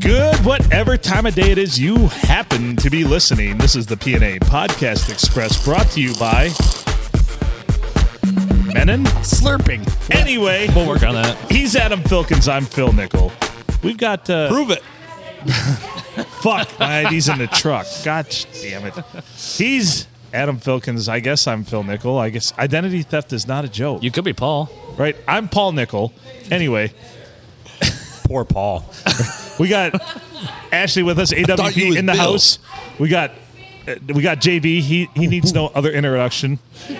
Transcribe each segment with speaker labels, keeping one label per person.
Speaker 1: Good, whatever time of day it is you happen to be listening. This is the PNA Podcast Express brought to you by Menon.
Speaker 2: Slurping.
Speaker 1: Anyway,
Speaker 3: We'll work on that.
Speaker 1: he's Adam Filkins. I'm Phil Nickel. We've got. Uh,
Speaker 3: Prove it.
Speaker 1: Fuck, my ID's in the truck. God damn it. He's Adam Filkins. I guess I'm Phil Nickel. I guess identity theft is not a joke,
Speaker 3: You could be Paul.
Speaker 1: right? I'm Paul Nickel. Anyway,
Speaker 2: Poor Paul.
Speaker 1: we got Ashley with us,
Speaker 2: thought you
Speaker 1: AWP
Speaker 2: was
Speaker 1: in the
Speaker 2: Bill.
Speaker 1: house. We got uh, we got JB. He he needs no other introduction.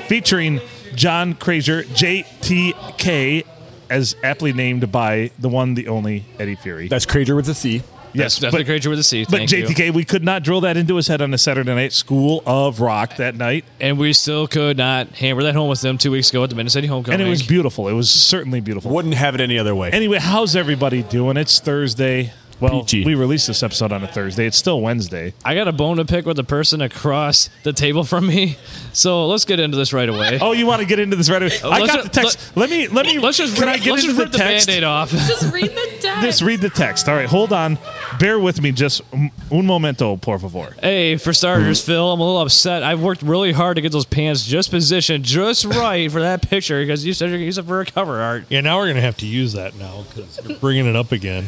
Speaker 1: Featuring John Crazier, JTK, as aptly named by the one, the only Eddie Fury.
Speaker 2: That's Crager with a C.
Speaker 1: yes,
Speaker 3: That's the
Speaker 1: but,
Speaker 3: creature with a C.
Speaker 1: but
Speaker 3: Thank you.
Speaker 1: JTK, we could not drill that into his head on a Saturday night. School of Rock that night.
Speaker 3: And we still could not hammer that home with them two weeks ago at the Minnesota City Homecoming.
Speaker 1: and it was beautiful. It was certainly beautiful.
Speaker 2: Wouldn't have it any other way.
Speaker 1: Anyway, how's everybody doing? It's Thursday. Well,
Speaker 2: Peachy.
Speaker 1: we released this episode on a Thursday. It's still Wednesday.
Speaker 3: I got a bone to pick with the person across the table from me. So let's get into this right away.
Speaker 1: Oh, you want to get into this right away? I
Speaker 3: Uh, let's
Speaker 1: got
Speaker 3: ju-
Speaker 1: the text. Let, me. Let me.
Speaker 3: Let's just
Speaker 1: can
Speaker 3: rip,
Speaker 1: I get
Speaker 3: let's
Speaker 1: into
Speaker 3: just
Speaker 1: the
Speaker 3: rip the,
Speaker 1: text?
Speaker 3: band-aid off.
Speaker 4: Just read the deck.
Speaker 1: Just read the text. All right, hold on. Bear with me, just un momento, por favor.
Speaker 3: Hey, for starters, Phil, I'm a little upset. I've worked really hard to get those pants just positioned just right for that picture because you said you're going to use it for a cover art.
Speaker 5: Yeah, now we're gonna have to use that now because you're bringing it up again.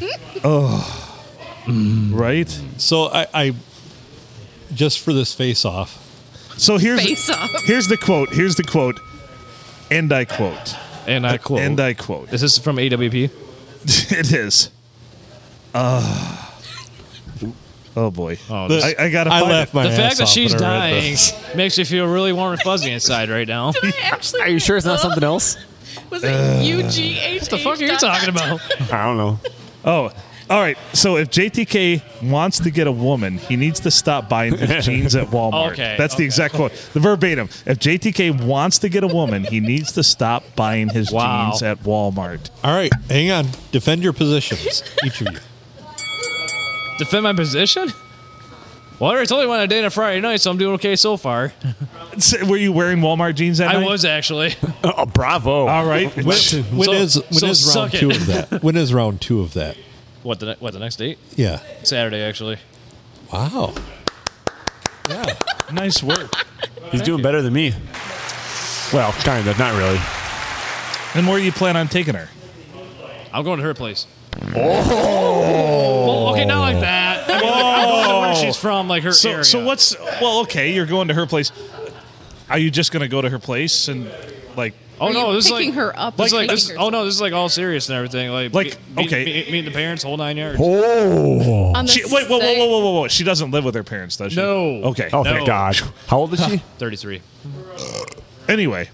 Speaker 1: Right.
Speaker 5: So I, I just for this face off.
Speaker 1: So here's
Speaker 4: Face off.
Speaker 1: here's the quote. Here's the quote, and I quote.
Speaker 3: And I quote.
Speaker 1: Uh, And I quote.
Speaker 3: Is this from AWP?
Speaker 1: it is. Uh, oh boy.
Speaker 3: Oh,
Speaker 5: The-
Speaker 3: this-
Speaker 1: I, I gotta.
Speaker 5: I
Speaker 1: find
Speaker 5: laughed
Speaker 1: it.
Speaker 5: my
Speaker 3: the
Speaker 5: ass
Speaker 3: fact that
Speaker 5: off
Speaker 3: she's
Speaker 5: when I read
Speaker 3: dying
Speaker 5: this.
Speaker 3: makes me feel really warm and fuzzy inside right now.
Speaker 4: Did I actually
Speaker 2: Are you
Speaker 4: read
Speaker 2: sure it's not
Speaker 4: it?
Speaker 2: something else? Uh,
Speaker 4: Was it U G H? What
Speaker 3: the fuck are you talking about?
Speaker 2: I don't know.
Speaker 1: Oh, all right. So if JTK wants to get a woman, he needs to stop buying his jeans at Walmart.
Speaker 3: Okay,
Speaker 1: That's the
Speaker 3: okay.
Speaker 1: exact quote, the verbatim. If JTK wants to get a woman, he needs to stop buying his
Speaker 3: Wow.
Speaker 1: jeans at Walmart.
Speaker 5: All right, hang on. Defend your positions, each of you.
Speaker 3: Defend my position? Well, I already told you when I date on Friday night, so I'm doing okay so far.
Speaker 1: So Were you wearing Walmart jeans that
Speaker 3: I
Speaker 1: night?
Speaker 3: was actually.
Speaker 2: Oh, bravo.
Speaker 1: All right.
Speaker 5: When, when
Speaker 3: So-
Speaker 5: is- when
Speaker 3: so
Speaker 5: is round
Speaker 3: suck it.
Speaker 5: two of that? When is round two of that?
Speaker 3: What the ne- what the next date?
Speaker 5: Yeah.
Speaker 3: Saturday actually.
Speaker 5: Wow. Yeah.
Speaker 1: nice work.
Speaker 2: He's doing better than me. Well, kind of. Not really.
Speaker 1: And where you plan on taking her?
Speaker 3: I'm going to her place. Oh. okay, not like that. I mean, like, I'm going to where she's from, like her
Speaker 1: Oh, So,
Speaker 3: area.
Speaker 1: so what's? Well, okay, you're going to her place. Are you just going to go to her place and like?
Speaker 3: Oh
Speaker 4: Are
Speaker 3: no,
Speaker 4: you
Speaker 3: this is like
Speaker 4: picking her up
Speaker 3: This is
Speaker 4: and
Speaker 3: like this.
Speaker 4: taking her
Speaker 3: Oh no, this is like all serious and everything. Like,
Speaker 1: Like,
Speaker 3: meet,
Speaker 1: okay.
Speaker 3: meet, meet the parents, whole nine yards.
Speaker 2: Oh.
Speaker 4: On the
Speaker 1: She, wait, whoa, whoa,
Speaker 4: sec-
Speaker 1: whoa, whoa, whoa, whoa! She doesn't live with her parents, does she?
Speaker 3: No.
Speaker 1: Okay.
Speaker 2: Oh, thank
Speaker 3: No.
Speaker 2: God. How old is she?
Speaker 3: Thirty-three.
Speaker 1: Anyway,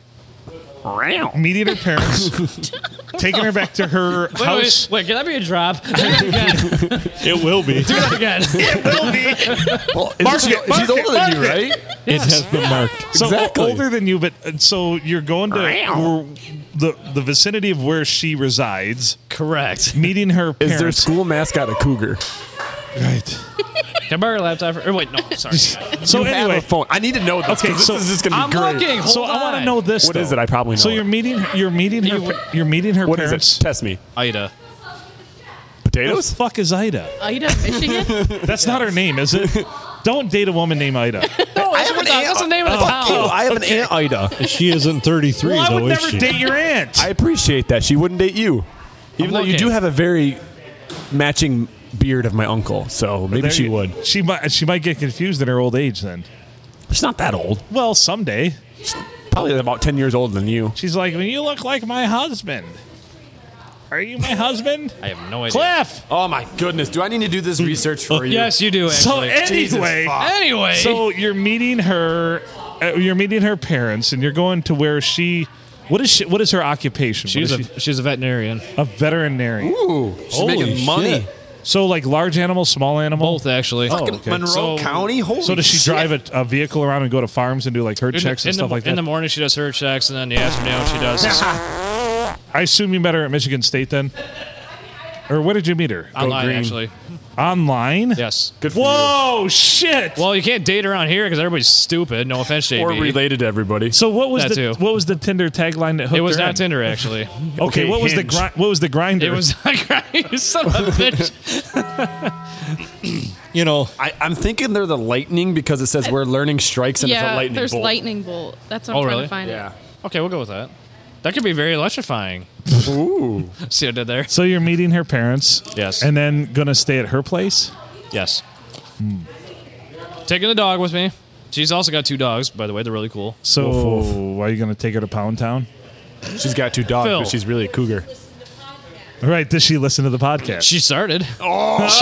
Speaker 2: Wow.
Speaker 1: meeting her parents, taking her back to her
Speaker 3: Wait, wait,
Speaker 1: house.
Speaker 3: wait, can that be a drop? Do it again.
Speaker 5: It will be.
Speaker 3: Do it again.
Speaker 1: Will be.
Speaker 2: Well, is
Speaker 1: Mark
Speaker 2: this-
Speaker 1: it, mark
Speaker 2: she's older
Speaker 1: it,
Speaker 2: than you,
Speaker 1: mark
Speaker 2: right?
Speaker 5: It has been marked.
Speaker 1: So
Speaker 2: Exactly.
Speaker 1: older than you, but and so you're going to
Speaker 2: Meow.
Speaker 1: the the vicinity of where she resides,
Speaker 3: Correct.
Speaker 1: meeting her
Speaker 2: Is
Speaker 1: parents.
Speaker 2: their school mascot a cougar?
Speaker 1: right?
Speaker 3: Can I borrow your laptop? Or wait, no, I'm sorry.
Speaker 1: So
Speaker 2: You have
Speaker 1: anyway,
Speaker 2: a phone. I need to know this.
Speaker 1: Okay,
Speaker 2: 'cause
Speaker 1: so-
Speaker 2: this is just gonna
Speaker 3: I'm
Speaker 2: be great.
Speaker 3: looking. Hold
Speaker 1: so I want
Speaker 3: on.
Speaker 1: to know this.
Speaker 2: What is
Speaker 1: though.
Speaker 2: it? I probably
Speaker 1: So
Speaker 2: know
Speaker 1: you're
Speaker 2: it.
Speaker 1: meeting you're meeting her
Speaker 3: You-
Speaker 1: pa- you're meeting her
Speaker 2: What is
Speaker 1: parents.
Speaker 2: it? Test me.
Speaker 3: Ida.
Speaker 1: Who the
Speaker 2: Potatoes?
Speaker 1: fuck is Ida?
Speaker 4: Ida, Michigan.
Speaker 1: That's not her name, is it? Don't date a woman named Ida.
Speaker 3: No, that's, what the, that's the name of the town.
Speaker 2: Oh, I have an aunt Ida.
Speaker 5: She isn't 33
Speaker 1: Well, I
Speaker 5: though,
Speaker 1: would
Speaker 5: oh, is
Speaker 1: never
Speaker 5: she?
Speaker 1: date your aunt.
Speaker 2: I appreciate that. She wouldn't date you. Even though you
Speaker 3: looking.
Speaker 2: do have a very matching beard of my uncle, so maybe
Speaker 1: There
Speaker 2: she
Speaker 1: you-
Speaker 2: would.
Speaker 1: She might. She might get confused in her old age. Then,
Speaker 2: She's not that old.
Speaker 1: well, someday.
Speaker 2: Probably about 10 years older than you.
Speaker 1: She's like, "Well, you look like my husband. Are you my husband?
Speaker 3: I have no idea.
Speaker 1: Cliff.
Speaker 2: Oh my goodness. Do I need to do this research for you?
Speaker 3: Oh, Yes, you do. Actually.
Speaker 1: So anyway,
Speaker 3: anyway,
Speaker 1: so you're meeting her. Uh, you're meeting her parents, and you're going to where she. What is she? What is her occupation? What
Speaker 3: she's
Speaker 1: is
Speaker 3: a
Speaker 1: she?
Speaker 3: she's a veterinarian.
Speaker 1: a veterinarian.
Speaker 2: Ooh, she's
Speaker 5: Holy
Speaker 2: making money.
Speaker 5: shit.
Speaker 1: So like large animal, small animal.
Speaker 3: Both actually.
Speaker 1: Oh,
Speaker 2: Fucking Monroe
Speaker 3: So-
Speaker 2: County? Holy
Speaker 1: So does she
Speaker 2: shit.
Speaker 1: drive a, a vehicle around and go to farms and do like herd
Speaker 3: In,
Speaker 1: checks
Speaker 3: in
Speaker 1: and
Speaker 3: the,
Speaker 1: stuff like
Speaker 3: in
Speaker 1: that?
Speaker 3: the morning, she does her checks, and then in the afternoon, she does.
Speaker 1: I assume you met her at Michigan State then. Or where did you meet her? Go
Speaker 3: Online,
Speaker 1: green.
Speaker 3: actually.
Speaker 1: Online?
Speaker 3: Yes.
Speaker 6: Good for
Speaker 1: Whoa, shit.
Speaker 3: Well, you can't date around here because everybody's stupid. No offense, JB.
Speaker 6: you. Or related to everybody.
Speaker 1: so what was
Speaker 3: that
Speaker 1: the
Speaker 3: too.
Speaker 1: what was the Tinder tagline that hooked
Speaker 3: It was
Speaker 1: her
Speaker 3: not
Speaker 1: in?
Speaker 3: Tinder, actually.
Speaker 1: Okay,
Speaker 6: Okay,
Speaker 1: what was the
Speaker 6: Hinge.
Speaker 1: grind? What was the grinder?
Speaker 3: It was like, you son of a bitch.
Speaker 5: You know,
Speaker 2: I, I'm thinking they're the lightning because it says where learning strikes and it's a
Speaker 4: Uh, yeah,
Speaker 2: lightning
Speaker 4: there's
Speaker 2: bolt.
Speaker 4: lightning bolt. That's what I'm
Speaker 3: Oh,
Speaker 4: trying
Speaker 3: really?
Speaker 4: to find.
Speaker 2: Yeah.
Speaker 3: Okay, we'll go with that. That could be very electrifying.
Speaker 2: Ooh.
Speaker 3: See what I did there?
Speaker 1: so you're meeting her parents.
Speaker 3: Yes.
Speaker 1: And then gonna stay at her place.
Speaker 3: Yes.
Speaker 1: Hmm.
Speaker 3: Taking the dog with me. She's also got two dogs, by the way. They're really cool.
Speaker 1: So are you gonna take her to Pound Town?
Speaker 2: She's got two dogs,
Speaker 3: Phil.
Speaker 2: but she's really a cougar.
Speaker 1: Right? Does she listen to the podcast?
Speaker 3: She started.
Speaker 1: Oh,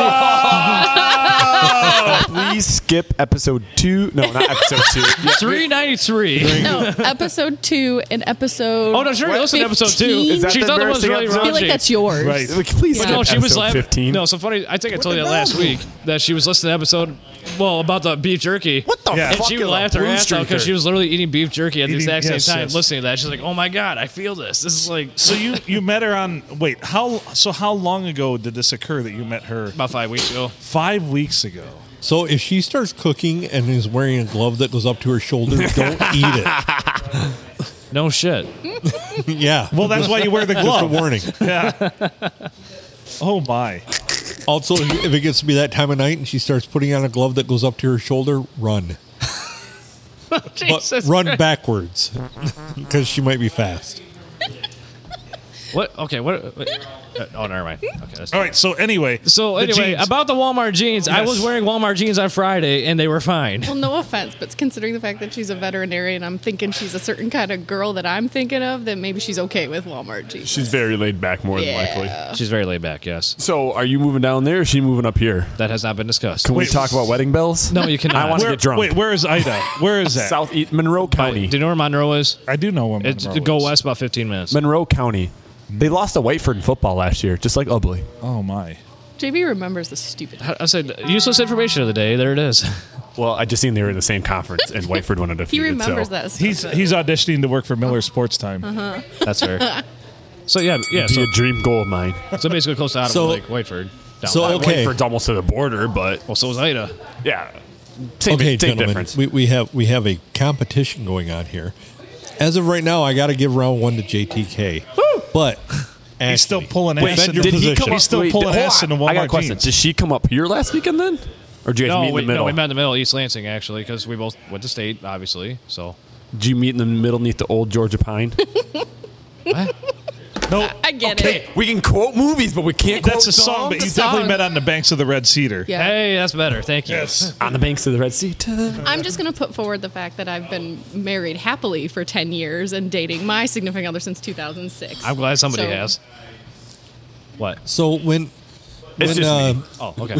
Speaker 4: Uh.
Speaker 2: Please skip episode two. No, not episode two. Yeah.
Speaker 3: 393.
Speaker 4: No, episode two and episode.
Speaker 3: Oh, no, sure. Listen to episode two.
Speaker 4: Is
Speaker 2: that
Speaker 3: She
Speaker 2: the
Speaker 3: thought the one was
Speaker 2: embarrassing episode?
Speaker 3: really
Speaker 4: I
Speaker 3: raunchy.
Speaker 4: feel like that's yours.
Speaker 1: Right.
Speaker 2: Please skip
Speaker 3: No, she was
Speaker 2: episode
Speaker 3: laughing.
Speaker 2: 15.
Speaker 3: No, so funny. I think I told you that last week that she was listening to episode, well, about the beef jerky.
Speaker 2: What the
Speaker 1: Yeah.
Speaker 2: fuck
Speaker 3: And she
Speaker 2: is a
Speaker 3: laughed her
Speaker 2: blue
Speaker 3: ass out because
Speaker 2: streaker?
Speaker 3: she was literally eating beef jerky at the
Speaker 1: Eating-
Speaker 3: exact same
Speaker 1: yes,
Speaker 3: time,
Speaker 1: yes.
Speaker 3: listening to that. She's like, "Oh my god, I feel this. This is like
Speaker 1: So you you met her on wait how so how long ago did this occur that you met her?
Speaker 3: about five weeks ago."
Speaker 1: Five weeks ago.
Speaker 5: so if she starts cooking and is wearing a glove that goes up to her shoulder, don't eat it.
Speaker 3: No shit.
Speaker 5: Yeah.
Speaker 1: Well, that's why you wear the
Speaker 5: Just a
Speaker 1: glove.
Speaker 5: warning.
Speaker 1: Oh my!
Speaker 5: Also, if it gets to be that time of night and she starts putting on a glove that goes up to her shoulder, run. But
Speaker 1: Oh,
Speaker 3: Jesus.
Speaker 5: run backwards because she might be fast.
Speaker 3: What? Okay. What? what- uh, oh, never mind. Okay. That's
Speaker 1: All right. So anyway,
Speaker 3: So
Speaker 1: the
Speaker 3: anyway,
Speaker 1: jeans.
Speaker 3: about the Walmart jeans, I
Speaker 1: Yes.
Speaker 3: was wearing Walmart jeans on Friday and they were fine.
Speaker 4: Well, no offense, but considering the fact that she's a veterinarian, I'm thinking she's a certain kind of girl that I'm thinking of, then maybe she's okay with Walmart jeans.
Speaker 6: She's very laid back, more than likely.
Speaker 4: Yeah.
Speaker 3: She's very laid back. Yes,
Speaker 6: So, are you moving down there? Or is she moving up here?
Speaker 3: that has not been discussed.
Speaker 2: Can we
Speaker 1: Wait.
Speaker 2: talk about wedding bells?
Speaker 3: No, you cannot.
Speaker 2: I want to
Speaker 1: where,
Speaker 2: get drunk.
Speaker 1: wait, where is Ida? Where is that?
Speaker 2: South East Monroe County.
Speaker 3: Do you know where Monroe is?
Speaker 1: I do know where
Speaker 3: It's
Speaker 1: Monroe
Speaker 3: go
Speaker 1: is.
Speaker 3: west about 15 minutes.
Speaker 2: Monroe County. They lost to Whiteford in football last year, just like Ubley.
Speaker 1: Oh my!
Speaker 4: JB remembers the stupid.
Speaker 3: I said useless information of the day. There it is.
Speaker 2: Well, I just seen they were in the same conference, and Whiteford won a defeat.
Speaker 4: He remembers that. stuff.
Speaker 1: He's he's auditioning to work for Miller Sports Time.
Speaker 4: Uh-huh.
Speaker 3: That's fair. So yeah, yeah.
Speaker 2: Be
Speaker 3: So,
Speaker 2: a dream goal of mine.
Speaker 3: so basically close to Ottawa,
Speaker 5: So-
Speaker 3: like Whiteford. Down
Speaker 5: so-
Speaker 3: that way.
Speaker 5: Okay.
Speaker 2: Whiteford's almost to the border, but
Speaker 3: well, so was Ida.
Speaker 2: yeah, same,
Speaker 5: okay,
Speaker 2: same
Speaker 5: gentlemen,
Speaker 2: difference.
Speaker 5: We, we have we have a competition going on here. As of right now, I got to give round one to JTK. But Ashley,
Speaker 1: He's still pulling
Speaker 5: Wait,
Speaker 1: ass.
Speaker 5: defend
Speaker 1: in
Speaker 5: your
Speaker 1: the-
Speaker 5: position. He's
Speaker 1: He's still
Speaker 2: wait,
Speaker 1: pulling
Speaker 2: hold
Speaker 1: ass in
Speaker 2: on.
Speaker 1: the
Speaker 2: I got a
Speaker 1: Walmart
Speaker 2: question.
Speaker 1: jeans.
Speaker 2: Did she come up here last weekend then, or did you guys
Speaker 3: No,
Speaker 2: meet in
Speaker 3: we,
Speaker 2: the middle?
Speaker 3: no, we met in the middle, East Lansing actually, because we both went to state, obviously. So
Speaker 2: Did you meet in the middle neath the old Georgia pine?
Speaker 3: What?
Speaker 1: no,
Speaker 4: I get
Speaker 2: hey,
Speaker 4: it.
Speaker 2: we can quote movies, but we can't.
Speaker 1: that's
Speaker 2: quote
Speaker 1: a song,
Speaker 2: songs.
Speaker 1: but you
Speaker 4: Song.
Speaker 1: definitely met on the banks of the Red Cedar.
Speaker 4: Yeah.
Speaker 3: hey, that's better. Thank you.
Speaker 1: Yes.
Speaker 2: on the banks of the Red Sea. To the-
Speaker 4: I'm just going to put forward the fact that I've been married happily for 10 years and dating my significant other since 2006.
Speaker 3: I'm glad somebody
Speaker 4: So-
Speaker 3: has. What?
Speaker 5: so when
Speaker 2: It's
Speaker 5: when
Speaker 2: just
Speaker 5: uh,
Speaker 3: Oh, okay.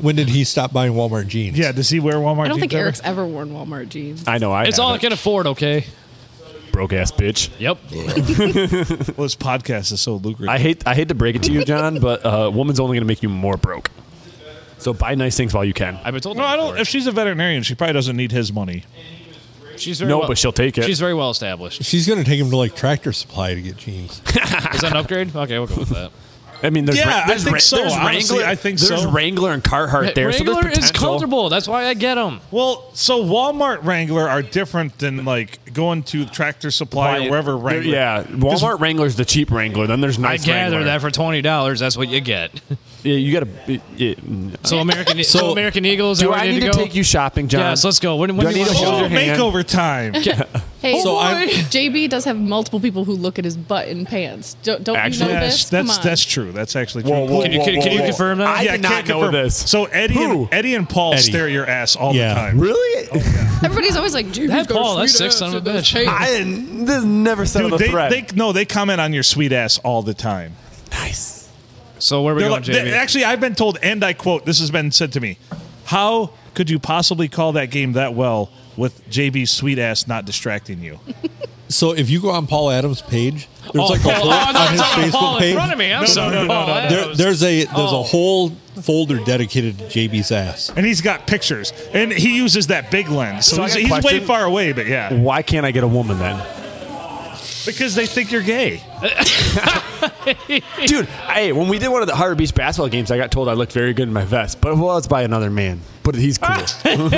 Speaker 5: when did he stop buying Walmart jeans?
Speaker 1: Yeah. Does he wear Walmart?
Speaker 4: I don't
Speaker 1: jeans
Speaker 4: think
Speaker 1: ever?
Speaker 4: Eric's ever worn Walmart jeans.
Speaker 2: I know. I
Speaker 3: it's all I
Speaker 2: haven't.
Speaker 3: can afford. Okay.
Speaker 2: broke ass bitch.
Speaker 3: Yep.
Speaker 1: Well, this podcast is so lucrative.
Speaker 2: I hate I hate to break it to you, John, but uh, woman's only going to make you more broke. So buy nice things while you can.
Speaker 3: I've been told.
Speaker 1: no,
Speaker 3: that
Speaker 1: I don't.
Speaker 3: before.
Speaker 1: If she's a veterinarian, she probably doesn't need his money.
Speaker 3: She's very
Speaker 2: No,
Speaker 3: well-
Speaker 2: but she'll take it.
Speaker 3: She's very well established.
Speaker 5: She's going to take him to like Tractor Supply to get jeans.
Speaker 3: Is that an upgrade? Okay, we'll go with that.
Speaker 2: I mean, there's
Speaker 1: Yeah,
Speaker 2: Wra-
Speaker 1: I
Speaker 2: there's
Speaker 1: think
Speaker 2: Wra-
Speaker 1: so,
Speaker 2: There's
Speaker 1: honestly,
Speaker 2: Wrangler,
Speaker 1: I think
Speaker 2: there's
Speaker 1: so.
Speaker 2: Wrangler and Carhartt there. so there's
Speaker 3: Wrangler is
Speaker 2: potential.
Speaker 3: comfortable. That's why I get them.
Speaker 1: Well, so Walmart Wrangler are different than like going to Tractor Supply or wherever
Speaker 2: There-
Speaker 1: Wrangler.
Speaker 2: Yeah, Walmart Wrangler's the cheap Wrangler. Then there's
Speaker 3: I
Speaker 2: nice.
Speaker 3: gather
Speaker 2: Wrangler.
Speaker 3: that for twenty dollars, that's what you get.
Speaker 2: Yeah, you got to. Yeah.
Speaker 3: So American, E-, so,
Speaker 5: So-
Speaker 3: American Eagles.
Speaker 2: Do I need to
Speaker 3: go?
Speaker 2: take you shopping, John?
Speaker 3: Yes, let's go. When, when
Speaker 2: Do I
Speaker 3: do you
Speaker 2: need
Speaker 3: want
Speaker 2: to
Speaker 3: to
Speaker 2: hold
Speaker 1: Oh,
Speaker 2: your
Speaker 3: go?
Speaker 2: hand.
Speaker 1: makeover time.
Speaker 4: Hey,
Speaker 5: So I'm-
Speaker 4: JB does have multiple people who look at his butt in pants. Don't, don't
Speaker 2: Actually,
Speaker 4: you know
Speaker 1: That's
Speaker 4: this? Come
Speaker 1: that's
Speaker 4: on.
Speaker 1: that's true. That's actually true.
Speaker 2: Whoa, whoa,
Speaker 3: Can you, can, can you confirm that?
Speaker 2: I
Speaker 1: can't
Speaker 2: did not know this.
Speaker 1: So Eddie
Speaker 2: Who?
Speaker 1: and, Eddie and Paul
Speaker 5: Eddie.
Speaker 1: stare at your ass all
Speaker 5: Yeah.
Speaker 1: the time.
Speaker 2: Really?
Speaker 4: Everybody's always like, JB's
Speaker 3: That
Speaker 4: got a
Speaker 3: Paul, that
Speaker 4: sweet
Speaker 3: sick
Speaker 4: ass
Speaker 3: son of a
Speaker 4: in his
Speaker 3: bitch.
Speaker 4: pants."
Speaker 2: I didn't. This is never said
Speaker 1: Dude,
Speaker 2: on the
Speaker 1: they,
Speaker 2: thread.
Speaker 1: they no, they comment on your sweet ass all the time.
Speaker 2: nice.
Speaker 3: so where are we
Speaker 1: They're
Speaker 3: going,
Speaker 1: like,
Speaker 3: Jamie?
Speaker 1: they- actually, I've been told, and I quote, this has been said to me. How could you possibly call that game that well with JB's sweet ass not distracting you?
Speaker 5: So if you go on Paul Adams' page, there's
Speaker 3: oh,
Speaker 5: like a
Speaker 3: Paul,
Speaker 5: whole
Speaker 3: oh, I thought
Speaker 5: on
Speaker 3: you
Speaker 5: his
Speaker 3: were talking about Paul
Speaker 5: Facebook
Speaker 3: in
Speaker 5: page.
Speaker 3: front of me.
Speaker 1: No,
Speaker 3: I'm
Speaker 1: no,
Speaker 3: sorry.
Speaker 1: no, no,
Speaker 3: Paul
Speaker 1: no.
Speaker 5: There,
Speaker 3: Adams.
Speaker 5: there's a there's
Speaker 3: Oh.
Speaker 5: a whole folder dedicated to JB's ass.
Speaker 1: And he's got pictures, and he uses that big lens, so,
Speaker 2: So I
Speaker 1: he's,
Speaker 2: got a
Speaker 1: he's way
Speaker 2: question.
Speaker 1: far away. But yeah,
Speaker 2: Why can't I get a woman then?
Speaker 1: because they think you're gay.
Speaker 2: Dude, hey, when we did one of the Harbor Beach basketball games, I got told I looked very good in my vest, but it was by another man. But he's cool.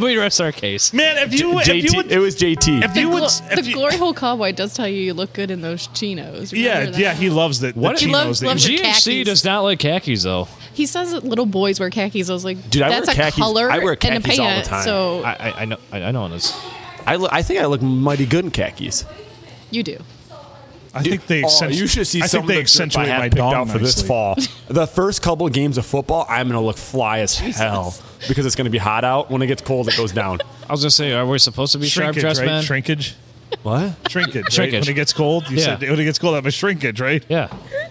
Speaker 3: we rest our case.
Speaker 1: Man, if you if you
Speaker 2: JT,
Speaker 1: would
Speaker 2: it was JT.
Speaker 1: if you would
Speaker 4: Glo-
Speaker 1: if
Speaker 4: the
Speaker 1: you,
Speaker 4: glory hole cowboy does tell you you look good in those chinos.
Speaker 1: yeah,
Speaker 4: Remember that?
Speaker 1: yeah, he loves that.
Speaker 3: What
Speaker 1: What
Speaker 3: if-
Speaker 1: he
Speaker 3: He
Speaker 1: knows
Speaker 4: loves-
Speaker 1: that.
Speaker 4: loves-
Speaker 1: you-
Speaker 4: Those are
Speaker 3: GMC
Speaker 4: khakis.
Speaker 3: does not like khakis though.
Speaker 4: He says that little boys wear khakis. I was like,
Speaker 2: Dude, I
Speaker 4: that's
Speaker 2: wear
Speaker 4: a
Speaker 2: khakis.
Speaker 4: color
Speaker 2: I wear
Speaker 4: and a
Speaker 2: khakis
Speaker 4: pant.
Speaker 2: all the time.
Speaker 4: So
Speaker 3: I, I, I know I, I know this.
Speaker 2: I, look, I think I look mighty good in khakis.
Speaker 4: you do.
Speaker 1: I think they
Speaker 2: Oh,
Speaker 1: accentu-
Speaker 2: you should see
Speaker 1: I
Speaker 2: some
Speaker 1: think
Speaker 2: of
Speaker 1: they
Speaker 2: the drip I
Speaker 1: accentuate
Speaker 2: have
Speaker 1: my
Speaker 2: picked
Speaker 1: dong
Speaker 2: out for this
Speaker 1: nicely.
Speaker 2: fall. the first couple games of football, I'm gonna look fly as hell because it's gonna be hot out. When it gets cold, it goes down.
Speaker 3: I was gonna say, are we supposed to be sharp
Speaker 1: Shrinkage,
Speaker 3: dressed
Speaker 1: right?
Speaker 3: men?
Speaker 1: Shrinkage.
Speaker 2: what?
Speaker 1: Shrinkage, right?
Speaker 3: Shrinkage.
Speaker 1: When it gets cold, you
Speaker 3: Yeah.
Speaker 1: said when it gets cold, I'm a shrinkage, right?
Speaker 3: Yeah.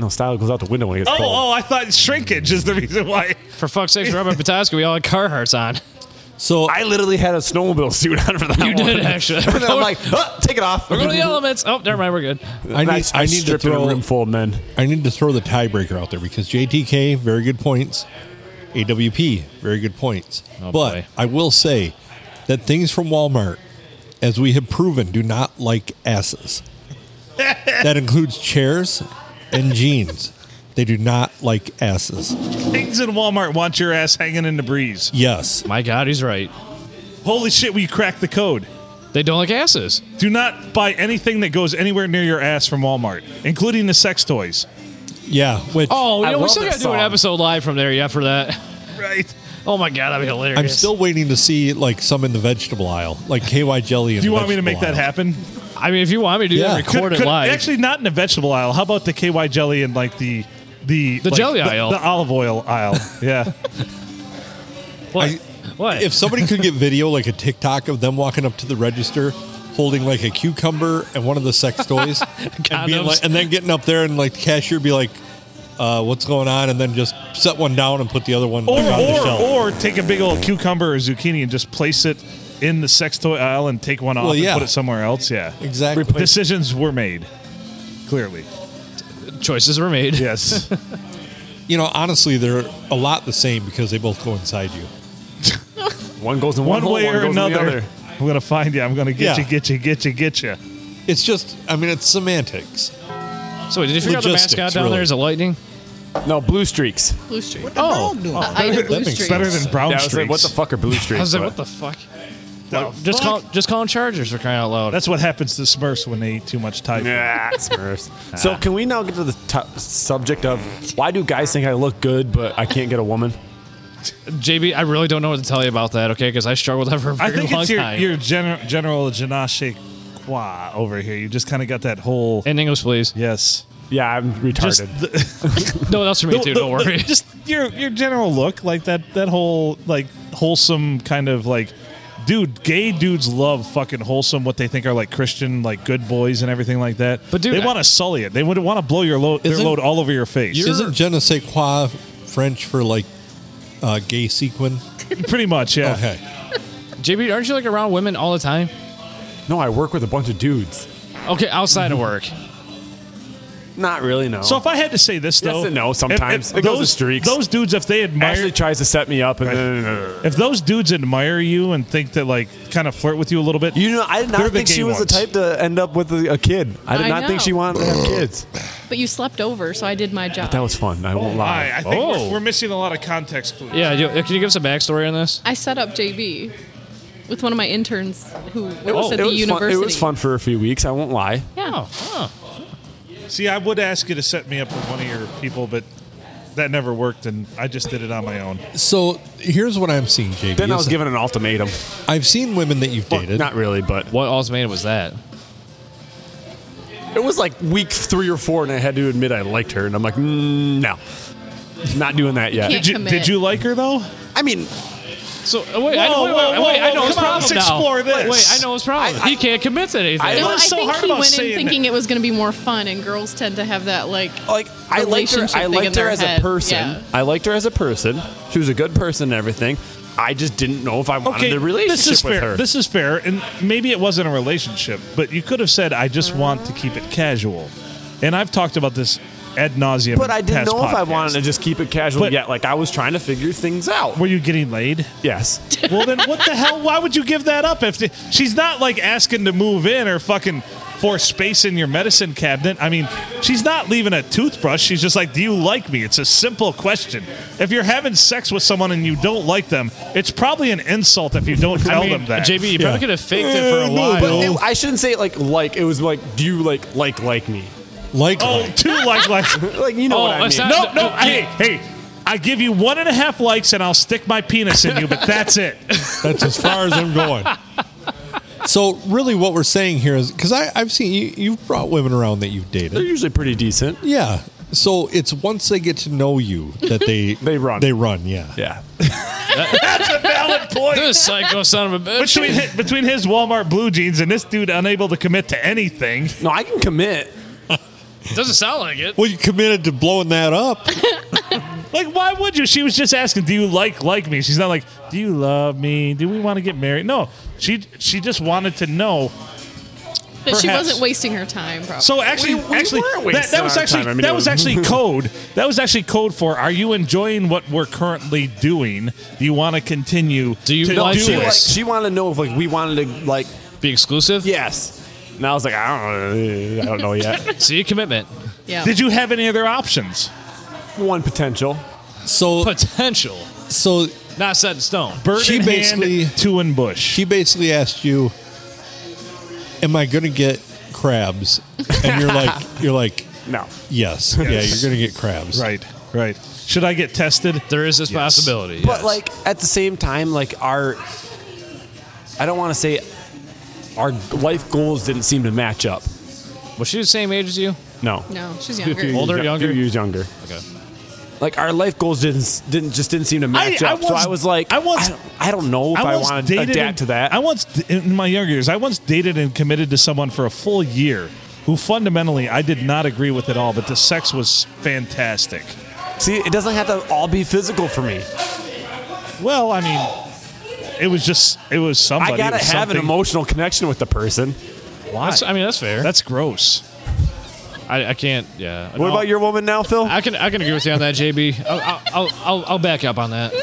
Speaker 2: No, style goes out the window when it gets
Speaker 1: Oh,
Speaker 2: cold.
Speaker 1: oh, I thought shrinkage is the reason why.
Speaker 3: For fuck's sakes, Robert Pataska, we all had Carhartts on.
Speaker 5: So
Speaker 2: I literally had a snowmobile suit on for that.
Speaker 3: You did,
Speaker 2: one.
Speaker 3: actually.
Speaker 2: and then I'm like, "Ah, take it off.
Speaker 3: We're going to the elements. Oh, never mind. We're good.
Speaker 5: I need, I need to
Speaker 2: stripped in a
Speaker 5: throw
Speaker 2: room full of men.
Speaker 5: I need to throw the tiebreaker out there because JTK very good points, AWP very good points.
Speaker 3: Oh,
Speaker 5: but
Speaker 3: boy.
Speaker 5: I will say that things from Walmart, as we have proven, do not like asses. that includes chairs and jeans. They do not like asses.
Speaker 1: Things in Walmart want your ass hanging in the breeze.
Speaker 5: Yes.
Speaker 3: My God, he's right.
Speaker 1: Holy shit, we cracked the code.
Speaker 3: They don't like asses.
Speaker 1: Do not buy anything that goes anywhere near your ass from Walmart, including the sex toys.
Speaker 5: Yeah. Which
Speaker 3: Oh,
Speaker 2: I
Speaker 3: yeah, we
Speaker 2: love
Speaker 3: still
Speaker 2: that
Speaker 3: got to do an
Speaker 2: song.
Speaker 3: episode live from there. Yeah, for that.
Speaker 1: Right.
Speaker 3: Oh my God, that'd be hilarious.
Speaker 5: I'm still waiting to see like some in the vegetable aisle, like KY jelly. In
Speaker 1: Do you
Speaker 5: the
Speaker 1: want me to make
Speaker 5: vegetable
Speaker 1: that
Speaker 5: aisle.
Speaker 1: happen?
Speaker 3: I mean, if you want me to do
Speaker 5: Yeah.
Speaker 3: that,
Speaker 1: Could-
Speaker 3: record it
Speaker 1: could-
Speaker 3: live.
Speaker 1: Actually, not in the vegetable aisle. How about the KY jelly and like the the
Speaker 3: The
Speaker 1: like,
Speaker 3: jelly aisle.
Speaker 1: the olive oil aisle? Yeah.
Speaker 3: what?
Speaker 5: I-
Speaker 3: what?
Speaker 5: if somebody could get video like a TikTok of them walking up to the register holding like a cucumber and one of the sex toys and, being
Speaker 3: Condoms.
Speaker 5: like, and then getting up there and like the cashier be like uh, what's going on and then just set one down and put the other one
Speaker 1: or
Speaker 5: on the shelf.
Speaker 1: or or take a big old cucumber or zucchini and just place it in the sex toy aisle and take one off
Speaker 5: Well, yeah.
Speaker 1: and put it somewhere else. Yeah.
Speaker 5: exactly.
Speaker 1: Decisions were made. Clearly.
Speaker 3: Choices were made.
Speaker 1: Yes.
Speaker 5: you know, honestly, they're a lot the same because they both coincide you.
Speaker 2: One goes in one,
Speaker 1: one
Speaker 2: hole,
Speaker 1: way
Speaker 2: one
Speaker 1: or
Speaker 2: goes in the
Speaker 1: another.
Speaker 2: other.
Speaker 1: I'm gonna find you. I'm gonna get
Speaker 5: Yeah.
Speaker 1: you, get you, get you, get you.
Speaker 5: It's just, I mean, it's semantics.
Speaker 3: So, wait, did you figure out the
Speaker 5: Logistics,
Speaker 3: mascot down
Speaker 5: really.
Speaker 3: there is a lightning?
Speaker 2: No, blue streaks.
Speaker 4: Blue streak.
Speaker 5: Oh,
Speaker 4: Uh, I know blue
Speaker 5: makes
Speaker 4: streak.
Speaker 1: Better than brown
Speaker 2: Yeah, I was
Speaker 1: Oh, streaks.
Speaker 2: like, what the fuck are blue
Speaker 3: I was
Speaker 2: streaks?
Speaker 3: like,
Speaker 2: But
Speaker 3: what the fuck?
Speaker 1: The fuck?
Speaker 3: Just call, just call them Chargers for crying out loud.
Speaker 1: That's what happens to Smurfs when they eat too much Thai. food.
Speaker 2: Nah, Smurfs. So can we now get to the t- subject of why do guys think I look good but I can't get a woman?
Speaker 3: JB, I really don't know what to tell you about that, okay? Because I struggled with that for a
Speaker 1: I
Speaker 3: very
Speaker 1: think
Speaker 3: long
Speaker 1: it's your,
Speaker 3: time.
Speaker 1: your general general Janache Kwa over here. You just kind of got that whole
Speaker 3: In English, please.
Speaker 1: yes.
Speaker 2: Yeah, I'm retarded.
Speaker 1: Just the-
Speaker 3: No, that's for me too.
Speaker 1: the-
Speaker 3: Don't worry.
Speaker 1: the- just your your general look, like that that whole like wholesome kind of like dude. Gay dudes love fucking wholesome. What they think are like Christian, like good boys and everything like that.
Speaker 3: But dude,
Speaker 1: they
Speaker 3: I-
Speaker 1: want to sully it. They would want to blow your load their
Speaker 5: Isn't-
Speaker 1: load all over your face.
Speaker 5: Isn't je ne sais quoi French for like uh, gay sequin?
Speaker 1: Pretty much, yeah.
Speaker 3: Oh,
Speaker 5: Okay.
Speaker 3: JB, aren't you like around women all the time?
Speaker 2: no, I work with a bunch of dudes.
Speaker 3: Okay, outside of work.
Speaker 2: Not really, no.
Speaker 1: So if I had to say this
Speaker 2: Yes
Speaker 1: though,
Speaker 2: and no,
Speaker 1: if-
Speaker 2: sometimes. It goes in
Speaker 1: those
Speaker 2: streaks.
Speaker 1: Those dudes, if they admire,
Speaker 2: Ashley tries to set me up and then
Speaker 1: if those dudes admire you and think that like kind of flirt with you a little bit,
Speaker 2: you know, I did not
Speaker 1: They're the
Speaker 2: think
Speaker 1: gay
Speaker 2: she was
Speaker 1: ones.
Speaker 2: the type to end up with a, a kid. I did
Speaker 4: I
Speaker 2: not think
Speaker 4: know.
Speaker 2: she wanted to have kids.
Speaker 4: But you slept over, so I did my job.
Speaker 2: That was fun. I won't lie.
Speaker 1: I, I think
Speaker 3: Oh.
Speaker 1: we're, we're missing a lot of context clues.
Speaker 3: Yeah, you, can you give us a backstory on this?
Speaker 4: I set up JB with one of my interns who works
Speaker 2: Oh,
Speaker 4: at
Speaker 2: it
Speaker 4: the
Speaker 2: was fun.
Speaker 4: university.
Speaker 2: It was fun for a few weeks. I won't lie.
Speaker 4: Yeah.
Speaker 3: Oh,
Speaker 1: See, I would ask you to set me up with one of your people, but that never worked, and I just did it on my own.
Speaker 5: So here's what I'm seeing, JB.
Speaker 2: Then I was
Speaker 5: Is
Speaker 2: given an ultimatum.
Speaker 5: I've seen women that you've
Speaker 2: Well,
Speaker 5: dated.
Speaker 2: not really, but
Speaker 3: What ultimatum was that?
Speaker 2: It was like week three or four, and I had to admit I liked her, and I'm like, mm, no, not doing that yet.
Speaker 4: Can't
Speaker 1: Did you,
Speaker 4: commit.
Speaker 1: did you like her though?
Speaker 2: I mean,
Speaker 3: So uh, wait, I,
Speaker 1: Whoa,
Speaker 3: wait,
Speaker 1: whoa,
Speaker 3: wait, wait,
Speaker 1: whoa,
Speaker 3: I know
Speaker 1: whoa,
Speaker 3: his
Speaker 1: come on,
Speaker 3: problem
Speaker 1: let's
Speaker 3: now.
Speaker 1: explore this.
Speaker 3: Wait, wait, I know his problem.
Speaker 2: I- I-
Speaker 3: he can't commit to anything.
Speaker 2: I-
Speaker 4: No,
Speaker 1: What
Speaker 4: I
Speaker 1: is so
Speaker 4: think
Speaker 1: hard
Speaker 4: he
Speaker 1: about
Speaker 4: went in
Speaker 1: saying
Speaker 4: thinking it was going to be more fun, and girls tend to have that like.
Speaker 2: like I liked her.
Speaker 4: Relationship
Speaker 2: I
Speaker 4: thing
Speaker 2: liked
Speaker 4: in
Speaker 2: her
Speaker 4: their
Speaker 2: as
Speaker 4: head,
Speaker 2: a person.
Speaker 4: yeah.
Speaker 2: I liked her as a person. She was a good person and everything. I just didn't know if I wanted
Speaker 1: Okay,
Speaker 2: a relationship
Speaker 1: this is
Speaker 2: with
Speaker 1: fair.
Speaker 2: her.
Speaker 1: This is fair, and maybe it wasn't a relationship, but you could have said, "I just want to keep it casual," and I've talked about this ad nauseum.
Speaker 2: but I didn't know if I wanted to
Speaker 1: To-
Speaker 2: just keep it casual
Speaker 1: But-
Speaker 2: yet. Like I was trying to figure things out.
Speaker 1: Were you getting laid?
Speaker 2: Yes.
Speaker 1: Well, then what the hell? Why would you give that up if the- she's not like asking to move in or fucking for space in your medicine cabinet. I mean, she's not leaving a toothbrush. She's just like, Do you like me? It's a simple question. If you're having sex with someone and you don't like them, it's probably an insult if you don't tell them that. Mm,
Speaker 3: JB, you
Speaker 5: Yeah.
Speaker 3: probably could have faked it for a while.
Speaker 2: But it, I shouldn't say it like like. It was like, do you like like like me?
Speaker 5: Like,
Speaker 1: oh, two like likes.
Speaker 2: Like you know
Speaker 3: Oh,
Speaker 2: what I mean?
Speaker 3: it's not-
Speaker 1: No, no.
Speaker 3: Yeah.
Speaker 1: Hey, hey. I give you one and a half likes and I'll stick my penis in you, but that's it.
Speaker 5: That's as far as I'm going. So really, what we're saying here is because I've seen you, you've brought women around that you've
Speaker 2: They're
Speaker 5: dated.
Speaker 2: usually pretty decent.
Speaker 5: Yeah. So it's once they get to know you that they
Speaker 2: They run.
Speaker 5: They run. Yeah.
Speaker 2: Yeah.
Speaker 1: That's a valid point.
Speaker 3: This psycho son of a bitch.
Speaker 1: between his, between his Walmart blue jeans and this dude unable to commit to anything.
Speaker 2: No, I can commit.
Speaker 3: Doesn't sound like it.
Speaker 5: Well, you committed to blowing that up.
Speaker 1: Like, why would you? She was just asking, "Do you like like me?" She's not like, "Do you love me? Do we want to get married?" No, she she just wanted to know.
Speaker 4: That she
Speaker 1: Perhaps.
Speaker 4: wasn't wasting her time, probably.
Speaker 1: So actually,
Speaker 2: We- we
Speaker 1: actually,
Speaker 2: weren't
Speaker 1: that,
Speaker 2: wasting
Speaker 1: that was
Speaker 2: our
Speaker 1: actually
Speaker 2: time. I mean,
Speaker 1: that
Speaker 2: it
Speaker 1: was
Speaker 2: was-
Speaker 1: actually code. That was actually code for, "Are you enjoying what we're currently doing? Do you want to continue?
Speaker 3: Do you
Speaker 1: to
Speaker 3: like
Speaker 1: do
Speaker 2: She
Speaker 3: it?
Speaker 2: like
Speaker 1: this?"
Speaker 2: she wanted to know if like we wanted to like
Speaker 3: Be exclusive?
Speaker 2: yes. And I was like, I don't know. I don't know yet.
Speaker 3: See, commitment.
Speaker 4: yeah.
Speaker 1: Did you have any other options?
Speaker 2: One potential.
Speaker 5: So
Speaker 3: Potential.
Speaker 5: so
Speaker 3: Not set in stone.
Speaker 1: Bird
Speaker 5: She
Speaker 1: in
Speaker 5: basically-
Speaker 1: hand, two in bush.
Speaker 5: she basically asked you, "Am I going to get crabs?" And you're like, you're like,
Speaker 2: No.
Speaker 5: yes, yeah, you're going to get crabs.
Speaker 1: right, right. Should I get tested?
Speaker 3: There is this
Speaker 1: Yes.
Speaker 3: possibility.
Speaker 2: But
Speaker 3: yes.
Speaker 2: like at the same time, like our I don't want to say our life goals didn't seem to match up.
Speaker 3: was she the same age as you?
Speaker 2: No.
Speaker 4: No, she's
Speaker 2: A few
Speaker 4: younger.
Speaker 3: Older,
Speaker 2: years-
Speaker 3: younger?
Speaker 2: few years younger.
Speaker 3: Okay.
Speaker 2: Like our life goals didn't didn't just didn't seem to match
Speaker 1: I
Speaker 2: up. so
Speaker 1: once-
Speaker 2: I was like,
Speaker 1: I
Speaker 2: I,
Speaker 1: once-
Speaker 2: don't, I don't know if I,
Speaker 1: once
Speaker 2: want to adapt
Speaker 1: and-
Speaker 2: to that.
Speaker 1: I once, d- in my younger years, I once dated and committed to someone for a full year who fundamentally I did not agree with at all, but the sex was fantastic.
Speaker 2: See, it doesn't have to all be physical for me.
Speaker 1: Well, I mean, it was just, it was somebody.
Speaker 2: I gotta
Speaker 1: it was
Speaker 2: have an
Speaker 1: something.
Speaker 2: emotional connection with the person.
Speaker 1: Why?
Speaker 3: That's, I mean, that's fair.
Speaker 1: That's gross.
Speaker 3: I, I can't. Yeah.
Speaker 2: What about your woman now, Phil?
Speaker 3: I can I can agree with you on that, JB. I'll I'll, I'll, I'll, I'll back up on that.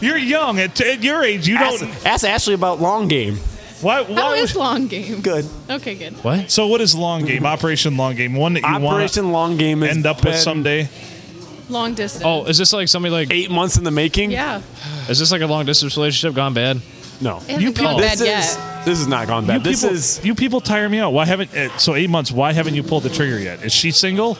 Speaker 1: You're young. At, at your age, you
Speaker 2: ask,
Speaker 1: don't.
Speaker 2: ask Ashley about long game.
Speaker 1: Why?
Speaker 4: How
Speaker 1: why
Speaker 4: is long game?
Speaker 2: Good.
Speaker 4: Okay, good.
Speaker 3: What?
Speaker 1: so, what is long game? Operation long game. One that you want to
Speaker 2: Operation long game is
Speaker 1: end up with someday.
Speaker 4: Long distance.
Speaker 3: Oh, is this like somebody like?
Speaker 2: eight months in the making.
Speaker 4: yeah.
Speaker 3: Is this like a long distance relationship gone bad?
Speaker 2: No.
Speaker 4: It hasn't gone
Speaker 3: call.
Speaker 4: bad
Speaker 2: This is
Speaker 4: yet.
Speaker 2: this is not gone bad.
Speaker 1: you
Speaker 2: this
Speaker 1: people,
Speaker 2: is
Speaker 1: you people tire me out. Why haven't eh, so eight months? Why haven't you pulled the trigger yet? Is she single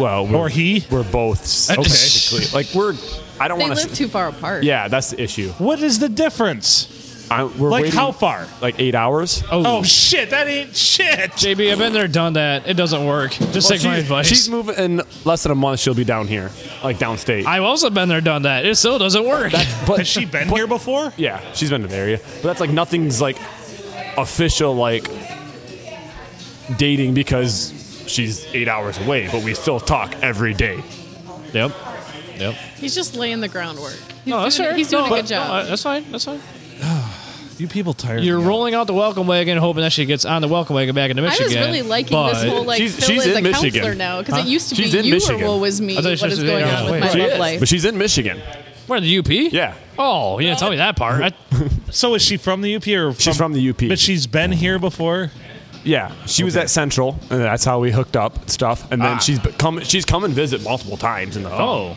Speaker 2: well, we're,
Speaker 1: or he?
Speaker 2: we're both
Speaker 3: Okay.
Speaker 2: basically like we're. I don't
Speaker 4: They
Speaker 2: want
Speaker 4: live
Speaker 2: to.
Speaker 4: too far apart.
Speaker 2: Yeah, that's the issue.
Speaker 1: What is the difference?
Speaker 2: I, we're
Speaker 1: Like
Speaker 2: waiting
Speaker 1: how far?
Speaker 2: like eight hours.
Speaker 1: Oh shit, that ain't shit.
Speaker 3: JB, I've been there, done that. It doesn't work. Just take my
Speaker 2: She-
Speaker 3: advice.
Speaker 2: She's moving in less than a month. She'll be down here, like downstate.
Speaker 3: I've also been there, done that. It still doesn't work.
Speaker 2: but
Speaker 1: Has she been here before?
Speaker 2: yeah, she's been to the area, but that's like nothing's like official like dating because she's eight hours away. But we still talk every day.
Speaker 3: yep. Yep.
Speaker 4: He's just laying the groundwork. He's
Speaker 3: No, that's
Speaker 4: doing,
Speaker 3: fair.
Speaker 4: He's doing
Speaker 3: No,
Speaker 4: a
Speaker 3: but-
Speaker 4: good job.
Speaker 3: no, I- that's fine. That's fine.
Speaker 1: You people tired.
Speaker 3: You're rolling out the welcome wagon, hoping that she gets on the welcome wagon back into
Speaker 4: I
Speaker 3: Michigan.
Speaker 4: was really liking this
Speaker 3: but-
Speaker 4: whole like
Speaker 2: She's-
Speaker 4: Phil
Speaker 2: she's
Speaker 4: is
Speaker 2: in
Speaker 4: a
Speaker 2: Michigan.
Speaker 4: counselor now because it used to
Speaker 2: She's
Speaker 4: be
Speaker 2: in
Speaker 4: you
Speaker 2: Michigan.
Speaker 4: or woe is me.
Speaker 3: I
Speaker 4: What
Speaker 3: thought she was
Speaker 4: is
Speaker 3: in
Speaker 4: going
Speaker 3: Michigan.
Speaker 4: on with
Speaker 3: Wait,
Speaker 4: my
Speaker 3: she
Speaker 4: love
Speaker 3: is,
Speaker 4: life?
Speaker 2: But she's in Michigan.
Speaker 3: We're in the UP.
Speaker 2: Yeah.
Speaker 3: Oh, you didn't tell me that part. I,
Speaker 1: So is she from the UP or
Speaker 2: She's from the UP.
Speaker 1: But she's been here before.
Speaker 2: Yeah, she was at Central, and that's how we hooked up and stuff. And then
Speaker 3: Ah.
Speaker 2: she's be- come she's come and visit multiple times in the fall.
Speaker 3: oh,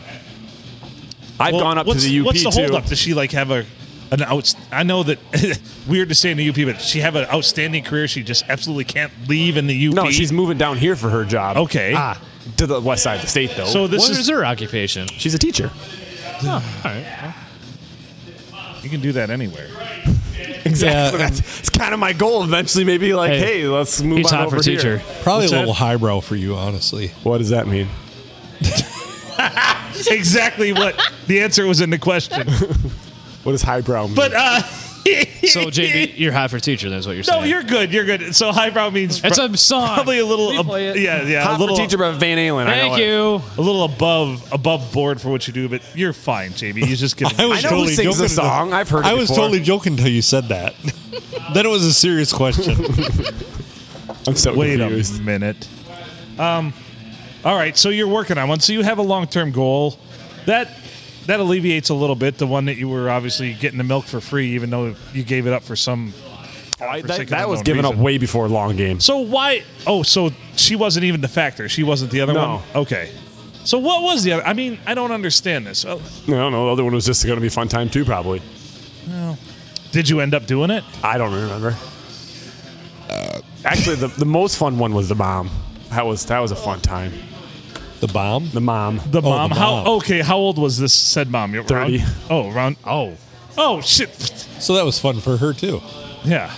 Speaker 2: I've gone up to
Speaker 1: what's,
Speaker 2: the UP
Speaker 1: What's the
Speaker 2: too.
Speaker 1: holdup? Does she like have a an out? I know that weird to say in the UP, but she have an outstanding career. She just absolutely can't leave in the UP.
Speaker 2: No, she's moving down here for her job.
Speaker 1: okay.
Speaker 3: ah.
Speaker 2: to the west side of the state though.
Speaker 1: So this
Speaker 3: What
Speaker 1: is
Speaker 3: is her occupation?
Speaker 2: she's a teacher.
Speaker 3: All right.
Speaker 1: you can do that anywhere.
Speaker 2: Exactly.
Speaker 5: Yeah,
Speaker 2: that's, it's kind of my goal eventually. Maybe like,
Speaker 3: Hey,
Speaker 2: hey, let's move
Speaker 3: He's
Speaker 2: on
Speaker 3: hot
Speaker 2: over
Speaker 3: for
Speaker 2: here.
Speaker 3: teacher.
Speaker 5: Probably
Speaker 1: What's
Speaker 5: a
Speaker 1: that?
Speaker 5: little highbrow for you, honestly.
Speaker 2: What does that mean?
Speaker 1: exactly what the answer was in the question.
Speaker 2: What is highbrow mean?
Speaker 1: But uh,
Speaker 3: So JB, you're hot for teacher. That's what you're saying.
Speaker 1: no, you're good. You're good. So highbrow means
Speaker 3: It's
Speaker 1: pro-
Speaker 3: a song.
Speaker 1: probably a little.
Speaker 3: Please
Speaker 1: ab-
Speaker 3: play it.
Speaker 1: yeah, yeah,
Speaker 2: hot
Speaker 1: a little.
Speaker 2: for teacher by Van Halen. I know
Speaker 3: Thank
Speaker 2: it.
Speaker 3: you.
Speaker 1: a little above above board for what you do, but you're fine, JB. You just get.
Speaker 5: I was
Speaker 2: I know who
Speaker 5: totally
Speaker 2: sings
Speaker 5: joking.
Speaker 2: the song. I've heard it
Speaker 5: I was
Speaker 2: before.
Speaker 5: totally joking until you said that. then it was a serious question.
Speaker 2: I'm so
Speaker 1: wait
Speaker 2: confused.
Speaker 1: a minute. Um, all right, so you're working on one. So you have a long term goal that that alleviates a little bit the one that you were obviously getting the milk for free, even though you gave it up for some for
Speaker 2: Oh, I, that,
Speaker 1: sick
Speaker 2: that
Speaker 1: of
Speaker 2: was
Speaker 1: unknown
Speaker 2: given up
Speaker 1: reason.
Speaker 2: way before long games.
Speaker 1: So why? Oh, so she wasn't even the factor. She wasn't the other
Speaker 2: No.
Speaker 1: one. Okay. So what was the other? I mean, I don't understand this. Oh, Well,
Speaker 2: I don't know. The other one was just going to be fun time too, probably.
Speaker 1: Did you end up doing it?
Speaker 2: I don't remember. Actually, the, the most fun one was the mom. That was that was a fun time.
Speaker 5: The bomb?
Speaker 2: Oh, The mom.
Speaker 1: The
Speaker 5: the
Speaker 1: mom.
Speaker 5: mom.
Speaker 1: How? Okay. How old was this said mom? Around-
Speaker 2: 30.
Speaker 1: oh, around. Oh. Oh shit.
Speaker 5: So that was fun for her too.
Speaker 1: Yeah.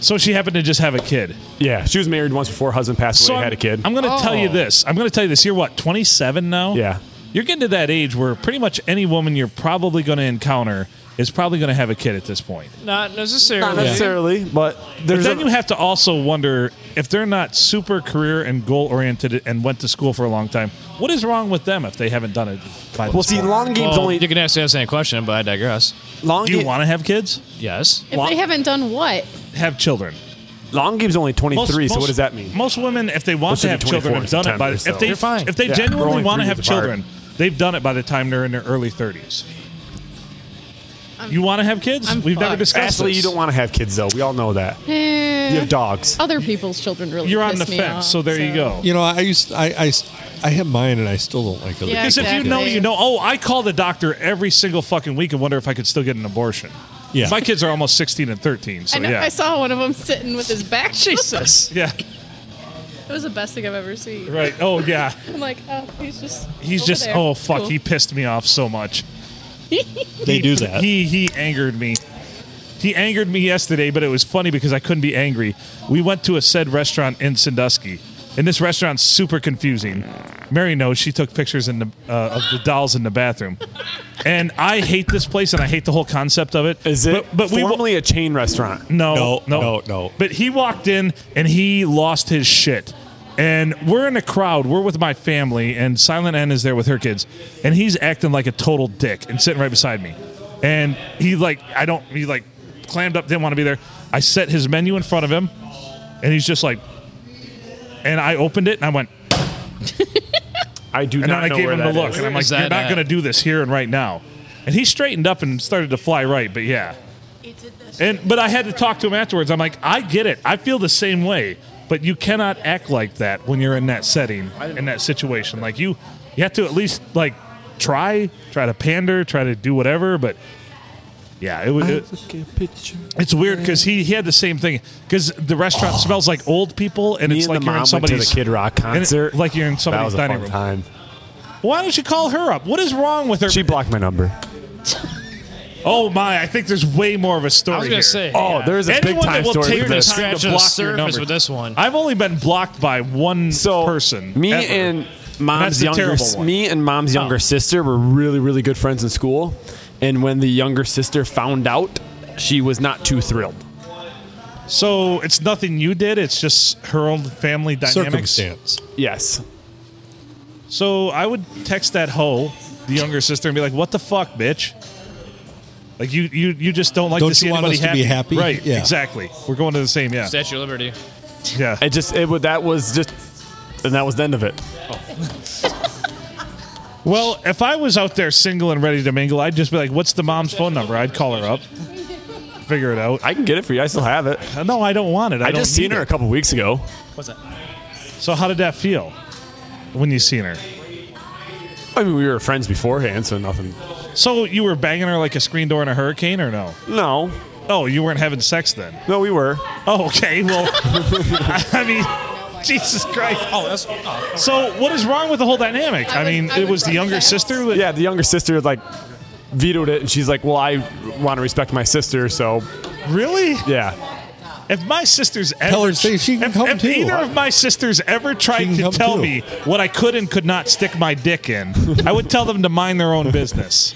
Speaker 1: so she happened to just have a kid.
Speaker 2: yeah, she was married once before husband passed away.
Speaker 1: so I'm-
Speaker 2: had a kid.
Speaker 1: I'm gonna tell you
Speaker 5: Oh.
Speaker 1: this. I'm gonna tell you this. You're what? 27 now.
Speaker 2: Yeah.
Speaker 1: You're getting to that age where pretty much any woman you're probably gonna encounter is probably gonna have a kid at this point.
Speaker 3: Not necessarily.
Speaker 2: Not necessarily, but
Speaker 1: But
Speaker 2: there's
Speaker 1: then
Speaker 2: a-
Speaker 1: you have to also wonder if they're not super career and goal oriented and went to school for a long time. What is wrong with them if they haven't done it? By
Speaker 2: well,
Speaker 1: this
Speaker 2: see,
Speaker 1: point?
Speaker 2: long games
Speaker 3: Well,
Speaker 2: only
Speaker 3: you can ask that same question, but I digress.
Speaker 2: long
Speaker 1: Do you
Speaker 2: ga-
Speaker 1: want to have kids?
Speaker 3: Yes.
Speaker 4: If they haven't done what?
Speaker 1: Have children.
Speaker 2: long games only twenty
Speaker 1: Most-
Speaker 2: three. so
Speaker 1: most-
Speaker 2: what does that mean?
Speaker 1: Most women, if they want
Speaker 2: Those
Speaker 1: to
Speaker 2: should
Speaker 1: have
Speaker 2: be
Speaker 1: children,
Speaker 2: 24
Speaker 1: have done it by
Speaker 2: in
Speaker 1: if they
Speaker 3: You're fine.
Speaker 1: if they
Speaker 2: Yeah, we're
Speaker 1: genuinely
Speaker 2: only
Speaker 1: want to
Speaker 2: three
Speaker 1: have
Speaker 2: years apart.
Speaker 1: children, they've done it by the time they're in their early thirties. You want to have kids?
Speaker 4: I'm
Speaker 1: We've never
Speaker 4: fucked.
Speaker 1: discussed
Speaker 2: Ashley,
Speaker 1: this.
Speaker 2: you don't want to have kids though. We all know that.
Speaker 4: Eh,
Speaker 2: You have
Speaker 1: Oh.
Speaker 2: dogs.
Speaker 4: Other people's children really.
Speaker 1: You're on
Speaker 4: piss
Speaker 1: the
Speaker 4: me
Speaker 1: fence,
Speaker 4: off,
Speaker 1: so there you go.
Speaker 5: You know, I used I I, I have mine and I still don't like it.
Speaker 4: Yeah,
Speaker 1: Because if you know,
Speaker 4: Exactly.
Speaker 1: you know. Oh, I call the doctor every single fucking week and wonder if I could still get an abortion.
Speaker 5: Yeah.
Speaker 1: My kids are almost 16 and 13, so
Speaker 4: I know.
Speaker 1: yeah.
Speaker 4: I saw one of them sitting with his back. Jesus.
Speaker 1: yeah,
Speaker 4: it was the best thing I've ever seen.
Speaker 1: right. Oh, yeah.
Speaker 4: I'm like, oh, he's just.
Speaker 1: He's
Speaker 4: over
Speaker 1: just,
Speaker 4: there.
Speaker 1: oh, fuck,
Speaker 4: Cool.
Speaker 1: he pissed me off so much.
Speaker 5: they do that.
Speaker 1: He he angered me. He angered me yesterday, but it was funny because I couldn't be angry. We went to a said restaurant in Sandusky, and this restaurant's super confusing. Mary knows she took pictures in the, uh, of the dolls in the bathroom, and I hate this place and I hate the whole concept of it.
Speaker 2: Is it
Speaker 1: But, but we wa-
Speaker 2: formerly a chain restaurant?
Speaker 1: No,
Speaker 5: No,
Speaker 1: no,
Speaker 5: no, no.
Speaker 1: But he walked in and he lost his shit. And we're in a crowd. We're with my family, and Silent N is there with her kids, and he's acting like a total dick and sitting right beside me. And he like, I don't. He like clammed up, didn't want to be there. I set his menu in front of him, and he's just like, and I opened it and I went,
Speaker 2: I do
Speaker 1: and
Speaker 2: not
Speaker 1: then
Speaker 2: know
Speaker 1: I gave
Speaker 2: where
Speaker 1: him the
Speaker 2: that
Speaker 1: look,
Speaker 2: is.
Speaker 1: and I'm like,
Speaker 3: is
Speaker 1: you're
Speaker 3: that
Speaker 1: not
Speaker 3: at?"
Speaker 1: going to do this here and right now. And he straightened up and started to fly right, but yeah. And but I had to talk to him afterwards. I'm like, I get it. I feel the same way. But you cannot act like that when you're in that setting, in that situation. Like you, you have to at least like try, try to pander, try to do whatever. But yeah, it was. It, it's weird because he he had the same thing because the restaurant smells like old people, and
Speaker 2: Oh. Me
Speaker 1: it's
Speaker 2: and
Speaker 1: like
Speaker 2: the
Speaker 1: you're
Speaker 2: mom
Speaker 1: in
Speaker 2: went to the
Speaker 1: somebody's
Speaker 2: Kid Rock
Speaker 1: and it-
Speaker 2: concert.
Speaker 1: like you're in
Speaker 2: that
Speaker 1: somebody's
Speaker 2: was a
Speaker 1: dining
Speaker 2: fun
Speaker 1: room.
Speaker 2: time.
Speaker 1: Why don't you call her up? What is wrong with her?
Speaker 2: She blocked my number.
Speaker 1: oh my! I think there's way more of a story.
Speaker 3: I was gonna
Speaker 1: here.
Speaker 3: say.
Speaker 2: Oh, there's a big
Speaker 1: Anyone
Speaker 2: time
Speaker 1: that will
Speaker 2: story
Speaker 1: take
Speaker 2: for
Speaker 1: the
Speaker 2: this.
Speaker 1: time
Speaker 3: Scratch
Speaker 1: to
Speaker 3: the
Speaker 1: block your
Speaker 3: surface
Speaker 1: number.
Speaker 3: with this one.
Speaker 1: I've only been blocked by one
Speaker 2: so
Speaker 1: person.
Speaker 2: me
Speaker 1: ever.
Speaker 2: and
Speaker 1: That's
Speaker 2: mom's
Speaker 1: the
Speaker 2: younger
Speaker 1: terrible
Speaker 2: s-
Speaker 1: one. Oh.
Speaker 2: me and mom's younger sister were really really good friends in school, and when the younger sister found out, she was not too thrilled.
Speaker 1: so it's nothing you did. It's just her own family dynamics.
Speaker 5: Circumstance.
Speaker 2: Yes,
Speaker 1: So I would text that hoe, the younger sister, and be like, "What the fuck, bitch." Like you, you, you just don't like
Speaker 5: Don't
Speaker 1: to see
Speaker 5: you want
Speaker 1: anybody
Speaker 5: us to be happy?
Speaker 1: right?
Speaker 5: Yeah.
Speaker 1: Exactly. We're going to the same, yeah,
Speaker 3: Statue of Liberty.
Speaker 1: yeah.
Speaker 2: it just it wa- that was just, and that was the end of it.
Speaker 1: Well, if I was out there single and ready to mingle, I'd just be like, "What's the mom's phone number?" I'd call her up, figure it out.
Speaker 2: I can get it for you. I still have it.
Speaker 1: Uh, No, I don't want it. I,
Speaker 2: I,
Speaker 1: don't
Speaker 2: just seen
Speaker 1: need
Speaker 2: her a
Speaker 1: it.
Speaker 2: couple weeks ago.
Speaker 3: What's that?
Speaker 1: So how did that feel when you seen her?
Speaker 2: I mean, we were friends beforehand, so nothing.
Speaker 1: So you were banging her like a screen door in a hurricane, or no?
Speaker 2: No,
Speaker 1: Oh, you weren't having sex then.
Speaker 2: no, we were.
Speaker 1: Oh, okay. Well, I mean, Jesus Christ.
Speaker 3: Oh, that's. Oh,
Speaker 1: So what is wrong with the whole dynamic?
Speaker 4: I
Speaker 1: I
Speaker 4: would-
Speaker 1: mean,
Speaker 4: I
Speaker 1: it
Speaker 4: would
Speaker 1: was the
Speaker 4: run
Speaker 1: younger
Speaker 4: fast.
Speaker 1: sister. With,
Speaker 2: Yeah, the younger sister like vetoed it, and she's like, "Well, I want to respect my sister, so
Speaker 1: Really?
Speaker 2: yeah."
Speaker 1: If my sisters ever
Speaker 5: her, say she can
Speaker 1: if,
Speaker 5: come
Speaker 1: if
Speaker 5: too.
Speaker 1: either of my sisters ever tried
Speaker 5: can
Speaker 1: to
Speaker 5: come
Speaker 1: tell
Speaker 5: too.
Speaker 1: me what I could and could not stick my dick in, I would tell them to mind their own business.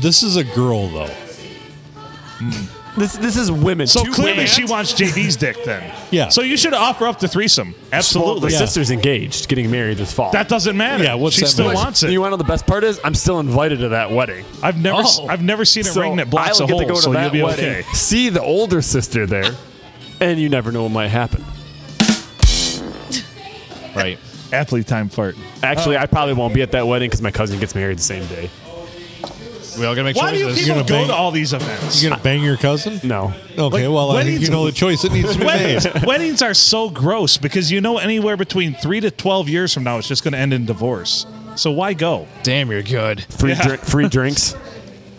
Speaker 5: This is a girl though.
Speaker 2: This this is women.
Speaker 1: So
Speaker 2: Two
Speaker 1: clearly,
Speaker 2: women.
Speaker 1: she wants JB's dick then.
Speaker 5: Yeah.
Speaker 1: So you should offer up the threesome.
Speaker 2: Well, the
Speaker 1: Absolutely.
Speaker 5: Yeah.
Speaker 2: sister's engaged, getting married this fall.
Speaker 1: That doesn't matter.
Speaker 5: Yeah, what's
Speaker 1: she
Speaker 5: that
Speaker 1: still
Speaker 5: matter?
Speaker 1: wants
Speaker 2: You
Speaker 1: it.
Speaker 2: want to know the best part is I'm still invited to that wedding.
Speaker 1: I've never, s-
Speaker 3: Oh.
Speaker 1: I've never seen a ring that blocks
Speaker 2: I'll
Speaker 1: a
Speaker 2: get
Speaker 1: hole,
Speaker 2: to go to
Speaker 1: so you'll
Speaker 2: that
Speaker 1: be
Speaker 2: wedding,
Speaker 1: okay.
Speaker 2: see the older sister there, and you never know what might happen.
Speaker 3: right.
Speaker 1: Athlete time fart. Oh.
Speaker 2: Actually, I probably won't be at that wedding because my cousin gets married the same day.
Speaker 3: We all gotta make
Speaker 1: Why do
Speaker 3: choices.
Speaker 1: people
Speaker 5: You're
Speaker 1: go
Speaker 5: gonna bang-
Speaker 1: to all these events?
Speaker 5: You gonna bang your cousin?
Speaker 2: No.
Speaker 5: Okay,
Speaker 1: Like,
Speaker 5: well, I think
Speaker 1: weddings-
Speaker 5: you know the choice that needs to be
Speaker 1: Weddings,
Speaker 5: made.
Speaker 1: weddings are so gross because you know anywhere between three to twelve years from now it's just going to end in divorce. So why go?
Speaker 3: Damn, you're good.
Speaker 2: Free, drink, free drinks.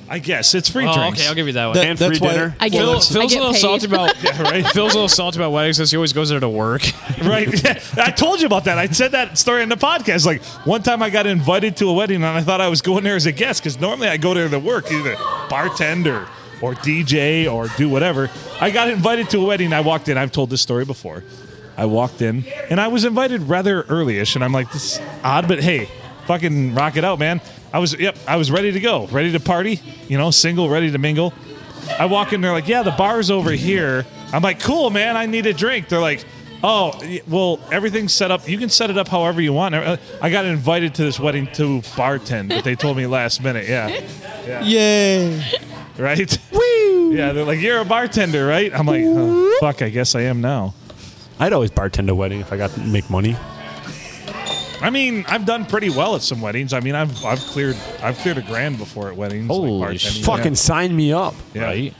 Speaker 1: I guess it's free
Speaker 3: Oh,
Speaker 1: drinks.
Speaker 3: okay, I'll give you that one.
Speaker 5: That-
Speaker 2: And free
Speaker 5: that's why-
Speaker 2: dinner.
Speaker 4: I get,
Speaker 3: Phil,
Speaker 4: I
Speaker 3: Phil's a
Speaker 4: get
Speaker 3: little
Speaker 4: paid.
Speaker 3: salty about
Speaker 1: right?
Speaker 3: Phil's a little salty about weddings because he always goes there to work.
Speaker 1: Right. Yeah, I told you about that. I said that story on the podcast. Like one time I got invited to a wedding and I thought I was going there as a guest because normally I go there to work, either bartender or DJ or do whatever. I got invited to a wedding. I walked in. I've told this story before. I walked in and I was invited rather early-ish, and I'm like, this is odd, but hey, fucking rock it out, man. I was yep, I was ready to go, ready to party, you know, single, ready to mingle. I walk in, they're like, yeah, the bar's over here. I'm like, cool, man, I need a drink. They're like, oh, y- well, everything's set up. You can set it up however you want. Uh, I got invited to this wedding to bartend, but they told me last minute, yeah,
Speaker 5: Yay!
Speaker 1: right? Woo! Yeah, they're like, you're a bartender, right? I'm like, oh, fuck, I guess I am now.
Speaker 2: I'd always bartend a wedding if I got to make money.
Speaker 1: I mean, I've done pretty well at some weddings. I mean, I've I've cleared I've cleared a grand before at weddings. like
Speaker 3: Holy
Speaker 1: bartending,
Speaker 3: sh-
Speaker 1: yeah.
Speaker 2: Fucking sign me up.
Speaker 1: Yeah.
Speaker 3: Right.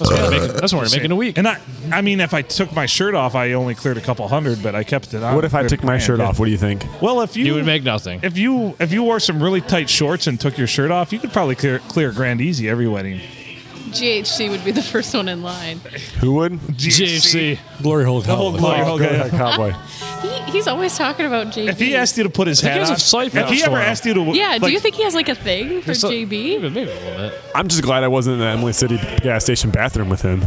Speaker 3: That's what we're making, that's what we're making a week.
Speaker 1: And I, I mean, if I took my shirt off, I only cleared a couple hundred, but I kept it on.
Speaker 2: What if I
Speaker 1: Cleared
Speaker 2: took my
Speaker 1: grand,
Speaker 2: shirt
Speaker 1: yeah.
Speaker 2: off? What do you think?
Speaker 1: Well, if you,
Speaker 3: You would make nothing.
Speaker 1: if you if you wore some really tight shorts and took your shirt off, you could probably clear clear grand easy every wedding.
Speaker 4: GHC would be the first one in line.
Speaker 2: Who would? Oh,
Speaker 3: GHC.
Speaker 5: Glory hole.
Speaker 1: The whole
Speaker 5: Cowboy.
Speaker 1: glory hole guy.
Speaker 2: Cowboy.
Speaker 4: He, he's always talking about JB.
Speaker 1: If he asked you to put his hat
Speaker 3: he has
Speaker 1: on,
Speaker 3: a sight
Speaker 1: if he
Speaker 3: for
Speaker 1: ever
Speaker 3: it.
Speaker 1: asked you to,
Speaker 4: yeah, do
Speaker 1: like,
Speaker 4: you think he has like a thing for
Speaker 3: So-
Speaker 4: JB?
Speaker 3: Maybe, maybe a little bit.
Speaker 2: I'm just glad I wasn't in the Emily City gas station bathroom with him.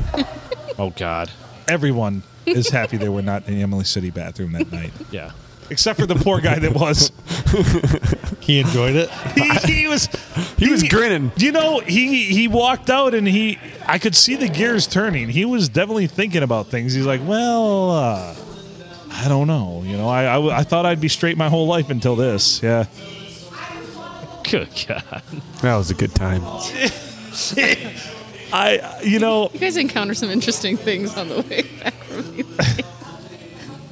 Speaker 3: Oh God.
Speaker 1: everyone is happy they were not in the Emily City bathroom that night,
Speaker 3: Yeah.
Speaker 1: except for the poor guy that was.
Speaker 5: He enjoyed it.
Speaker 1: he, he was
Speaker 2: He was grinning.
Speaker 1: You know, he he walked out and he I could see the gears turning. He was definitely thinking about things. He's like, well, uh, I don't know. You know, I, I w- I thought I'd be straight my whole life until this. Yeah,
Speaker 3: Good God.
Speaker 2: That was a good time.
Speaker 1: I you know
Speaker 4: You guys encounter some interesting things on the way back from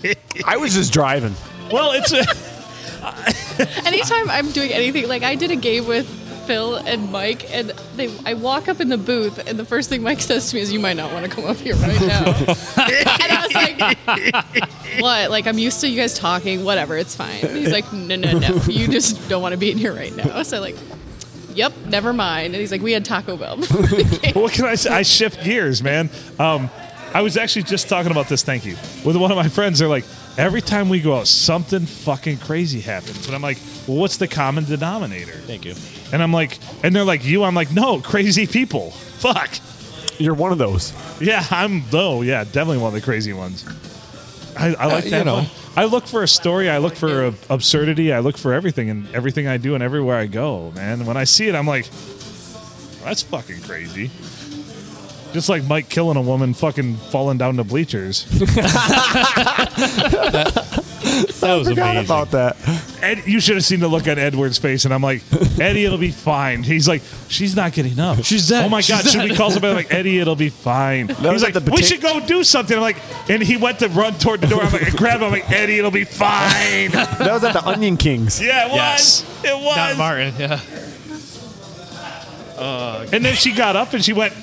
Speaker 4: these.
Speaker 2: I was just driving.
Speaker 1: well it's a,
Speaker 4: Anytime I'm doing anything, like I did a game with Phil and Mike, and they, I walk up in the booth, and the first thing Mike says to me is, "You might not want to come up here right now." and I was like, "What? Like I'm used to you guys talking. Whatever, it's fine." And he's like, "No, no, no. You just don't want to be in here right now." So like. Yep, never mind. And he's like, "We had Taco Bell." before the game."
Speaker 1: what can I say? I shift gears, man. Um, I was actually just talking about this. Thank you with one of my friends. They're like, every time we go out, something fucking crazy happens, and I'm like, well, what's the common denominator?
Speaker 3: Thank you.
Speaker 1: And I'm like, and they're like, you. I'm like, no, crazy people. Fuck.
Speaker 2: You're one of those.
Speaker 1: Yeah, I'm though. Yeah, definitely one of the crazy ones. I, I like
Speaker 5: Uh, you
Speaker 1: that.
Speaker 5: know.
Speaker 1: one. I look for a story. I look for a, absurdity. I look for everything and everything I do and everywhere I go, man. And when I see it, I'm like, that's fucking crazy. Just like Mike killing a woman, fucking falling down the bleachers.
Speaker 5: That was
Speaker 2: Forgot
Speaker 5: amazing.
Speaker 2: about that.
Speaker 1: Ed, you should have seen the look on Edward's face, and I'm like, Eddie, it'll be fine. He's like, she's not getting up.
Speaker 3: She's dead.
Speaker 1: Oh my
Speaker 3: She's
Speaker 1: god, should we
Speaker 3: dead."
Speaker 1: call somebody I'm like Eddie? It'll be fine. He's
Speaker 2: was
Speaker 1: like,
Speaker 2: at the
Speaker 1: we
Speaker 2: pota-
Speaker 1: should go do something. I'm like, and he went to run toward the door. I'm like, I grabbed him. I'm like, Eddie, it'll be fine.
Speaker 2: That was at the Onion Kings.
Speaker 1: Yeah, it was.
Speaker 3: Yes.
Speaker 1: It
Speaker 3: Not
Speaker 1: was.
Speaker 3: Martin. Yeah.
Speaker 1: and then she got up and she went.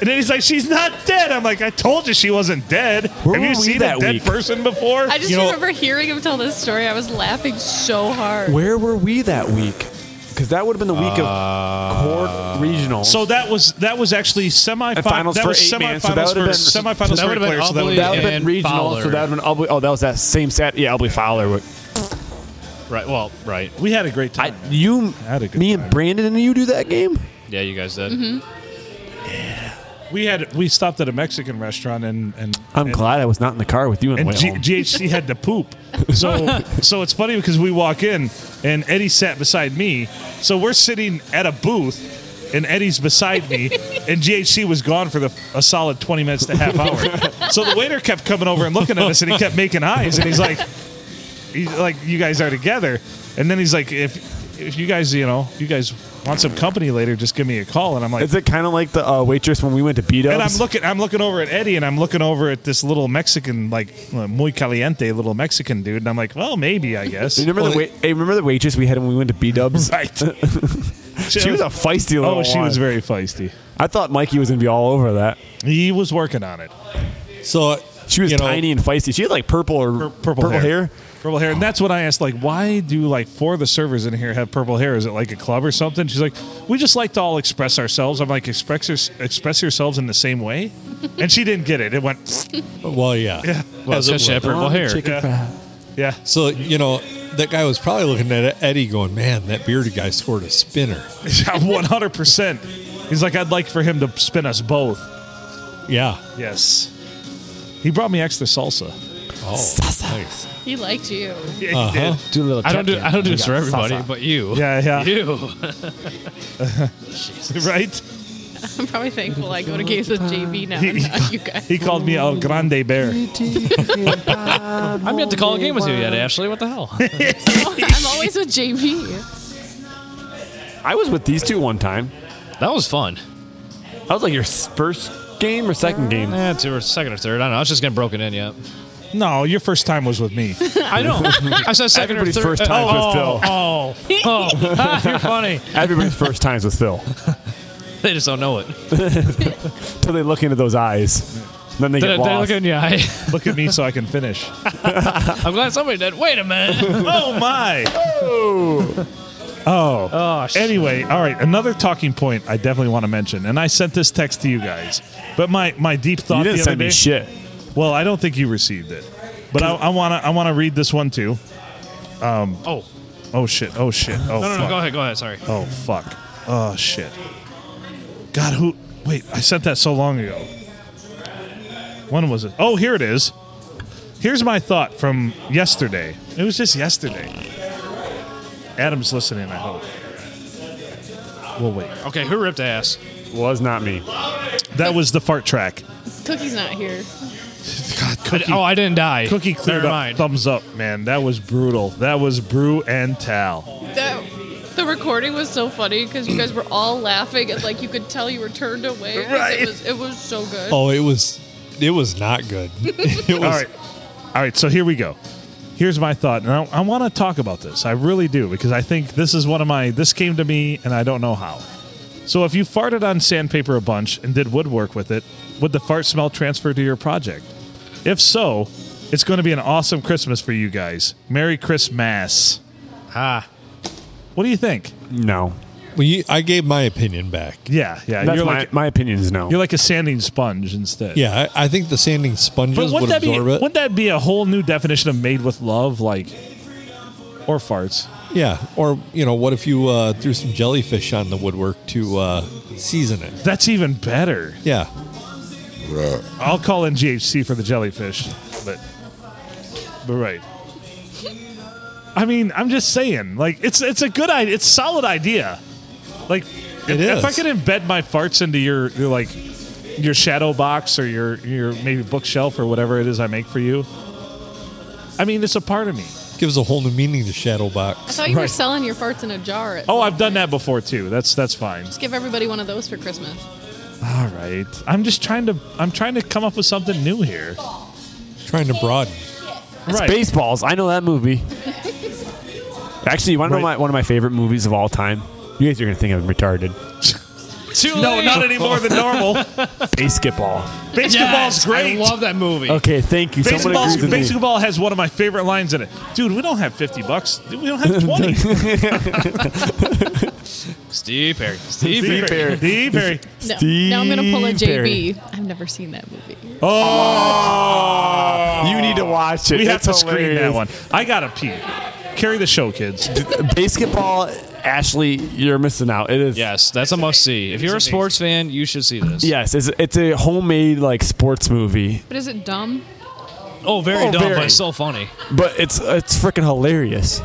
Speaker 1: And then he's like, "She's not dead." I'm like, "I told you she wasn't dead.
Speaker 2: Where
Speaker 1: Have you
Speaker 2: were we
Speaker 1: seen a
Speaker 2: that
Speaker 1: dead
Speaker 2: week?
Speaker 1: person before?"
Speaker 4: I just
Speaker 5: You know-
Speaker 4: remember hearing him tell this story. I was laughing so hard.
Speaker 2: Where were we that week? Because that would have been the week Uh, of Cord Regional.
Speaker 1: So that was that was actually semifinals.
Speaker 2: finals
Speaker 1: that
Speaker 2: for
Speaker 1: was
Speaker 2: eight man, so that
Speaker 1: semifinals
Speaker 2: would've been-
Speaker 1: for semifinals
Speaker 3: so that
Speaker 1: for eight
Speaker 3: would've been
Speaker 1: players. So that
Speaker 3: Ubley
Speaker 1: would've
Speaker 2: that would have been
Speaker 3: And
Speaker 2: regional. So
Speaker 3: Fowler.
Speaker 2: that would have been Ubley. Oh, that was that same Sat. Yeah, Ubley Fowler.
Speaker 3: Right. Well. Right.
Speaker 1: We had a great
Speaker 2: I,
Speaker 1: time.
Speaker 2: you,
Speaker 1: Had a good
Speaker 2: me
Speaker 1: time.
Speaker 2: and Brandon and you do that game?
Speaker 3: Yeah. You guys did.
Speaker 4: Mm-hmm.
Speaker 1: we had we stopped at a Mexican restaurant and and
Speaker 2: I'm
Speaker 1: and,
Speaker 2: glad I was not in the car with you on the
Speaker 1: and
Speaker 2: way
Speaker 1: G-
Speaker 2: home.
Speaker 1: GHC had to poop. So so it's funny because we walk in and Eddie sat beside me. So we're sitting at a booth. And Eddie's beside me, and GHC was gone for the, a solid 20 minutes to half hour. so the waiter kept coming over and looking at us, and he kept making eyes, and he's like, he's like, you guys are together. And then he's like, if if you guys, you know, you guys want some company later, just give me a call. And I'm like,
Speaker 2: Is it kind of like the uh, waitress when we went to beat ups?
Speaker 1: and I'm looking, I'm looking over at Eddie, and I'm looking over at this little Mexican, like uh, muy caliente little Mexican dude, and I'm like, well, maybe I guess.
Speaker 2: Remember the wait- hey, remember the waitress we had when we went to B Dubs?
Speaker 1: right?
Speaker 2: She was a feisty little.
Speaker 1: oh, she was
Speaker 2: one.
Speaker 1: very feisty.
Speaker 2: I thought Mikey was gonna be all over that.
Speaker 1: He was working on it.
Speaker 5: So
Speaker 2: She was
Speaker 5: you know,
Speaker 2: tiny and feisty. She had like purple
Speaker 1: Pur-
Speaker 2: or
Speaker 1: purple, hair. Purple hair, and that's what I asked. Like, why do like four of the servers in here have purple hair? Is it like a club or something? She's like, we just like to all express ourselves. I'm like, express your- express yourselves in the same way, and she didn't get it. It went,
Speaker 5: Well, yeah.
Speaker 1: well,
Speaker 3: So she had purple hair.
Speaker 1: yeah,
Speaker 5: So you know that guy was probably looking at Eddie, going, "Man, that bearded guy scored a spinner."
Speaker 1: 100. percent He's like, I'd like for him to spin us both.
Speaker 5: Yeah.
Speaker 1: Yes, he brought me extra salsa.
Speaker 5: Oh, nice.
Speaker 4: He liked you.
Speaker 1: Yeah, he
Speaker 5: Uh-huh.
Speaker 1: did.
Speaker 2: Do a little
Speaker 3: I don't do
Speaker 2: tap
Speaker 3: I don't do
Speaker 2: dance.
Speaker 3: this for everybody,
Speaker 2: Salsa.
Speaker 3: but you.
Speaker 1: Yeah, yeah.
Speaker 3: You.
Speaker 1: right?
Speaker 4: I'm probably thankful I go to games with JB now and not you guys.
Speaker 1: He called me El Grande Bear.
Speaker 3: I'm yet to call a game with you yet, Ashley. What the hell?
Speaker 4: I'm always with JB.
Speaker 2: I was with these two one time.
Speaker 3: that was fun.
Speaker 2: That was like your s- first game or second game.
Speaker 3: Eh, two or second or third. I don't know. I was just getting broken in yet.
Speaker 1: No, your first time was with me.
Speaker 3: I know. I said second
Speaker 2: Everybody's
Speaker 3: or third.
Speaker 2: first time
Speaker 3: oh,
Speaker 2: with Phil.
Speaker 3: Oh, oh, Ah, you're funny.
Speaker 2: Everybody's first times with Phil.
Speaker 3: They just don't know it.
Speaker 2: Till they look into those eyes. Then they
Speaker 3: They,
Speaker 2: get
Speaker 3: they
Speaker 2: lost.
Speaker 3: look in your eye.
Speaker 1: Look at me so I can finish.
Speaker 3: I'm glad somebody did. Wait a minute.
Speaker 1: Oh my! Oh.
Speaker 3: Oh, shit.
Speaker 1: Anyway, all right. Another talking point I definitely want to mention, and I sent this text to you guys, but my my deep thought
Speaker 2: you didn't
Speaker 1: the other
Speaker 2: send
Speaker 1: day.
Speaker 2: me shit.
Speaker 1: Well, I don't think you received it, but I, I wanna I wanna read this one too.
Speaker 3: Oh,
Speaker 1: Oh shit! Oh shit! Oh
Speaker 3: no, no, no.
Speaker 1: fuck.
Speaker 3: Go ahead. Go ahead. Sorry.
Speaker 1: Oh fuck! Oh shit! God, who? Wait, I sent that so long ago. When was it? Oh, here it is. Here's my thought from yesterday. It was just yesterday. Adam's listening. I hope. We'll wait.
Speaker 3: Okay, who ripped ass?
Speaker 2: Was not me.
Speaker 1: That was the fart track.
Speaker 4: Cookie's not here.
Speaker 1: God,
Speaker 3: I-
Speaker 1: cookie.
Speaker 3: oh, I didn't die.
Speaker 1: Cookie cleared
Speaker 3: Never
Speaker 1: up.
Speaker 3: mind.
Speaker 1: Thumbs up, man. That was brutal. That was brew and tal.
Speaker 4: That the recording was so funny because you guys were all laughing and like you could tell you were turned away. 'cause
Speaker 1: Right.
Speaker 4: It was, it was so good.
Speaker 5: Oh, it was. It was not good. It was.
Speaker 1: All right. All right. So here we go. Here's my thought, and I, I want to talk about this. I really do because I think this is one of my. This came to me, and I don't know how. So if you farted on sandpaper a bunch and did woodwork with it, would the fart smell transfer to your project? If so, it's going to be an awesome Christmas for you guys. Merry Christmas.
Speaker 3: Ah,
Speaker 1: What do you think?
Speaker 2: No.
Speaker 5: Well, you, I gave my opinion back.
Speaker 1: Yeah, yeah.
Speaker 2: That's
Speaker 1: you're
Speaker 2: my,
Speaker 1: like
Speaker 2: my opinion is no.
Speaker 1: you're like a sanding sponge instead.
Speaker 5: Yeah, I, I think the sanding
Speaker 1: But
Speaker 5: sponges
Speaker 1: wouldn't
Speaker 5: would
Speaker 1: that be
Speaker 5: absorb it.
Speaker 1: wouldn't that be a whole new definition of made with love, like or farts?
Speaker 5: Yeah, or you know, what if you uh, threw some jellyfish on the woodwork to uh, season it?
Speaker 1: That's even better.
Speaker 5: Yeah,
Speaker 1: I'll call in GHC for the jellyfish, but but right. I mean, I'm just saying, like it's it's a good idea. It's a solid idea. Like
Speaker 5: It
Speaker 1: if, if I
Speaker 5: is.
Speaker 1: could embed my farts into your your like your shadow box or your your maybe bookshelf or whatever it is I make for you. I mean, it's a part of me.
Speaker 5: gives a whole new meaning to shadow
Speaker 4: I
Speaker 5: box.
Speaker 4: thought you were
Speaker 1: right.
Speaker 4: selling your farts in a jar. At
Speaker 1: Oh, I've done that before too. That's that's fine.
Speaker 4: Just give everybody one of those for Christmas.
Speaker 1: All right. I'm just trying to I'm trying to come up with something new here.
Speaker 5: Trying to broaden.
Speaker 1: right.
Speaker 2: Spaceballs. I know that movie. Actually, you want to know
Speaker 1: Right.
Speaker 2: my, one of my favorite movies of all time? You guys are going to think I'm retarded.
Speaker 3: too
Speaker 1: no,
Speaker 3: late.
Speaker 1: not any more than normal.
Speaker 2: Basketball.
Speaker 1: Basketball's
Speaker 3: Yes,
Speaker 1: great.
Speaker 3: I love that movie.
Speaker 2: Okay, thank you. Someone
Speaker 1: Basketball's,
Speaker 2: agrees with me.
Speaker 1: basketball has one of my favorite lines in it. Dude, we don't have 50 bucks. Dude, We don't have 20.
Speaker 3: Steve Perry.
Speaker 1: Steve
Speaker 3: Steve Perry.
Speaker 1: Perry. Steve Perry.
Speaker 4: No. Now I'm gonna pull a
Speaker 2: Steve
Speaker 4: JB. I've never seen that movie.
Speaker 1: Oh.
Speaker 2: You need to watch it.
Speaker 1: We have
Speaker 2: It's
Speaker 1: to screen that
Speaker 2: hilarious.
Speaker 1: one. I got to pee. Carry the show, kids.
Speaker 2: Basketball, Ashley, you're missing out. It is.
Speaker 3: Yes, that's a must see. If you're a
Speaker 1: amazing.
Speaker 3: sports fan, you should see this.
Speaker 2: Yes, it's, it's a homemade like sports movie,
Speaker 4: But is it dumb?
Speaker 3: Oh, very
Speaker 2: Oh,
Speaker 3: dumb,
Speaker 2: very.
Speaker 3: but so funny.
Speaker 2: but it's it's freaking hilarious.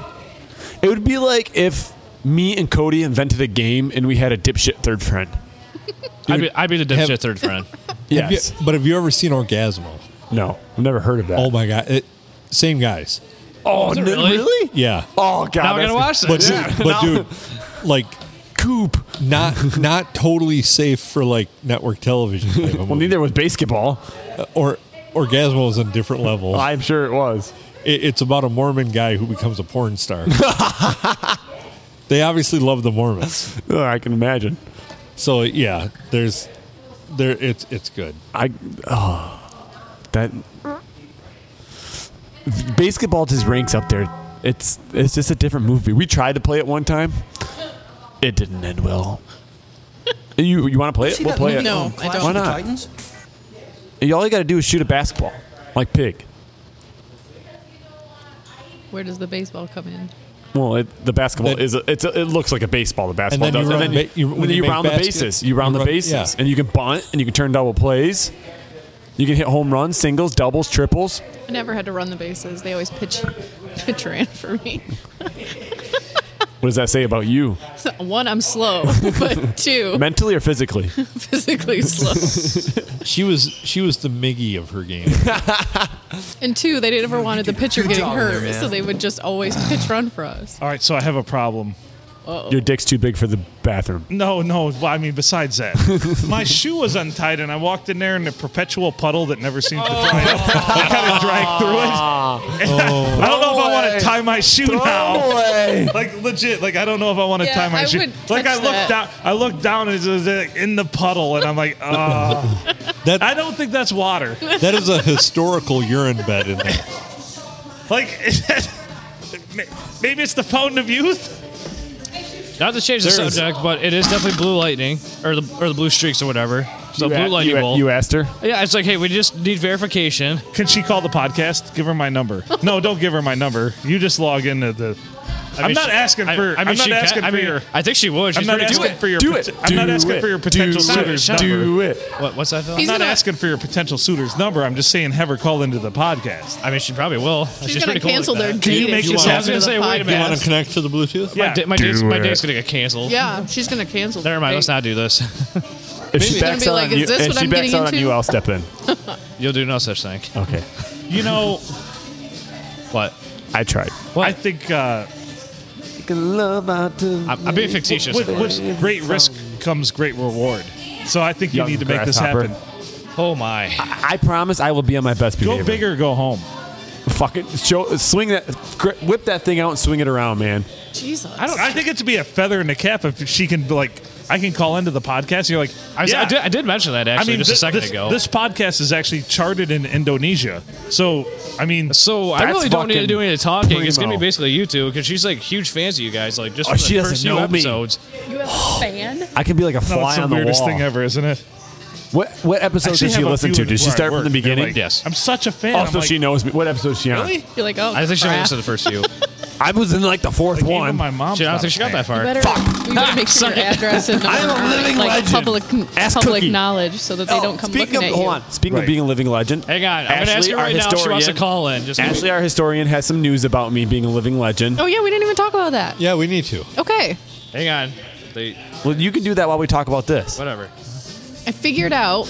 Speaker 2: It would be like if me and Cody invented a game and we had a dipshit third friend.
Speaker 3: I'd be, I'd be the
Speaker 5: have-
Speaker 3: dipshit third friend.
Speaker 5: Have you-
Speaker 2: Yes.
Speaker 5: but have you ever seen Orgasmo?
Speaker 2: No, I've never heard of that.
Speaker 5: Oh my god, it, same guys.
Speaker 2: Oh, no,
Speaker 3: really?
Speaker 5: Yeah,
Speaker 2: Oh god.
Speaker 3: now I gotta
Speaker 2: that's-
Speaker 3: watch
Speaker 5: but
Speaker 3: this.
Speaker 5: dude, but dude, like
Speaker 2: coop.
Speaker 5: Not not totally safe for like network television. Type of
Speaker 2: Well,
Speaker 5: movie.
Speaker 2: neither was basketball.
Speaker 5: or Orgasmo is on different levels.
Speaker 2: I'm sure it was.
Speaker 5: It, it's about a Mormon guy who becomes a porn star. they obviously love the Mormons,
Speaker 2: Ugh, I can imagine.
Speaker 5: so yeah. There's there. It's it's good.
Speaker 2: I oh, that basketball just ranks up there. It's it's just a different movie. We tried to play it one time. It didn't end well. You you want to play it?
Speaker 7: See
Speaker 2: We'll
Speaker 7: that
Speaker 2: play
Speaker 7: movie,
Speaker 2: it.
Speaker 4: No,
Speaker 7: um,
Speaker 4: I don't.
Speaker 7: Clash of
Speaker 2: Why
Speaker 7: the
Speaker 2: not?
Speaker 7: Titans?
Speaker 2: You- All you got to do is shoot a basketball like pig.
Speaker 4: Where does the baseball come in?
Speaker 2: Well, it, the basketball
Speaker 5: Then-
Speaker 2: is a, it's a, it looks like a baseball. The basketball
Speaker 5: And then you
Speaker 2: does,
Speaker 5: run
Speaker 2: and then
Speaker 5: ba-
Speaker 2: you,
Speaker 5: you-
Speaker 2: then
Speaker 5: when you
Speaker 2: you
Speaker 5: make
Speaker 2: round the
Speaker 5: basket,
Speaker 2: bases. You round
Speaker 5: you
Speaker 2: the
Speaker 5: run-
Speaker 2: bases,
Speaker 5: yeah.
Speaker 2: and you can bunt, and you can turn double plays. You can hit home runs, singles, doubles, triples.
Speaker 4: I never had to run the bases. They always pitch pitch ran for me.
Speaker 2: What does that say about you,
Speaker 4: So, one, I'm slow, but two,
Speaker 2: mentally or physically?
Speaker 4: physically slow.
Speaker 5: She was she was the Miggy of her game.
Speaker 4: And two, they never wanted the pitcher getting
Speaker 7: job there,
Speaker 4: hurt,
Speaker 7: man.
Speaker 4: so they would just always pitch run for us.
Speaker 1: All right, so I have a problem. Oh.
Speaker 2: Your dick's too big for the bathroom.
Speaker 1: No, no. Well, I mean, besides that, my shoe was untied, and I walked in there in a perpetual puddle that never seemed to dry. I kind of dragged through it. And I, I don't know if I want to tie my shoe now. Like legit, like I don't know if I want to
Speaker 4: Yeah,
Speaker 1: tie my
Speaker 4: I
Speaker 1: shoe.
Speaker 4: would
Speaker 1: like I looked
Speaker 4: touch that.
Speaker 1: down, I looked down and it was uh, in the puddle, and I'm like, ah.
Speaker 5: That-
Speaker 1: I don't think that's water.
Speaker 5: That is a historical urine bed in there.
Speaker 1: Like, maybe it's the fountain of youth.
Speaker 3: Not to change the
Speaker 5: There is-
Speaker 3: subject, but it is definitely blue lightning or the or the blue streaks or whatever. So blue lightning
Speaker 2: you,
Speaker 3: bolt.
Speaker 2: you asked her.
Speaker 3: yeah, it's like hey, we just need verification.
Speaker 1: Can she call the podcast? Give her my number. No, don't give her my number. You just log into the. I am
Speaker 3: mean,
Speaker 1: not
Speaker 3: she-
Speaker 1: asking
Speaker 3: I-
Speaker 1: for.
Speaker 3: I
Speaker 1: I
Speaker 3: mean,
Speaker 1: am not
Speaker 3: she
Speaker 1: asking
Speaker 3: ca- I
Speaker 1: for
Speaker 3: mean,
Speaker 1: your.
Speaker 3: I think she would.
Speaker 1: I'm
Speaker 3: She's
Speaker 1: not
Speaker 3: pretty
Speaker 1: asking
Speaker 3: good.
Speaker 1: for your.
Speaker 2: Do
Speaker 1: pot-
Speaker 2: it.
Speaker 1: I'm not
Speaker 2: Do
Speaker 1: asking
Speaker 2: it.
Speaker 1: for your potential suitors
Speaker 3: Shut up.
Speaker 1: number.
Speaker 2: Do it.
Speaker 3: What, what's that, Phil?
Speaker 1: I'm
Speaker 4: He's
Speaker 1: not
Speaker 4: gonna-
Speaker 1: asking for your potential suitors number. I'm just saying have her call into the podcast.
Speaker 3: I mean, she probably will.
Speaker 4: She's,
Speaker 3: pretty
Speaker 4: gonna
Speaker 3: cool like
Speaker 4: cancel
Speaker 3: that.
Speaker 4: their date.
Speaker 1: Can you
Speaker 4: if
Speaker 1: make
Speaker 4: she
Speaker 1: this happen?
Speaker 4: calls her
Speaker 3: I was gonna
Speaker 4: the
Speaker 3: say, wait a
Speaker 4: podcast.
Speaker 3: minute.
Speaker 5: Want to connect to the Bluetooth?
Speaker 1: Yeah.
Speaker 3: Da- My date's, my date's gonna get canceled.
Speaker 4: Yeah, she's gonna cancel.
Speaker 3: Never mind. Let's
Speaker 4: the
Speaker 3: not do this.
Speaker 2: If she
Speaker 4: Maybe. Gonna
Speaker 2: backs
Speaker 4: be
Speaker 2: out
Speaker 4: like,
Speaker 2: on
Speaker 4: is
Speaker 2: you,
Speaker 4: this
Speaker 2: if
Speaker 4: what
Speaker 2: she
Speaker 4: I'm
Speaker 2: backs
Speaker 4: getting
Speaker 2: out on
Speaker 4: into?
Speaker 2: you, I'll step in.
Speaker 3: You'll do no such thing.
Speaker 2: Okay.
Speaker 1: You know,
Speaker 3: What?
Speaker 2: I tried.
Speaker 1: I think uh,
Speaker 3: I'm, I'm being fictitious.
Speaker 1: with,
Speaker 3: of course.
Speaker 1: with great risk comes great reward. So I think you
Speaker 2: Young
Speaker 1: need to make this
Speaker 2: grasshopper.
Speaker 1: happen.
Speaker 3: oh my!
Speaker 2: I promise I will be on my best
Speaker 1: Go
Speaker 2: behavior.
Speaker 1: big or go home.
Speaker 2: Fucking show, swing that, gri- whip that thing out and swing it around, man.
Speaker 4: Jesus.
Speaker 1: I don't. I think it'd be a feather in the cap if she can like. I can call into the podcast. And you're like,
Speaker 3: I, was,
Speaker 1: yeah.
Speaker 3: I, did, I did mention that
Speaker 1: I
Speaker 3: actually just
Speaker 1: thi-
Speaker 3: a second
Speaker 1: this,
Speaker 3: ago.
Speaker 1: This podcast is actually charted in Indonesia. So I mean,
Speaker 3: so I
Speaker 2: That's
Speaker 3: really don't need to
Speaker 2: fucking
Speaker 3: do any of the talking. It's gonna be
Speaker 2: primo.
Speaker 3: basically you two because she's like huge fans of you guys. Like just
Speaker 2: Oh,
Speaker 3: from the
Speaker 2: she doesn't
Speaker 3: first few
Speaker 2: know me.
Speaker 3: episodes.
Speaker 4: You have a fan?
Speaker 2: I can be like a
Speaker 1: no,
Speaker 2: fly
Speaker 1: it's the
Speaker 2: on the
Speaker 1: weirdest
Speaker 2: wall.
Speaker 1: thing ever, isn't it?
Speaker 2: What what episode
Speaker 1: Actually,
Speaker 2: did
Speaker 1: I
Speaker 2: she
Speaker 1: have a
Speaker 2: listen
Speaker 1: few
Speaker 2: to?
Speaker 1: of
Speaker 2: Did
Speaker 1: these
Speaker 2: she
Speaker 1: where I
Speaker 2: start from
Speaker 1: work.
Speaker 2: the
Speaker 1: They're
Speaker 2: beginning?
Speaker 1: like,
Speaker 3: Yes.
Speaker 1: I'm such a fan.
Speaker 2: Also,
Speaker 1: I'm like,
Speaker 2: she knows me. What episode is she on?
Speaker 1: really.
Speaker 4: You're like, oh,
Speaker 3: I think she only listened
Speaker 4: crap.
Speaker 3: to the first few.
Speaker 2: I was in like the fourth
Speaker 1: Like,
Speaker 2: one.
Speaker 1: Even my mom.
Speaker 3: She, I don't think she got that
Speaker 4: You
Speaker 3: far.
Speaker 4: better, We better make sure your address and
Speaker 2: I am a
Speaker 4: number are,
Speaker 2: living
Speaker 4: like,
Speaker 2: legend.
Speaker 4: public
Speaker 2: Ask
Speaker 4: public
Speaker 2: Cookie.
Speaker 4: knowledge so that they don't come
Speaker 2: Oh, speaking
Speaker 4: looking
Speaker 2: of,
Speaker 4: at
Speaker 2: hold
Speaker 4: you.
Speaker 2: on. Speaking
Speaker 1: Right.
Speaker 2: of being a living legend,
Speaker 3: Hang on, I'm
Speaker 2: Ashley,
Speaker 3: gonna ask her
Speaker 2: our
Speaker 3: right now if she wants to
Speaker 2: historian-
Speaker 3: call in. Just
Speaker 2: Ashley, our historian, has some news about me being a living legend.
Speaker 4: Oh yeah, we didn't even talk about that.
Speaker 5: Yeah, we need to.
Speaker 4: Okay.
Speaker 3: hang on. They
Speaker 2: Well, you can do that while we talk about this.
Speaker 3: whatever.
Speaker 4: I figured out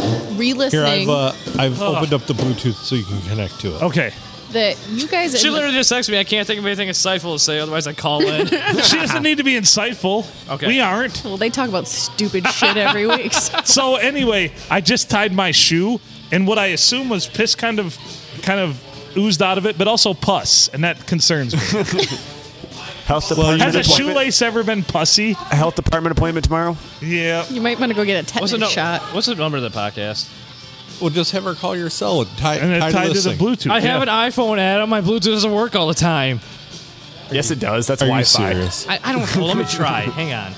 Speaker 5: Here I've
Speaker 4: re-listening
Speaker 5: uh, I've opened up the Bluetooth so you can connect to it.
Speaker 1: Okay.
Speaker 4: that you guys
Speaker 3: She
Speaker 4: in-
Speaker 3: literally just texted me. I can't think of anything insightful to say. Otherwise, I call in.
Speaker 1: she doesn't need to be insightful.
Speaker 3: Okay.
Speaker 1: We aren't.
Speaker 4: well, they talk about stupid shit every week. so-
Speaker 1: So anyway, I just tied my shoe, and what I assume was piss kind of, kind of oozed out of it, but also pus, and that concerns me.
Speaker 2: Health
Speaker 5: you-
Speaker 2: department.
Speaker 1: Has a
Speaker 2: appointment-
Speaker 1: shoelace ever been pussy?
Speaker 2: Health department appointment tomorrow.
Speaker 1: Yeah.
Speaker 4: You might want to go get a
Speaker 3: What's
Speaker 4: tetanus
Speaker 3: the no-
Speaker 4: shot.
Speaker 3: What's the number of the podcast?
Speaker 5: Well, just have her call your cell and tie,
Speaker 1: And
Speaker 5: tie
Speaker 1: it's tied to the
Speaker 5: thing.
Speaker 1: Bluetooth.
Speaker 3: I have
Speaker 1: Yeah.
Speaker 3: an iPhone, Adam. My Bluetooth doesn't work all the time.
Speaker 2: Yes, it does. That's
Speaker 5: Are
Speaker 2: Wi-Fi.
Speaker 5: you serious?
Speaker 3: I, I don't know. Let me try. Hang on.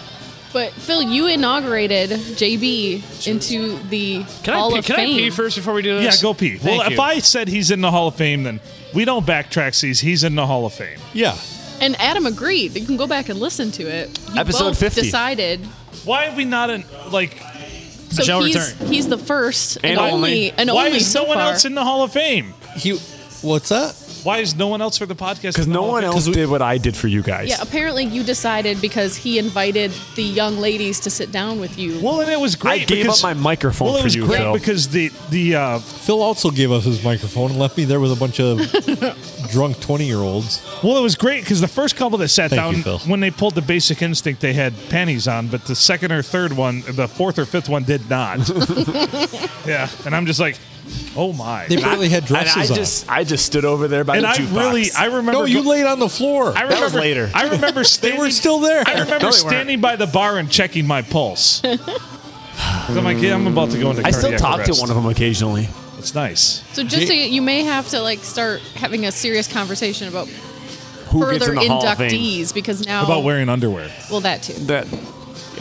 Speaker 4: But Phil, you inaugurated JB into the
Speaker 3: Can
Speaker 4: Hall
Speaker 3: I pee,
Speaker 4: of
Speaker 3: can
Speaker 4: Fame.
Speaker 3: I pee first before we do
Speaker 1: Yeah,
Speaker 3: this?
Speaker 1: go pee.
Speaker 3: Thank
Speaker 1: well,
Speaker 3: you.
Speaker 1: if I said he's in the Hall of Fame, then we don't backtrack these. He's in the Hall of Fame.
Speaker 5: Yeah.
Speaker 4: And Adam agreed. You can go back and listen to it. You
Speaker 2: Episode
Speaker 4: both
Speaker 2: 50.
Speaker 4: decided.
Speaker 1: Why have we not in like?
Speaker 4: So
Speaker 3: Shall
Speaker 4: he's
Speaker 3: return.
Speaker 4: he's the first and,
Speaker 2: And only.
Speaker 4: only, and
Speaker 1: why
Speaker 4: only
Speaker 1: is
Speaker 4: so
Speaker 1: no one
Speaker 4: far.
Speaker 1: else in the Hall of Fame?
Speaker 5: He. What's that?
Speaker 1: Why is no one else for the podcast?
Speaker 2: Because no one else did what I did for you guys.
Speaker 4: Oh, Yeah, apparently you decided because he invited the young ladies to sit down with you.
Speaker 1: Well, and it was
Speaker 2: I
Speaker 1: great.
Speaker 2: gave
Speaker 1: because,
Speaker 2: up my microphone
Speaker 1: Well, it
Speaker 2: for
Speaker 1: was
Speaker 2: you,
Speaker 1: great
Speaker 2: Phil.
Speaker 1: because the the uh,
Speaker 5: Phil also gave us his microphone and left me there with a bunch of drunk 20 year olds.
Speaker 1: well, it was great because the first couple that sat
Speaker 5: Thank
Speaker 1: down
Speaker 5: you, Phil.
Speaker 1: when they pulled the Basic Instinct, they had panties on, but the second or third one, the fourth or fifth one, did not. yeah, and I'm just like, oh my.
Speaker 5: They barely had
Speaker 2: and I
Speaker 5: dresses on.
Speaker 2: just, I just stood over there by
Speaker 1: and
Speaker 2: the
Speaker 1: I
Speaker 2: jukebox.
Speaker 1: really, I remember.
Speaker 5: No, you
Speaker 1: go-
Speaker 5: laid on the floor.
Speaker 1: I remember
Speaker 2: was later.
Speaker 1: I remember standing.
Speaker 5: they were still there.
Speaker 1: I remember
Speaker 2: No, they weren't.
Speaker 1: standing by the bar and checking my pulse. 'Cause I'm like, yeah, I'm about to go into.
Speaker 2: I still
Speaker 1: cardiac
Speaker 2: talk to
Speaker 1: arrest.
Speaker 2: one of them occasionally.
Speaker 1: It's nice.
Speaker 4: So just so you, you may have to like start having a serious conversation about
Speaker 2: Who gets
Speaker 4: further
Speaker 2: in the Hall of Fame?
Speaker 4: inductees because now
Speaker 1: About wearing underwear. Uh,
Speaker 4: well that too.
Speaker 2: That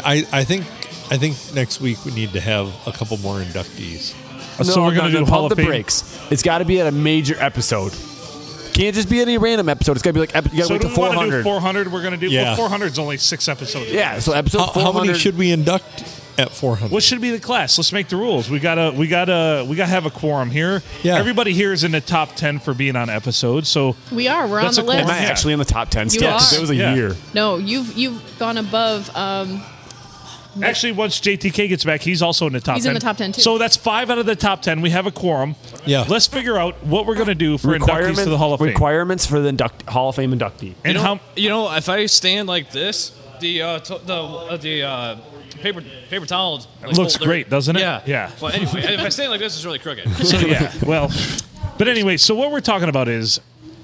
Speaker 5: I, I think I think next week we need to have a couple more inductees.
Speaker 1: so we're
Speaker 2: going to
Speaker 1: do Hall of
Speaker 2: the
Speaker 1: Fame.
Speaker 2: breaks. It's got to be at a major episode. Can't just be any random episode. It's got to be like ep- you got to
Speaker 1: So
Speaker 2: wait to
Speaker 1: do we want to
Speaker 2: 400.
Speaker 1: do 400? We're going to do.
Speaker 5: Yeah.
Speaker 1: Well, 400 is only six episodes.
Speaker 2: yeah, so episode
Speaker 5: How,
Speaker 2: 400.
Speaker 5: how many should we induct at 400?
Speaker 1: What should be the class? Let's make the rules. We gotta, we gotta, we gotta have a quorum here.
Speaker 5: Yeah.
Speaker 1: Everybody here is in the top ten for being on episodes. So
Speaker 4: We are. We're
Speaker 1: That's
Speaker 4: on the
Speaker 1: a
Speaker 4: list.
Speaker 2: Am I
Speaker 1: Yeah.
Speaker 2: actually in the top 10 still? 'Cause
Speaker 4: are.
Speaker 2: It was a
Speaker 1: Yeah.
Speaker 2: year.
Speaker 4: No, you've you've gone above. Um,
Speaker 1: actually, once JTK gets back, he's also in the top.
Speaker 4: He's
Speaker 1: 10.
Speaker 4: in the top 10 too.
Speaker 1: So that's five out of the top ten. We have a quorum.
Speaker 5: Yeah.
Speaker 1: Let's figure out what we're gonna do for inductees to the Hall of Fame.
Speaker 2: Requirements for the induct- Hall of Fame inductee.
Speaker 1: and
Speaker 3: you know,
Speaker 1: how
Speaker 3: you know, if I stand like this, the uh, to, the uh, the uh, paper paper towel like,
Speaker 1: Looks
Speaker 3: holder-
Speaker 1: great, doesn't it?
Speaker 3: Yeah,
Speaker 1: Yeah.
Speaker 3: Well, anyway, if I stand like this, it's really crooked.
Speaker 1: So yeah, well, but anyway, so what we're talking about is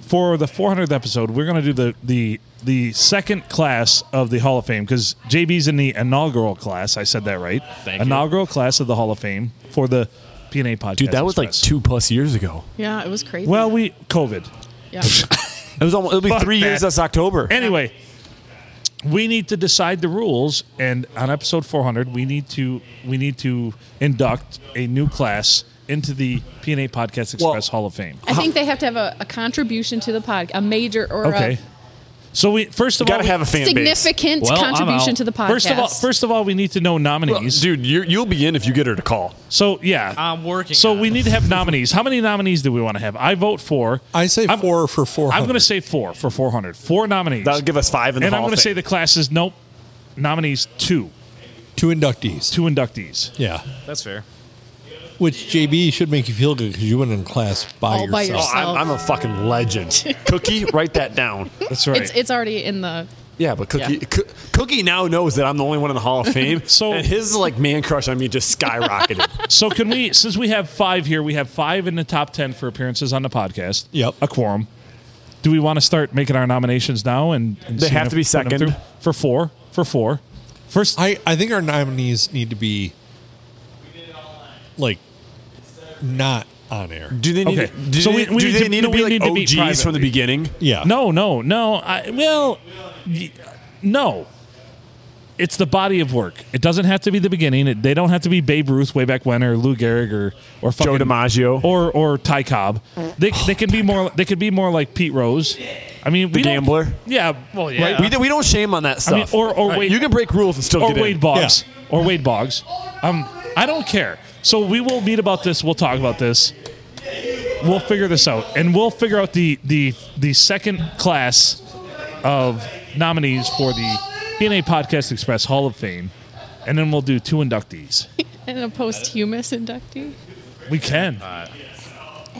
Speaker 1: for the 400th episode, we're going to do the the the second class of the Hall of Fame because JB's in the inaugural class. I said that right.
Speaker 3: Thank you.
Speaker 1: inaugural class of the Hall of Fame for the PNA podcast.
Speaker 2: Dude, that was like
Speaker 1: Express.
Speaker 2: two plus years ago.
Speaker 4: yeah, it was crazy.
Speaker 1: Well, we COVID.
Speaker 4: yeah.
Speaker 2: It was almost, it'll be
Speaker 1: Fuck
Speaker 2: three years
Speaker 1: that.
Speaker 2: this October.
Speaker 1: Anyway, we need to decide the rules, and on episode 400, we need to we need to induct a new class into the PNA Podcast Express
Speaker 2: Well-
Speaker 1: Hall of Fame.
Speaker 4: I think they have to have a, a contribution to the podcast, a major or
Speaker 1: Okay. So we first of
Speaker 2: you got
Speaker 1: all
Speaker 2: to have a
Speaker 4: a
Speaker 2: fan base.
Speaker 4: significant
Speaker 3: Well, I'm
Speaker 4: contribution
Speaker 3: out.
Speaker 4: to the podcast.
Speaker 1: First of all, first of all, we need to know nominees.
Speaker 2: Dude, you're, you'll be in if you get her to call.
Speaker 1: so yeah,
Speaker 3: I'm working
Speaker 1: So
Speaker 3: on
Speaker 1: we
Speaker 3: it.
Speaker 1: need to have nominees. How many nominees do we want to have? I vote for.
Speaker 5: I say
Speaker 1: I'm-
Speaker 5: four for 400.
Speaker 1: I'm going to say four for 400. Four nominees.
Speaker 2: That'll give us five in the
Speaker 1: and I'm
Speaker 2: Hall
Speaker 1: going
Speaker 2: of
Speaker 1: to say
Speaker 2: Fame.
Speaker 1: the class is nope. Nominees two,
Speaker 5: two inductees.
Speaker 1: two inductees.
Speaker 5: Yeah.
Speaker 3: That's fair.
Speaker 5: Which JB should make you feel good because you went in class by
Speaker 4: All
Speaker 5: yourself.
Speaker 4: by
Speaker 2: Oh,
Speaker 4: yourself.
Speaker 2: I'm, I'm a fucking legend. Cookie, write that down.
Speaker 1: That's right.
Speaker 4: it's it's already in the
Speaker 2: Yeah, but Cookie
Speaker 4: Yeah.
Speaker 2: Coo- Cookie now knows that I'm the only one in the Hall of Fame.
Speaker 1: So-
Speaker 2: and his like man crush on me just skyrocketed.
Speaker 1: so can we? Since we have five here, we have five in the top ten for appearances on the podcast.
Speaker 5: Yep.
Speaker 1: A quorum. Do we want to start making our nominations now? And, and
Speaker 2: They
Speaker 1: seeing
Speaker 2: have
Speaker 1: if
Speaker 2: to be
Speaker 1: we put them
Speaker 2: second.
Speaker 1: through? for four. For four. First,
Speaker 5: I, I think our nominees need to be like not on air.
Speaker 2: Do they need?
Speaker 1: Okay.
Speaker 2: Do
Speaker 1: So
Speaker 2: they,
Speaker 1: we- we
Speaker 2: do
Speaker 1: need
Speaker 2: they
Speaker 1: to-
Speaker 2: need
Speaker 1: no,
Speaker 2: to be
Speaker 1: we
Speaker 2: like
Speaker 1: need to be
Speaker 2: OGs from
Speaker 1: privately.
Speaker 2: the beginning?
Speaker 5: Yeah.
Speaker 1: No, no, no. I, well, y- no. It's the body of work. It doesn't have to be the beginning. It, they don't have to be Babe Ruth way back when, or Lou Gehrig, or or fucking,
Speaker 2: DiMaggio. Oh,
Speaker 1: or or Ty Cobb. They, they can be more. They could be more like Pete Rose. I mean, we don't-
Speaker 2: gambler?
Speaker 1: Yeah. Well, yeah.
Speaker 2: Right? We, do- we don't shame on that
Speaker 1: I mean,
Speaker 2: stuff.
Speaker 1: or or Wade,
Speaker 2: you can break rules and still
Speaker 1: or
Speaker 2: get
Speaker 1: Wade
Speaker 2: in.
Speaker 1: Boggs or Wade Boggs. Um, I don't care. So we will meet about this. We'll talk about this. We'll figure this out, and we'll figure out the the the second class of nominees for the PNA Podcast Express Hall of Fame, and then we'll do two inductees.
Speaker 4: in a posthumous inductee.
Speaker 1: We can.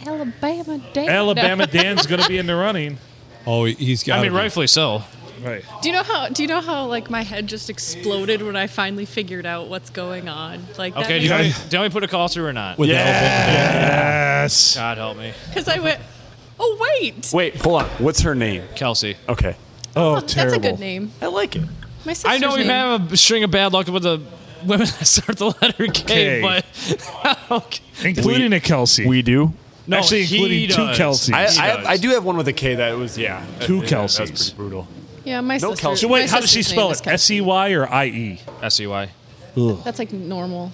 Speaker 4: Alabama Dan.
Speaker 1: Alabama Dan's going to be in the running.
Speaker 5: Oh, he's got.
Speaker 3: I mean, rightfully so.
Speaker 1: Right.
Speaker 4: Do you know how? Do you know how? Like my head just exploded when I finally figured out what's going on. Like
Speaker 3: Okay, do you, want me, do you want me to put a call through or not?
Speaker 5: With Alabama.
Speaker 1: Yes.
Speaker 3: God help me,
Speaker 4: because I went. Oh wait,
Speaker 2: Wait, hold on. What's her name?
Speaker 3: Kelsey.
Speaker 2: Okay,
Speaker 1: Oh,
Speaker 4: that's
Speaker 1: terrible.
Speaker 4: a good name.
Speaker 2: I like it.
Speaker 4: My sister's
Speaker 3: I know you
Speaker 4: name.
Speaker 3: have a string of bad luck with the women that start the letter
Speaker 1: K.
Speaker 3: K, but okay.
Speaker 1: Including a Kelsey.
Speaker 2: We do.
Speaker 3: no,
Speaker 1: Actually,
Speaker 3: he
Speaker 1: including two
Speaker 3: does.
Speaker 1: Kelseys.
Speaker 2: I,
Speaker 1: He
Speaker 2: I, I do have one with a K that was yeah.
Speaker 1: Two
Speaker 2: Yeah, that was
Speaker 1: Kelseys.
Speaker 2: pretty brutal.
Speaker 4: Yeah, my
Speaker 2: No,
Speaker 4: sister.
Speaker 2: Kelsey.
Speaker 1: So
Speaker 4: my
Speaker 1: wait, how does she
Speaker 4: sister's
Speaker 1: spell
Speaker 4: name is
Speaker 1: it?
Speaker 4: Kelsey.
Speaker 1: S e y or i e?
Speaker 3: S E Y.
Speaker 4: That's like normal.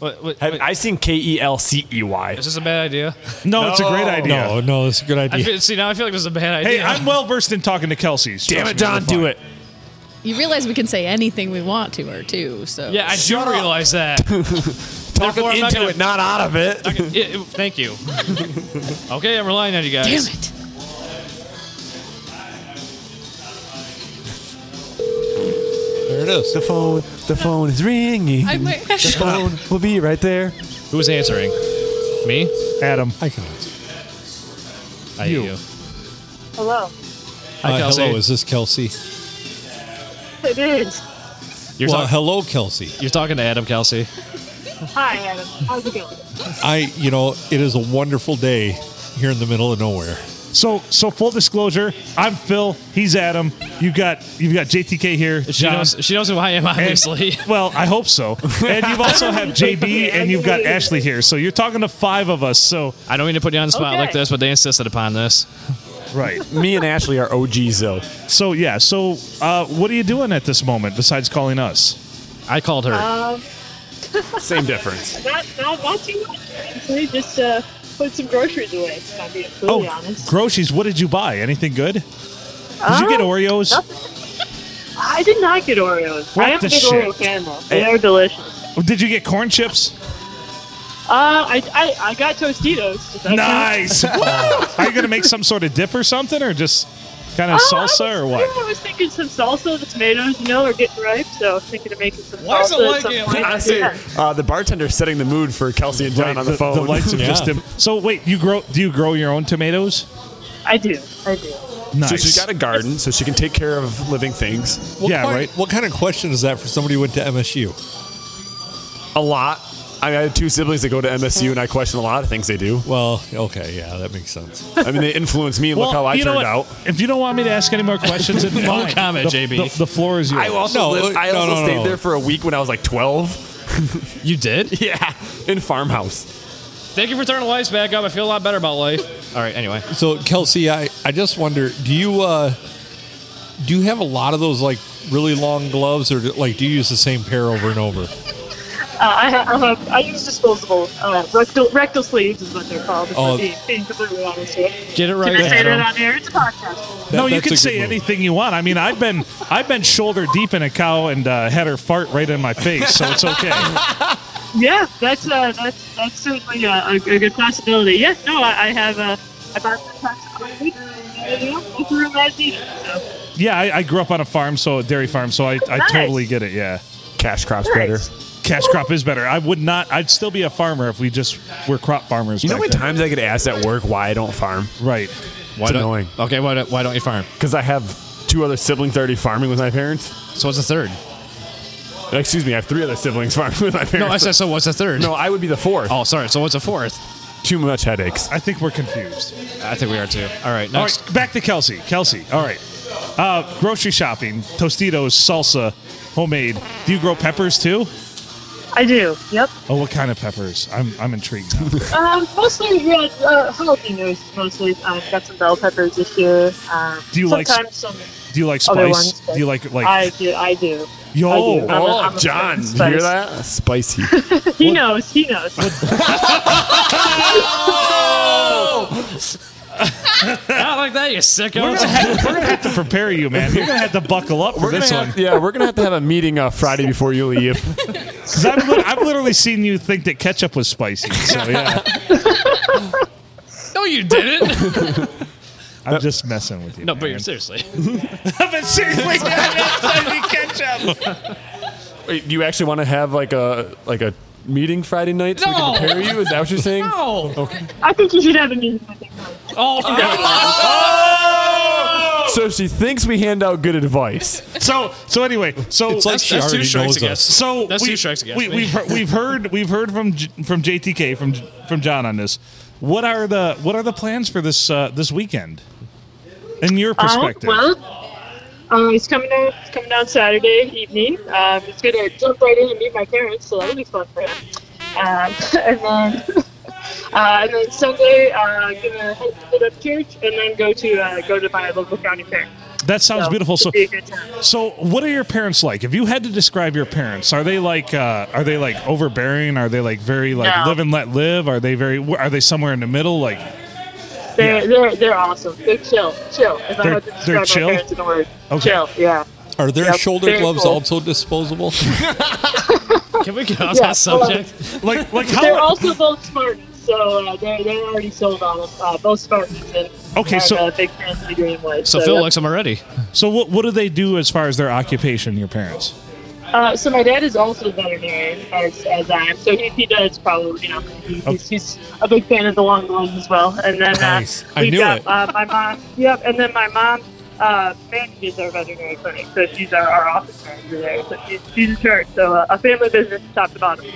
Speaker 3: What, what,
Speaker 2: Have,
Speaker 3: wait,
Speaker 2: I seen K E L C E Y.
Speaker 3: is this a bad idea?
Speaker 1: No, it's a great
Speaker 2: No.
Speaker 1: idea.
Speaker 5: No, Oh, no, that's a good
Speaker 3: I
Speaker 5: idea.
Speaker 3: feel, see, now I feel like this is a bad
Speaker 1: Hey,
Speaker 3: idea.
Speaker 1: I'm well versed in talking to Kelsey's.
Speaker 2: Damn it, John, do it.
Speaker 4: You realize we can say anything we want to her too. So
Speaker 3: yeah, I do
Speaker 2: Shut up.
Speaker 3: realize that.
Speaker 2: Talk him
Speaker 3: Therefore, I'm not
Speaker 2: into
Speaker 3: gonna-
Speaker 2: it, not out of it.
Speaker 3: Yeah, it- thank you. Okay, I'm relying on you
Speaker 4: Damn
Speaker 3: guys.
Speaker 4: it.
Speaker 5: There it is.
Speaker 2: The phone, the phone is ringing.
Speaker 4: I might.
Speaker 2: The phone will be right there.
Speaker 3: Who's answering? Me?
Speaker 1: Adam.
Speaker 5: I can answer.
Speaker 3: I hate
Speaker 1: You.
Speaker 3: you.
Speaker 7: Hello.
Speaker 3: Hi,
Speaker 5: Uh,
Speaker 3: Kelsey.
Speaker 5: hello, is this Kelsey?
Speaker 7: It is.
Speaker 3: You're,
Speaker 5: well,
Speaker 3: talk-
Speaker 5: hello, Kelsey.
Speaker 3: you're talking to Adam, Kelsey.
Speaker 7: Hi, Adam. How's it going?
Speaker 5: I, you know, it is a wonderful day here in the middle of nowhere.
Speaker 1: So so full disclosure, I'm Phil. He's Adam. You got you've got JTK here.
Speaker 3: She
Speaker 1: John,
Speaker 3: knows, she knows who I am,
Speaker 1: and-
Speaker 3: obviously.
Speaker 1: well, I hope so. And you've also have JB and you've got Ashley here. So you're talking to five of us. So
Speaker 3: I don't mean to put you on the spot
Speaker 7: Okay.
Speaker 3: like this, but they insisted upon this.
Speaker 1: right.
Speaker 2: Me and Ashley are OGs though.
Speaker 1: So yeah. So uh, what are you doing at this moment besides calling us?
Speaker 3: I called her.
Speaker 7: Uh,
Speaker 2: Same difference.
Speaker 7: Not, not, not too much. Actually, just uh, put some groceries away, if I'm being
Speaker 1: Oh,
Speaker 7: completely honest.
Speaker 1: groceries. What did you buy? Anything good? Did you get
Speaker 7: Uh,
Speaker 1: Oreos?
Speaker 7: I did not get Oreos.
Speaker 1: What
Speaker 7: I am
Speaker 1: the
Speaker 7: a big
Speaker 1: shit?
Speaker 7: Oreo fan, though. They are delicious.
Speaker 1: Did you get corn chips?
Speaker 7: Uh, I, I, I got Tostitos. Does that count?
Speaker 1: Nice. Woo! Are you gonna make some sort of dip or something, or just kind of
Speaker 7: Oh, I was-
Speaker 1: salsa or what?
Speaker 7: I was thinking some salsa, the tomatoes, you know, are getting ripe, so I was thinking of making some
Speaker 3: Why
Speaker 7: salsa.
Speaker 3: is it like
Speaker 7: at some
Speaker 3: it?
Speaker 7: point.
Speaker 2: Honestly,
Speaker 7: Yeah.
Speaker 2: uh, the bartender's setting the mood for Kelsey and John
Speaker 1: Right,
Speaker 2: on the, phone.
Speaker 1: lights have
Speaker 5: Yeah.
Speaker 1: just dim. So wait, you grow? Do you grow your own tomatoes?
Speaker 7: I do. I do.
Speaker 1: Nice.
Speaker 2: So she's got a garden, so she can take care of living things.
Speaker 5: What
Speaker 1: Yeah,
Speaker 5: kind-
Speaker 1: right.
Speaker 5: What kind of question is that for somebody who went to MSU?
Speaker 2: A lot. I have two siblings that go to MSU, and I question a lot of things they do.
Speaker 5: Well, okay, yeah, that makes sense.
Speaker 2: I mean, they influence me, and look how I
Speaker 1: you know
Speaker 2: turned
Speaker 1: what?
Speaker 2: out.
Speaker 1: If you don't want me to ask any more questions, then
Speaker 3: No
Speaker 1: fine.
Speaker 3: comment,
Speaker 1: the,
Speaker 3: JB.
Speaker 1: The, the floor is yours.
Speaker 2: I also,
Speaker 5: No,
Speaker 2: lived- I
Speaker 5: no,
Speaker 2: also
Speaker 5: no, no,
Speaker 2: stayed
Speaker 5: no.
Speaker 2: there for a week when I was like 12.
Speaker 3: you did?
Speaker 2: Yeah, in farmhouse.
Speaker 3: Thank you for turning the lights back up. I feel a lot better about life. All right, anyway.
Speaker 5: So, Kelsey, I, I just wonder, do you uh, do you have a lot of those like really long gloves, or do- like do you use the same pair over and over?
Speaker 7: Uh, I, ha- I, have, I use disposable uh, rectal, rectal sleeves, is what they're called. If
Speaker 5: Oh.
Speaker 7: I'm being, being completely honest with you.
Speaker 3: Get it right,
Speaker 7: Can I say that
Speaker 3: Adam.
Speaker 7: on air? It's a podcast.
Speaker 1: no, you
Speaker 5: that's a
Speaker 1: can
Speaker 5: good
Speaker 1: say
Speaker 5: move.
Speaker 1: anything you want. I mean, I've been I've been shoulder deep in a cow and uh, had her fart right in my face, so it's okay.
Speaker 7: Yeah, that's uh, that's that's certainly uh, a, a good possibility. Yeah, no, I, I have uh, I bought this past couple weeks. You know, it's a real nice evening, so.
Speaker 1: yeah, I, I grew up on a farm, so a dairy farm, so I, I
Speaker 7: Nice.
Speaker 1: totally get it. Yeah,
Speaker 2: Cash crops better.
Speaker 1: cash crop is better. I would not. I'd still be a farmer if we just were crop farmers.
Speaker 2: You know how
Speaker 1: back
Speaker 2: many
Speaker 1: then.
Speaker 2: times I get asked at work why I don't farm?
Speaker 1: Right.
Speaker 3: Why
Speaker 2: It's
Speaker 3: don't-
Speaker 2: annoying.
Speaker 3: Okay, why don't, why don't you farm?
Speaker 2: Because I have two other siblings already farming with my parents.
Speaker 3: So what's the third?
Speaker 2: Excuse me, I have three other siblings farming with my parents.
Speaker 3: No, I said, so what's the third?
Speaker 2: No, I would be the fourth.
Speaker 3: Oh, sorry. So what's the fourth?
Speaker 2: Too much headaches.
Speaker 1: I think we're confused.
Speaker 3: I think we are too. All right,
Speaker 1: All
Speaker 3: next.
Speaker 1: right, back to Kelsey. Kelsey, all right. Uh, grocery shopping, Tostitos, salsa, homemade. Do you grow peppers too?
Speaker 7: I do. Yep.
Speaker 1: Oh, what kind of peppers? I'm, I'm intrigued. now.
Speaker 7: Um, mostly red uh, jalapenos. Mostly, um, got some bell peppers this year. Um,
Speaker 1: Do you like-
Speaker 7: sometimes some
Speaker 1: Do you like
Speaker 7: other
Speaker 1: spice?
Speaker 7: ones? but
Speaker 1: Do you like Oh, like?
Speaker 7: I do. I do.
Speaker 1: Yo,
Speaker 7: I do. I'm a- I'm a fan of spice.
Speaker 2: that? Spicy.
Speaker 7: He knows. He knows.
Speaker 3: Oh, Not like that, you
Speaker 1: we're,
Speaker 3: sicko.
Speaker 1: gonna have, we're gonna have to prepare you, man. You're gonna have to buckle up for this one
Speaker 2: yeah, we're gonna have to have a meeting uh, Friday before you leave.
Speaker 1: because I've, lit- I've literally seen you think that ketchup was spicy. So yeah,
Speaker 3: No, you didn't.
Speaker 1: I'm just messing with you.
Speaker 3: no, but
Speaker 1: man.
Speaker 3: you're seriously.
Speaker 1: but seriously, man, that's spicy ketchup.
Speaker 2: Wait, do you actually want to have like a like a meeting Friday night so
Speaker 3: No.
Speaker 2: we can prepare you? Is that what you're saying?
Speaker 3: Oh,
Speaker 7: I think you should have a meeting with him.
Speaker 2: So she thinks we hand out good advice.
Speaker 1: So so anyway, so
Speaker 5: It's like she
Speaker 3: that's two
Speaker 5: already
Speaker 3: strikes
Speaker 5: knows
Speaker 3: against-
Speaker 5: us.
Speaker 1: So
Speaker 3: That's
Speaker 1: we,
Speaker 3: two strikes against
Speaker 1: we,
Speaker 3: me.
Speaker 1: We've heard, we've heard we've heard from J- from JTK from J- from John on this. What are the what are the plans for this uh, this weekend? In your
Speaker 7: Uh,
Speaker 1: perspective,
Speaker 7: well, uh, he's coming down. He's coming down Saturday evening. Um, he's gonna jump right in and meet my parents, so that'll be fun for him. Um, and then, uh, and then Sunday, uh, gonna head head up church and then go to uh, go to my local county fair.
Speaker 1: that sounds
Speaker 7: So,
Speaker 1: beautiful. So
Speaker 7: it'll be a good time.
Speaker 1: so what are your parents like? If you had to describe your parents, are they like uh, are they like overbearing? Are they like very like
Speaker 7: No.
Speaker 1: live and let live? Are they very are they somewhere in the middle? Like
Speaker 7: They're
Speaker 1: Yeah.
Speaker 7: they're they're awesome. They're chill, chill. If I
Speaker 1: They're-
Speaker 7: had to
Speaker 1: they're
Speaker 7: describe my
Speaker 1: chill?
Speaker 7: parents in a word,
Speaker 1: Okay.
Speaker 7: chill. Yeah.
Speaker 5: Are their
Speaker 7: Yep,
Speaker 5: shoulder
Speaker 7: very
Speaker 5: gloves
Speaker 7: cool.
Speaker 5: also disposable?
Speaker 3: can we get off
Speaker 7: Yeah,
Speaker 3: that subject?
Speaker 1: like like
Speaker 7: They're
Speaker 1: how
Speaker 7: also both Spartans, so uh, they're, they're already sold on us. Uh, both Spartans and
Speaker 1: Okay,
Speaker 7: and,
Speaker 1: so-
Speaker 7: uh, big fans of the Greenwood.
Speaker 3: So Phil likes him already.
Speaker 1: so what what do they do as far as their occupation? Your parents?
Speaker 7: Uh, so my dad is also a veterinarian, as, as I am. So he, he does probably, you know, he, he's, he's a big fan of the long ones as well. And then uh,
Speaker 5: Nice. I
Speaker 7: we've
Speaker 5: knew
Speaker 7: got
Speaker 5: it.
Speaker 7: uh, my mom. Yep. And then my mom uh, manages our veterinary clinic, so she's our, our office manager there. So she's, she's in charge. So uh, a family business, top to bottom.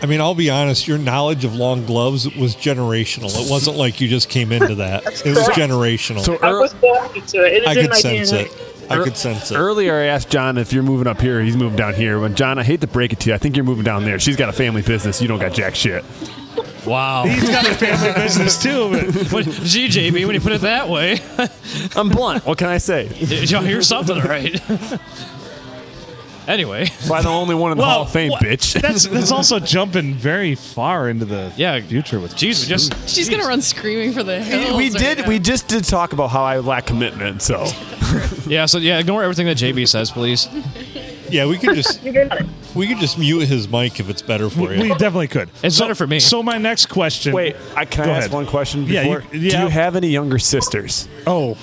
Speaker 5: I mean, I'll be honest. Your knowledge of long gloves was generational. It wasn't like you just came into that. It was
Speaker 7: correct.
Speaker 5: generational.
Speaker 2: So
Speaker 7: I
Speaker 2: ear-
Speaker 7: was born into it. It is
Speaker 5: I
Speaker 7: in
Speaker 5: could
Speaker 7: my
Speaker 5: sense
Speaker 7: DNA.
Speaker 5: it.
Speaker 1: Er,
Speaker 5: I could sense it.
Speaker 2: earlier I asked John if you're moving up here, he's moving down here. When John, I hate to break it to you, I think you're moving down there. She's got a family business. You don't got jack shit.
Speaker 3: Wow.
Speaker 1: He's got a family business too. But
Speaker 3: But, gee, JB, when you put it that way,
Speaker 2: I'm blunt. What can I say?
Speaker 3: did y'all hear something right? anyway,
Speaker 2: Why the only one in the Hall of Fame,
Speaker 1: what-
Speaker 2: bitch?
Speaker 1: That's that's also jumping very far into the
Speaker 3: yeah.
Speaker 1: future with
Speaker 3: Jesus, just
Speaker 4: She's gonna run screaming for the hills.
Speaker 2: we
Speaker 4: right
Speaker 2: did.
Speaker 4: now.
Speaker 2: We just did talk about how I lack commitment. So
Speaker 3: Yeah. So yeah, ignore everything that JB says, please.
Speaker 5: Yeah, we could just
Speaker 7: You got it.
Speaker 5: we could just mute his mic if it's better for
Speaker 1: We
Speaker 5: you.
Speaker 1: definitely could.
Speaker 3: It's better for me.
Speaker 1: So my next question.
Speaker 2: wait, I can
Speaker 1: Go
Speaker 2: I ask
Speaker 1: ahead.
Speaker 2: one question
Speaker 1: Yeah, you-
Speaker 2: before? Do
Speaker 1: yeah.
Speaker 2: you have any younger sisters?
Speaker 1: Oh,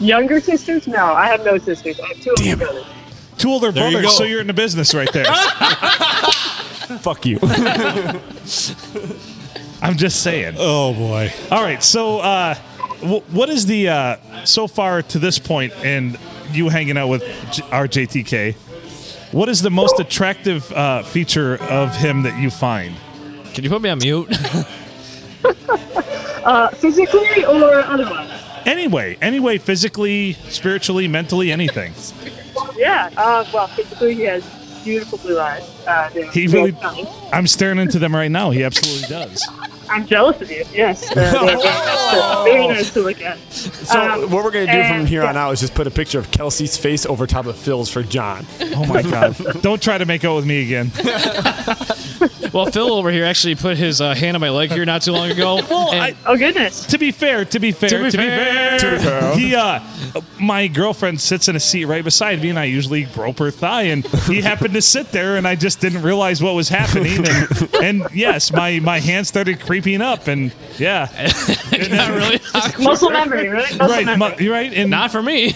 Speaker 7: Younger sisters? No, I have no sisters. I have two
Speaker 2: Damn it.
Speaker 7: older brothers.
Speaker 1: two older
Speaker 5: There you
Speaker 1: brothers.
Speaker 5: go.
Speaker 1: so you're in the business right there.
Speaker 2: Fuck you.
Speaker 1: I'm just saying.
Speaker 5: Oh boy.
Speaker 1: All right. So, uh, w- what is the uh, so far to this point, and you hanging out with J- our JTK? What is the most attractive uh, feature of him that you find?
Speaker 3: Can you put me on mute?
Speaker 7: Uh, physically or otherwise?
Speaker 1: Anyway, anyway, physically, spiritually, mentally, anything.
Speaker 7: Yeah. Uh, well, physically, he has beautiful blue eyes. Uh, they're
Speaker 1: He
Speaker 7: very
Speaker 1: really-
Speaker 7: stunning.
Speaker 1: I'm staring into them right now. He absolutely does.
Speaker 7: I'm jealous of you. Yes. Uh, they're very, nice to, very nice to look at.
Speaker 2: So
Speaker 7: Um,
Speaker 2: what we're gonna do from
Speaker 7: and-
Speaker 2: here on
Speaker 7: yeah.
Speaker 2: out is just put a picture of Kelsey's face over top of Phil's for John.
Speaker 1: Oh my god! Don't try to make out with me again.
Speaker 3: well, Phil over here actually put his uh, hand on my leg here not too long ago.
Speaker 1: Well,
Speaker 3: and-
Speaker 1: I,
Speaker 7: Oh goodness.
Speaker 1: to be fair, to be fair, to be, fair,
Speaker 2: To be fair.
Speaker 1: he, uh, my girlfriend sits in a seat right beside me, and I usually grope her thigh, and he happened to sit there, and I just didn't realize what was happening, and, and yes, my my hand started creeping up, and yeah,
Speaker 3: not really.
Speaker 7: Muscle memory, right? Muscle
Speaker 1: right,
Speaker 7: memory.
Speaker 1: mu- you're right, and
Speaker 3: Not for me.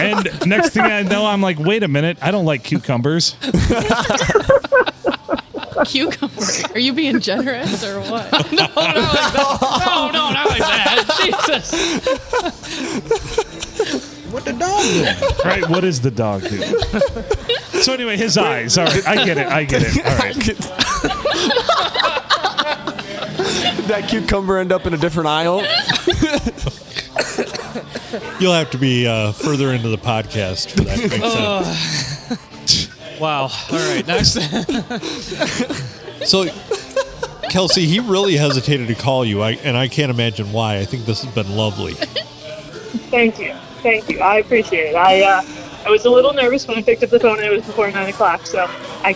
Speaker 1: and next thing I know, I'm like, wait a minute, I don't like cucumbers.
Speaker 4: Cucumber. Are you being generous or what?
Speaker 3: Oh no, not like that. Jesus.
Speaker 1: Right, what is the dog do? So anyway, his eyes. All right, I get it, I get it. All right,
Speaker 2: that cucumber end up in a different aisle?
Speaker 5: You'll have to be uh, further into the podcast for that. to make sense.
Speaker 3: Wow. All right. Next.
Speaker 5: So, Kelsey, he really hesitated to call you, I, and I can't imagine why. I think this has been lovely.
Speaker 7: Thank you. Thank you. I appreciate it. I uh, I was a little nervous when I picked up the phone. and It was before nine o'clock, so I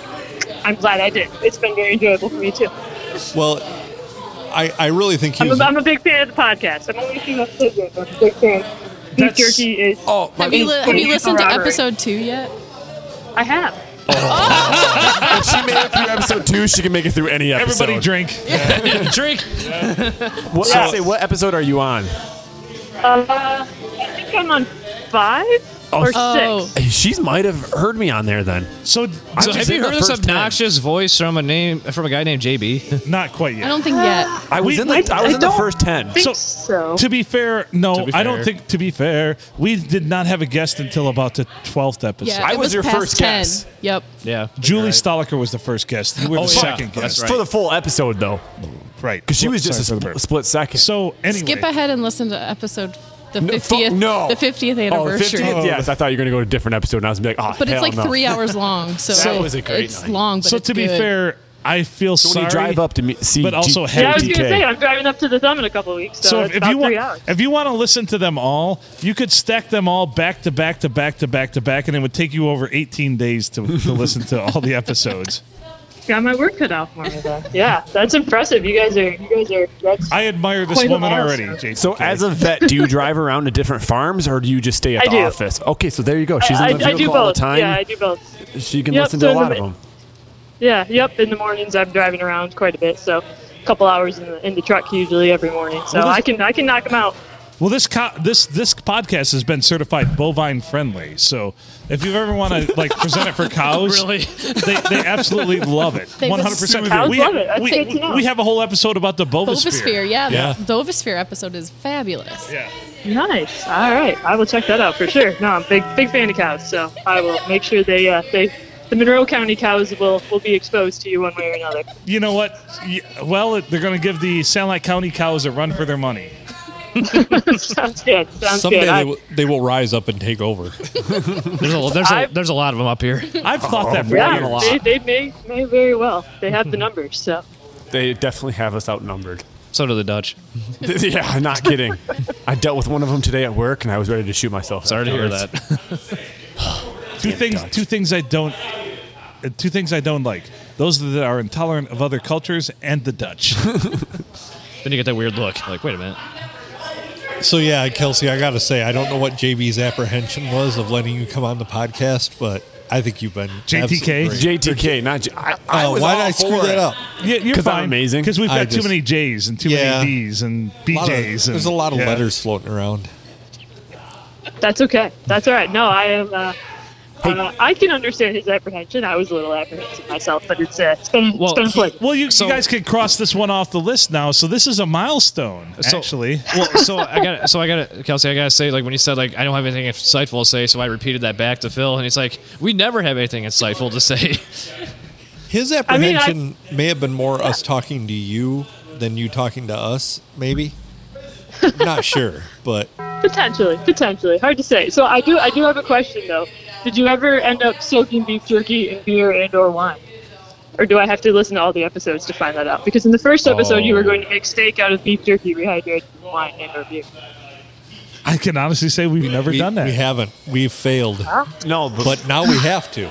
Speaker 7: I'm glad I did. It's been very enjoyable for me too.
Speaker 5: Well, I, I really think he
Speaker 7: I'm
Speaker 5: was.
Speaker 7: a, I'm a big fan of the podcast. I'm only a few episodes in. but I'm a big fan. Beef
Speaker 1: That's-
Speaker 7: jerky is.
Speaker 2: Oh, my
Speaker 4: Have you, li- have you listened to
Speaker 7: Robbery.
Speaker 4: episode two yet?
Speaker 7: I have.
Speaker 2: If she made it through episode two, she can make it through any episode.
Speaker 1: everybody drink.
Speaker 3: Drink.
Speaker 2: What,
Speaker 7: Yeah.
Speaker 2: I say, what episode are you on?
Speaker 7: Uh, I think I'm on five or six.
Speaker 4: Oh.
Speaker 2: She's might have heard me on there then.
Speaker 1: So
Speaker 3: So
Speaker 2: just
Speaker 3: have you
Speaker 2: in the
Speaker 3: heard this
Speaker 2: first ten.
Speaker 3: obnoxious voice from a name from a guy named JB?
Speaker 1: not quite yet.
Speaker 4: I don't think yet.
Speaker 2: I was
Speaker 1: We-
Speaker 2: in the I,
Speaker 7: I-
Speaker 2: was
Speaker 7: I
Speaker 2: in the
Speaker 7: don't-
Speaker 2: first ten.
Speaker 7: I think
Speaker 1: So-
Speaker 7: so.
Speaker 1: To be fair, no,
Speaker 3: To be
Speaker 1: I don't
Speaker 3: fair.
Speaker 1: think. To be fair, we did not have a guest until about the twelfth episode.
Speaker 4: Yeah,
Speaker 2: I
Speaker 4: it
Speaker 2: was your
Speaker 4: past
Speaker 2: first
Speaker 4: 10.
Speaker 2: guess.
Speaker 4: Yep.
Speaker 3: yeah.
Speaker 1: Julie Stoliker was the first guest. You were
Speaker 3: Oh,
Speaker 1: the
Speaker 3: yeah,
Speaker 1: second
Speaker 3: that's
Speaker 1: guest,
Speaker 3: right.
Speaker 2: For the full episode though,
Speaker 1: right?
Speaker 2: because she was just
Speaker 1: Sorry
Speaker 2: a
Speaker 1: for the
Speaker 2: sp-
Speaker 1: burp.
Speaker 2: split second.
Speaker 1: So anyway,
Speaker 4: Skip ahead and listen to episode the
Speaker 2: No, fu-
Speaker 4: fiftieth.
Speaker 2: no.
Speaker 4: the fiftieth
Speaker 2: Oh, the
Speaker 4: anniversary.
Speaker 2: 50th? Yes, I thought you were gonna go to a different episode, and I was gonna be like, oh,
Speaker 4: But it's
Speaker 2: hell
Speaker 4: like
Speaker 2: no.
Speaker 4: three hours long, so
Speaker 2: That was a great
Speaker 4: it's
Speaker 2: night.
Speaker 4: long. But
Speaker 1: so
Speaker 4: it's
Speaker 1: to be
Speaker 4: good.
Speaker 1: fair, I feel
Speaker 2: So
Speaker 1: sorry.
Speaker 2: when you drive up to me, see,
Speaker 1: but also
Speaker 2: G-
Speaker 1: heavy.
Speaker 7: Yeah, I was
Speaker 2: GK.
Speaker 7: gonna say I'm driving up to the thumb in a couple of weeks, so,
Speaker 1: so
Speaker 7: it's
Speaker 1: if, if
Speaker 7: about
Speaker 1: you
Speaker 7: three
Speaker 1: want,
Speaker 7: hours.
Speaker 1: if you want to listen to them all, you could stack them all back to back to back to back to back, and it would take you over 18 days to, to listen to all the episodes.
Speaker 7: Got my work cut out for me. though. yeah, that's impressive. You guys are. You guys are. That's,
Speaker 1: I admire this
Speaker 7: Quite a
Speaker 1: woman
Speaker 7: while,
Speaker 1: already.
Speaker 7: sir.
Speaker 1: JTK.
Speaker 2: So as a vet, do you drive around to different farms or do you just stay at
Speaker 7: I
Speaker 2: the
Speaker 7: do.
Speaker 2: office? Okay, so there you go. She's
Speaker 7: I,
Speaker 2: in the
Speaker 7: I do
Speaker 2: vehicle
Speaker 7: both.
Speaker 2: all the time.
Speaker 7: Yeah, I do both.
Speaker 2: she can
Speaker 7: Yep,
Speaker 2: listen
Speaker 7: so
Speaker 2: to a
Speaker 7: in the
Speaker 2: lot of
Speaker 7: mi-
Speaker 2: them.
Speaker 7: Yeah, yep. In the mornings, I'm driving around quite a bit, so a couple hours in the in the truck usually every morning. So I can I can knock them out.
Speaker 1: Well, this co- this this podcast has been certified bovine friendly, so if you ever want to like present it for cows,
Speaker 3: Really?
Speaker 1: they, they absolutely love it.
Speaker 4: They
Speaker 1: One
Speaker 4: would
Speaker 1: hundred percent.
Speaker 4: sue
Speaker 7: them.
Speaker 1: We
Speaker 7: Cows love it. That's
Speaker 1: we,
Speaker 7: good to know.
Speaker 1: we have a whole episode about the bovisphere.
Speaker 4: Bovisphere, yeah,
Speaker 5: Yeah.
Speaker 4: The Bovisphere episode is fabulous.
Speaker 1: Yeah.
Speaker 7: Nice. All right, I will check that out for sure. No, I'm a big big fan of cows, so I will make sure they uh, they the Monroe County cows will will be exposed to you one way or another.
Speaker 1: You know what? Y- Well, it- they're going to give the Sound Like County cows a run for their money.
Speaker 7: Sounds good. Sounds
Speaker 5: Someday
Speaker 7: good.
Speaker 5: they,
Speaker 7: I,
Speaker 5: will, they will rise up and take over.
Speaker 3: There's a, there's a,
Speaker 7: I've-
Speaker 3: there's a lot of them up here.
Speaker 1: I've thought that for years.
Speaker 7: yeah, they, they may may very well. They have the
Speaker 5: Hmm.
Speaker 7: numbers, so.
Speaker 2: They definitely have us outnumbered.
Speaker 3: So do the Dutch.
Speaker 2: yeah, I'm not kidding. I dealt with one of them today at work, and I was ready to shoot myself.
Speaker 3: Sorry to hear
Speaker 2: afterwards.
Speaker 3: that.
Speaker 1: Two things.
Speaker 2: Dutch.
Speaker 1: Two things I don't. uh, Two things I don't like. Those that are intolerant of other cultures and the Dutch.
Speaker 3: then you get that weird look. Like, wait a minute.
Speaker 5: So yeah, Kelsey, I gotta say, I don't know what JB's apprehension was of letting you come on the podcast, but I think you've been
Speaker 1: JTK?
Speaker 5: absolutely great.
Speaker 2: JTK, not J- I, I
Speaker 5: Oh,
Speaker 2: was
Speaker 5: why
Speaker 2: all
Speaker 5: did I screw
Speaker 2: for
Speaker 5: that
Speaker 2: it.
Speaker 5: up?
Speaker 1: Yeah, you're
Speaker 2: 'Cause I'm
Speaker 1: fine.
Speaker 2: amazing.
Speaker 1: Because we've got
Speaker 5: I
Speaker 1: too
Speaker 5: just-
Speaker 1: many J's and too
Speaker 5: Yeah.
Speaker 1: many B's and
Speaker 5: Lot of-
Speaker 1: BJ's. and,
Speaker 5: there's a lot of
Speaker 1: yeah.
Speaker 5: letters floating around.
Speaker 7: That's okay. That's all right. No, I am. Uh, uh, I can understand his apprehension. I was a little apprehensive myself, but it's, uh, it's been
Speaker 3: Well,
Speaker 7: it's been a pleasure.
Speaker 1: Well, you,
Speaker 3: So-
Speaker 1: you guys can cross this one off the list now. So this is a milestone,
Speaker 3: So-
Speaker 1: actually.
Speaker 3: Well, so I got to so I got to Kelsey. I got to say, like when you said like I don't have anything insightful to say, so I repeated that back to Phil, and he's like, we never have anything insightful to say.
Speaker 5: His
Speaker 7: mean, I-
Speaker 5: apprehension may have been more us talking to you than you talking to us, maybe. Not sure, but
Speaker 7: Potentially, potentially, hard to say. So I do I do have a question though. Did you ever end up soaking beef jerky in beer and or wine? Or do I have to listen to all the episodes to find that out? Because in the first episode, you were going to make steak out of beef jerky rehydrated with wine and or beer.
Speaker 1: I can honestly say we've never
Speaker 5: we,
Speaker 1: done that.
Speaker 5: we haven't. We've failed,
Speaker 2: No, but,
Speaker 5: but now we have to.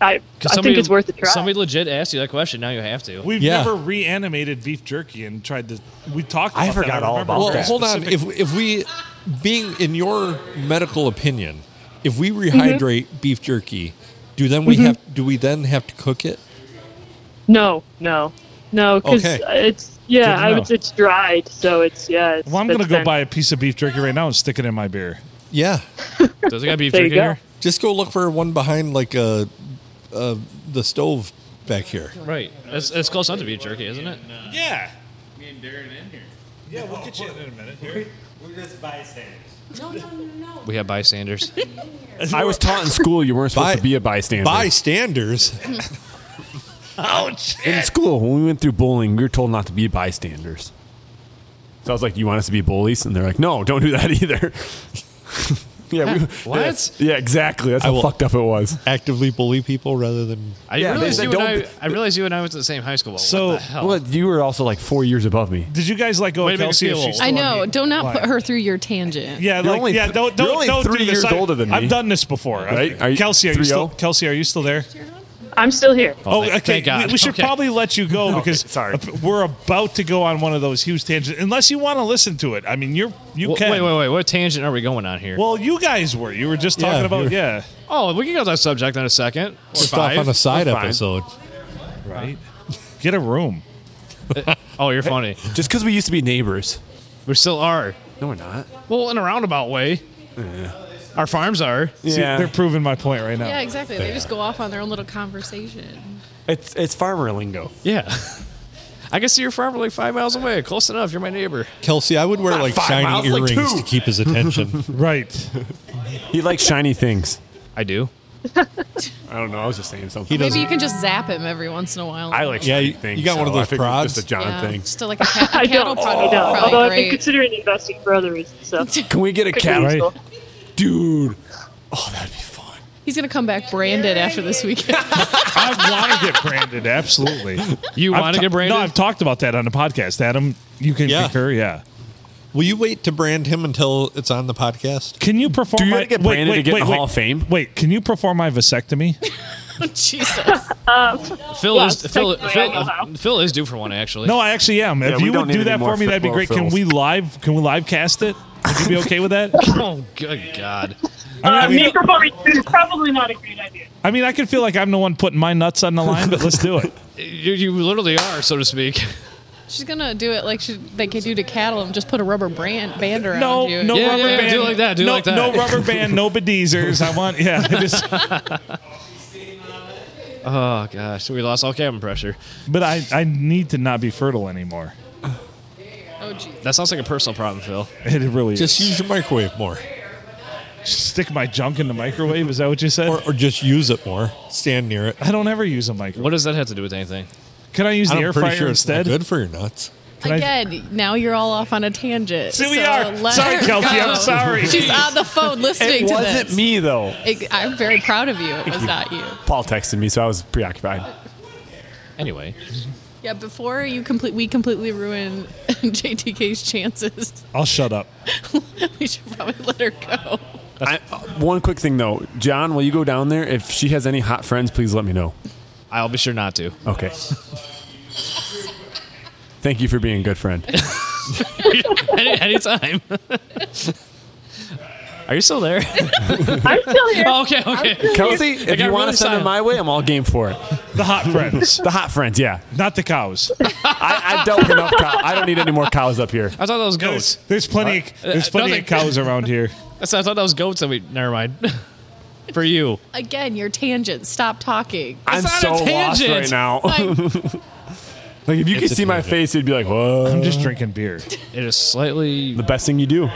Speaker 7: I, I think it's worth a try.
Speaker 3: Somebody legit asked you that question. Now you have to.
Speaker 1: We've
Speaker 5: Yeah.
Speaker 1: never reanimated beef jerky and tried to. We talked. About
Speaker 2: I forgot
Speaker 1: that.
Speaker 2: all
Speaker 1: remember
Speaker 2: about
Speaker 1: very
Speaker 5: Well,
Speaker 2: Okay.
Speaker 5: hold on.
Speaker 1: specific-
Speaker 5: If if we, being in your medical opinion, if we
Speaker 7: Mm-hmm.
Speaker 5: rehydrate beef jerky, do then we have do we then have to cook it?
Speaker 7: no, no, no, because
Speaker 5: Okay.
Speaker 7: it's
Speaker 1: Good
Speaker 7: yeah,
Speaker 1: to
Speaker 7: I
Speaker 1: know.
Speaker 7: would, it's dried, so it's yeah. It's,
Speaker 1: well, I'm gonna
Speaker 7: it's
Speaker 1: go
Speaker 7: been-
Speaker 1: buy a piece of beef jerky right now and stick it in my beer.
Speaker 5: Yeah,
Speaker 3: Does it got beef
Speaker 7: There you
Speaker 3: jerky
Speaker 7: go.
Speaker 3: here?
Speaker 5: just go look for one behind like uh, uh the stove back here.
Speaker 3: Right. It's, it's close enough to beef jerky, isn't it?
Speaker 1: Yeah.
Speaker 8: Me and Darren in here.
Speaker 1: Yeah, we'll get you in a minute.
Speaker 8: We're just bystanders.
Speaker 3: We have bystanders.
Speaker 2: I was taught in school you weren't supposed
Speaker 5: By-
Speaker 2: to be a bystander.
Speaker 5: Bystanders.
Speaker 1: Ouch.
Speaker 2: in school, when we went through bowling, we were told not to be bystanders. So I was like, "You want us to be bullies?" And they're like, "No, don't do that either." yeah, we,
Speaker 3: What?
Speaker 2: Yeah, exactly. That's how
Speaker 5: will-
Speaker 2: fucked up it was.
Speaker 5: Actively bully people rather than
Speaker 3: I
Speaker 2: Yeah, they
Speaker 3: realize
Speaker 2: said
Speaker 3: you and I.
Speaker 2: don't-
Speaker 3: I realize you and I went to the same high school. But
Speaker 1: So,
Speaker 3: what the hell?
Speaker 2: Well, you were also like four years above me.
Speaker 1: Did you guys like go
Speaker 3: Way to make me
Speaker 1: Kelsey?
Speaker 3: feel
Speaker 1: if she's
Speaker 3: old.
Speaker 1: still
Speaker 4: I
Speaker 1: on
Speaker 4: know.
Speaker 1: the
Speaker 4: Do not
Speaker 1: line?
Speaker 4: put her through your tangent.
Speaker 1: Yeah,
Speaker 2: You're
Speaker 1: like
Speaker 2: only
Speaker 1: yeah.
Speaker 2: th-
Speaker 1: Don't don't,
Speaker 2: you're only
Speaker 1: don't do
Speaker 2: three
Speaker 1: this.
Speaker 2: years
Speaker 1: I've-
Speaker 2: older than
Speaker 1: I've
Speaker 2: me.
Speaker 1: done this before.
Speaker 2: Right? Are you- oh?
Speaker 1: Kelsey, are you
Speaker 2: 3-0?
Speaker 1: still Kelsey? Are you still there?
Speaker 7: I'm still here.
Speaker 1: Oh,
Speaker 3: thank-
Speaker 1: okay.
Speaker 3: Oh, thank God.
Speaker 1: We, we should
Speaker 3: Okay.
Speaker 1: probably let you go because
Speaker 2: sorry.
Speaker 1: we're about to go on one of those huge tangents. Unless you want to listen to it, I mean, you're you
Speaker 3: Wh-
Speaker 1: can.
Speaker 3: Wait, wait, wait. What tangent are we going on here?
Speaker 1: Well, you guys were. You were just talking
Speaker 5: Yeah,
Speaker 1: about
Speaker 5: you're-
Speaker 1: yeah,
Speaker 3: oh, we can go to that subject in a second. Or
Speaker 5: just off on a
Speaker 3: five.
Speaker 5: side
Speaker 2: We're fine.
Speaker 5: episode.
Speaker 1: right. Get a room.
Speaker 3: Oh, you're funny.
Speaker 2: Just because we used to be neighbors.
Speaker 3: We still are.
Speaker 2: No, we're not.
Speaker 3: Well, in a roundabout way. Our farms are.
Speaker 1: See, they're proving my point right now.
Speaker 4: Yeah, exactly. They just go off on their own little conversation.
Speaker 2: it's it's farmer lingo.
Speaker 3: Yeah. I can see your farm from like five miles away. Close enough. You're my neighbor.
Speaker 5: Kelsey, I would wear like
Speaker 2: five
Speaker 5: shiny
Speaker 2: miles, like
Speaker 5: earrings
Speaker 2: two.
Speaker 5: to keep his attention.
Speaker 1: Right.
Speaker 2: He likes shiny things.
Speaker 3: I do.
Speaker 2: I don't know. I was just saying something.
Speaker 5: He doesn't.
Speaker 4: Maybe you can just zap him every once in a while.
Speaker 2: I like
Speaker 5: Yeah,
Speaker 2: shiny
Speaker 5: you-
Speaker 2: things.
Speaker 5: you got one of
Speaker 2: so I
Speaker 5: those
Speaker 2: figured it's Just a
Speaker 5: prods?
Speaker 2: John
Speaker 4: yeah,
Speaker 2: thing.
Speaker 4: Just like a, cat,
Speaker 7: I
Speaker 4: a cattle
Speaker 7: don't.
Speaker 4: prod would be
Speaker 7: I
Speaker 1: Oh.
Speaker 7: don't.
Speaker 4: probably
Speaker 7: Although I've been
Speaker 4: great.
Speaker 7: considering investing for other reasons. So.
Speaker 2: Can we get a cat,
Speaker 1: Right.
Speaker 2: dude? Oh, that'd be fun.
Speaker 4: He's gonna come back branded after this weekend.
Speaker 1: I want to get branded. Absolutely.
Speaker 3: You
Speaker 1: I've
Speaker 3: want to
Speaker 1: ta-
Speaker 3: get branded?
Speaker 1: No, I've talked about that on the podcast. Adam, you can
Speaker 5: Yeah.
Speaker 1: concur. Yeah.
Speaker 5: Will you wait to brand him until it's on the podcast?
Speaker 1: Can you perform?
Speaker 2: Do you
Speaker 1: my,
Speaker 2: gotta get
Speaker 1: wait,
Speaker 2: branded to
Speaker 1: wait,
Speaker 2: get in
Speaker 1: wait,
Speaker 2: the
Speaker 1: wait,
Speaker 2: Hall of Fame?
Speaker 1: Wait, can you perform my vasectomy?
Speaker 4: Jesus.
Speaker 3: Phil
Speaker 7: Yeah,
Speaker 3: is Phil,
Speaker 7: technically, I know how.
Speaker 3: Phil, Phil is due for one actually.
Speaker 1: No, I actually am.
Speaker 2: Yeah,
Speaker 1: if
Speaker 2: we
Speaker 1: you
Speaker 2: don't
Speaker 1: would
Speaker 2: need
Speaker 1: do
Speaker 2: any
Speaker 1: that
Speaker 2: more
Speaker 1: for me, that'd be
Speaker 2: Phil-
Speaker 1: great. Can
Speaker 2: Phils.
Speaker 1: we live? Can we live cast it? Would you be okay with that?
Speaker 3: Oh, good God.
Speaker 1: I
Speaker 7: Uh,
Speaker 1: mean, I mean,
Speaker 7: microphone return is probably not a great idea.
Speaker 1: I mean, I can feel like I'm the one putting my nuts on the line, but let's do it.
Speaker 3: You, you literally are, so to speak.
Speaker 4: She's gonna do it like she, they could do to cattle and just put a rubber brand, band around
Speaker 1: No,
Speaker 4: you.
Speaker 1: no
Speaker 3: Yeah,
Speaker 1: rubber
Speaker 3: yeah,
Speaker 1: band.
Speaker 3: do it like that, do it
Speaker 1: no,
Speaker 3: like that.
Speaker 1: no rubber band. No bedeezers. I want. Yeah. Just,
Speaker 3: Oh gosh, we lost all cabin pressure.
Speaker 1: but I, I need to not be fertile anymore.
Speaker 4: Oh, geez.
Speaker 3: That sounds like a personal problem, Phil.
Speaker 1: It really
Speaker 5: Just
Speaker 1: is.
Speaker 5: use your microwave more,
Speaker 1: Just stick my junk in the microwave. Is that what you said?
Speaker 5: or, or just use it more. Stand near it.
Speaker 1: I don't ever use a microwave.
Speaker 3: What does that have to do with anything?
Speaker 1: Can I use the
Speaker 5: I'm
Speaker 1: air
Speaker 5: pretty
Speaker 1: fryer
Speaker 5: sure it's not
Speaker 1: instead?
Speaker 5: good for your nuts.
Speaker 1: Can I-
Speaker 4: Again, now you're all off on a tangent.
Speaker 1: See, we
Speaker 4: so
Speaker 1: are.
Speaker 4: let
Speaker 1: Sorry,
Speaker 4: her
Speaker 1: Kelsey, I'm
Speaker 4: go.
Speaker 1: sorry.
Speaker 4: She's on the phone listening
Speaker 2: It
Speaker 4: to
Speaker 2: wasn't
Speaker 4: this.
Speaker 2: me though.
Speaker 4: It- I'm very proud of you. It was
Speaker 2: you.
Speaker 4: not you.
Speaker 2: Paul texted me, so I was preoccupied.
Speaker 3: Anyway,
Speaker 4: Yeah, before you complete, we completely ruin JTK's chances.
Speaker 1: I'll shut up.
Speaker 4: we should probably let her go.
Speaker 2: I, uh, one quick thing though, John, will you go down there? If she has any hot friends, please let me know.
Speaker 3: I'll be sure not to.
Speaker 2: Okay. Thank you for being a good friend.
Speaker 3: Any, anytime. Are you still there?
Speaker 7: I'm still here.
Speaker 3: Oh, okay, okay.
Speaker 2: Kelsey,
Speaker 3: I
Speaker 2: if
Speaker 3: got
Speaker 2: you want
Speaker 3: really
Speaker 2: to send
Speaker 3: silent.
Speaker 2: them my way, I'm all game for it.
Speaker 1: The hot friends,
Speaker 2: The hot friends, yeah.
Speaker 1: not the cows.
Speaker 2: I, I've dealt with enough cows. I don't need any more cows up here.
Speaker 3: I thought that was
Speaker 1: There's,
Speaker 3: goats.
Speaker 1: there's plenty. Of, there's
Speaker 3: Uh,
Speaker 1: plenty
Speaker 3: nothing.
Speaker 1: of cows around here.
Speaker 3: I said- I thought that was goats. And we never mind. For you,
Speaker 4: Again, your tangent. Stop talking.
Speaker 2: I'm
Speaker 3: It's
Speaker 2: so
Speaker 3: on a
Speaker 2: lost right
Speaker 3: tangent.
Speaker 2: now. Like
Speaker 4: Like,
Speaker 2: if you could
Speaker 5: a
Speaker 2: see my
Speaker 5: tangent.
Speaker 2: face, you'd be like, "Whoa!"
Speaker 1: I'm just drinking beer.
Speaker 3: it is slightly.
Speaker 2: The best thing you do.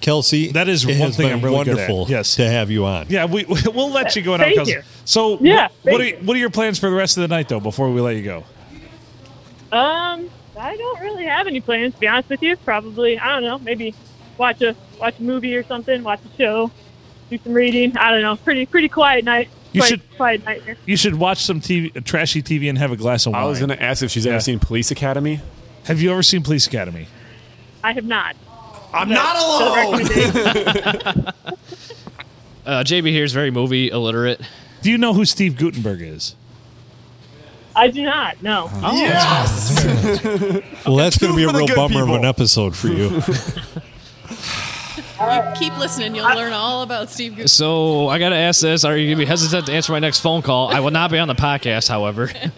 Speaker 5: Kelsey,
Speaker 1: That is
Speaker 5: it
Speaker 1: one
Speaker 5: has
Speaker 1: thing
Speaker 5: been
Speaker 1: I'm really good at.
Speaker 5: wonderful
Speaker 1: Yes.
Speaker 5: to have you on.
Speaker 1: Yeah, we we'll let you go now,
Speaker 7: Thank
Speaker 1: cousin.
Speaker 7: you.
Speaker 1: So, wh-
Speaker 7: Yeah,
Speaker 1: what,
Speaker 7: thank
Speaker 1: are
Speaker 7: you.
Speaker 1: what are your plans for the rest of the night though? Before we let you go,
Speaker 7: Um, I don't really have any plans to be honest with you. Probably I don't know. Maybe watch a watch a movie or something. Watch a show. Do some reading. I don't know. Pretty pretty quiet night.
Speaker 1: You
Speaker 7: Quiet-
Speaker 1: should-
Speaker 7: quiet night here.
Speaker 1: you should watch some TV, trashy TV, and have a glass of wine.
Speaker 2: I was gonna ask if she's
Speaker 1: Yeah.
Speaker 2: ever seen Police Academy.
Speaker 1: have you ever seen Police Academy?
Speaker 7: I have not.
Speaker 2: I'm not alone.
Speaker 3: Uh, JB here is very movie illiterate.
Speaker 1: Do you know who Steve Gutenberg is?
Speaker 7: I do not. No.
Speaker 5: Well, that's going to be
Speaker 2: for
Speaker 5: a
Speaker 2: the
Speaker 5: real
Speaker 2: good
Speaker 5: bummer
Speaker 2: people.
Speaker 5: of an episode for you.
Speaker 4: keep listening. You'll learn all about Steve Goose.
Speaker 3: So I gotta ask this: Are you gonna be hesitant to answer my next phone call? I will not be on the podcast, however.
Speaker 7: No.
Speaker 3: Okay,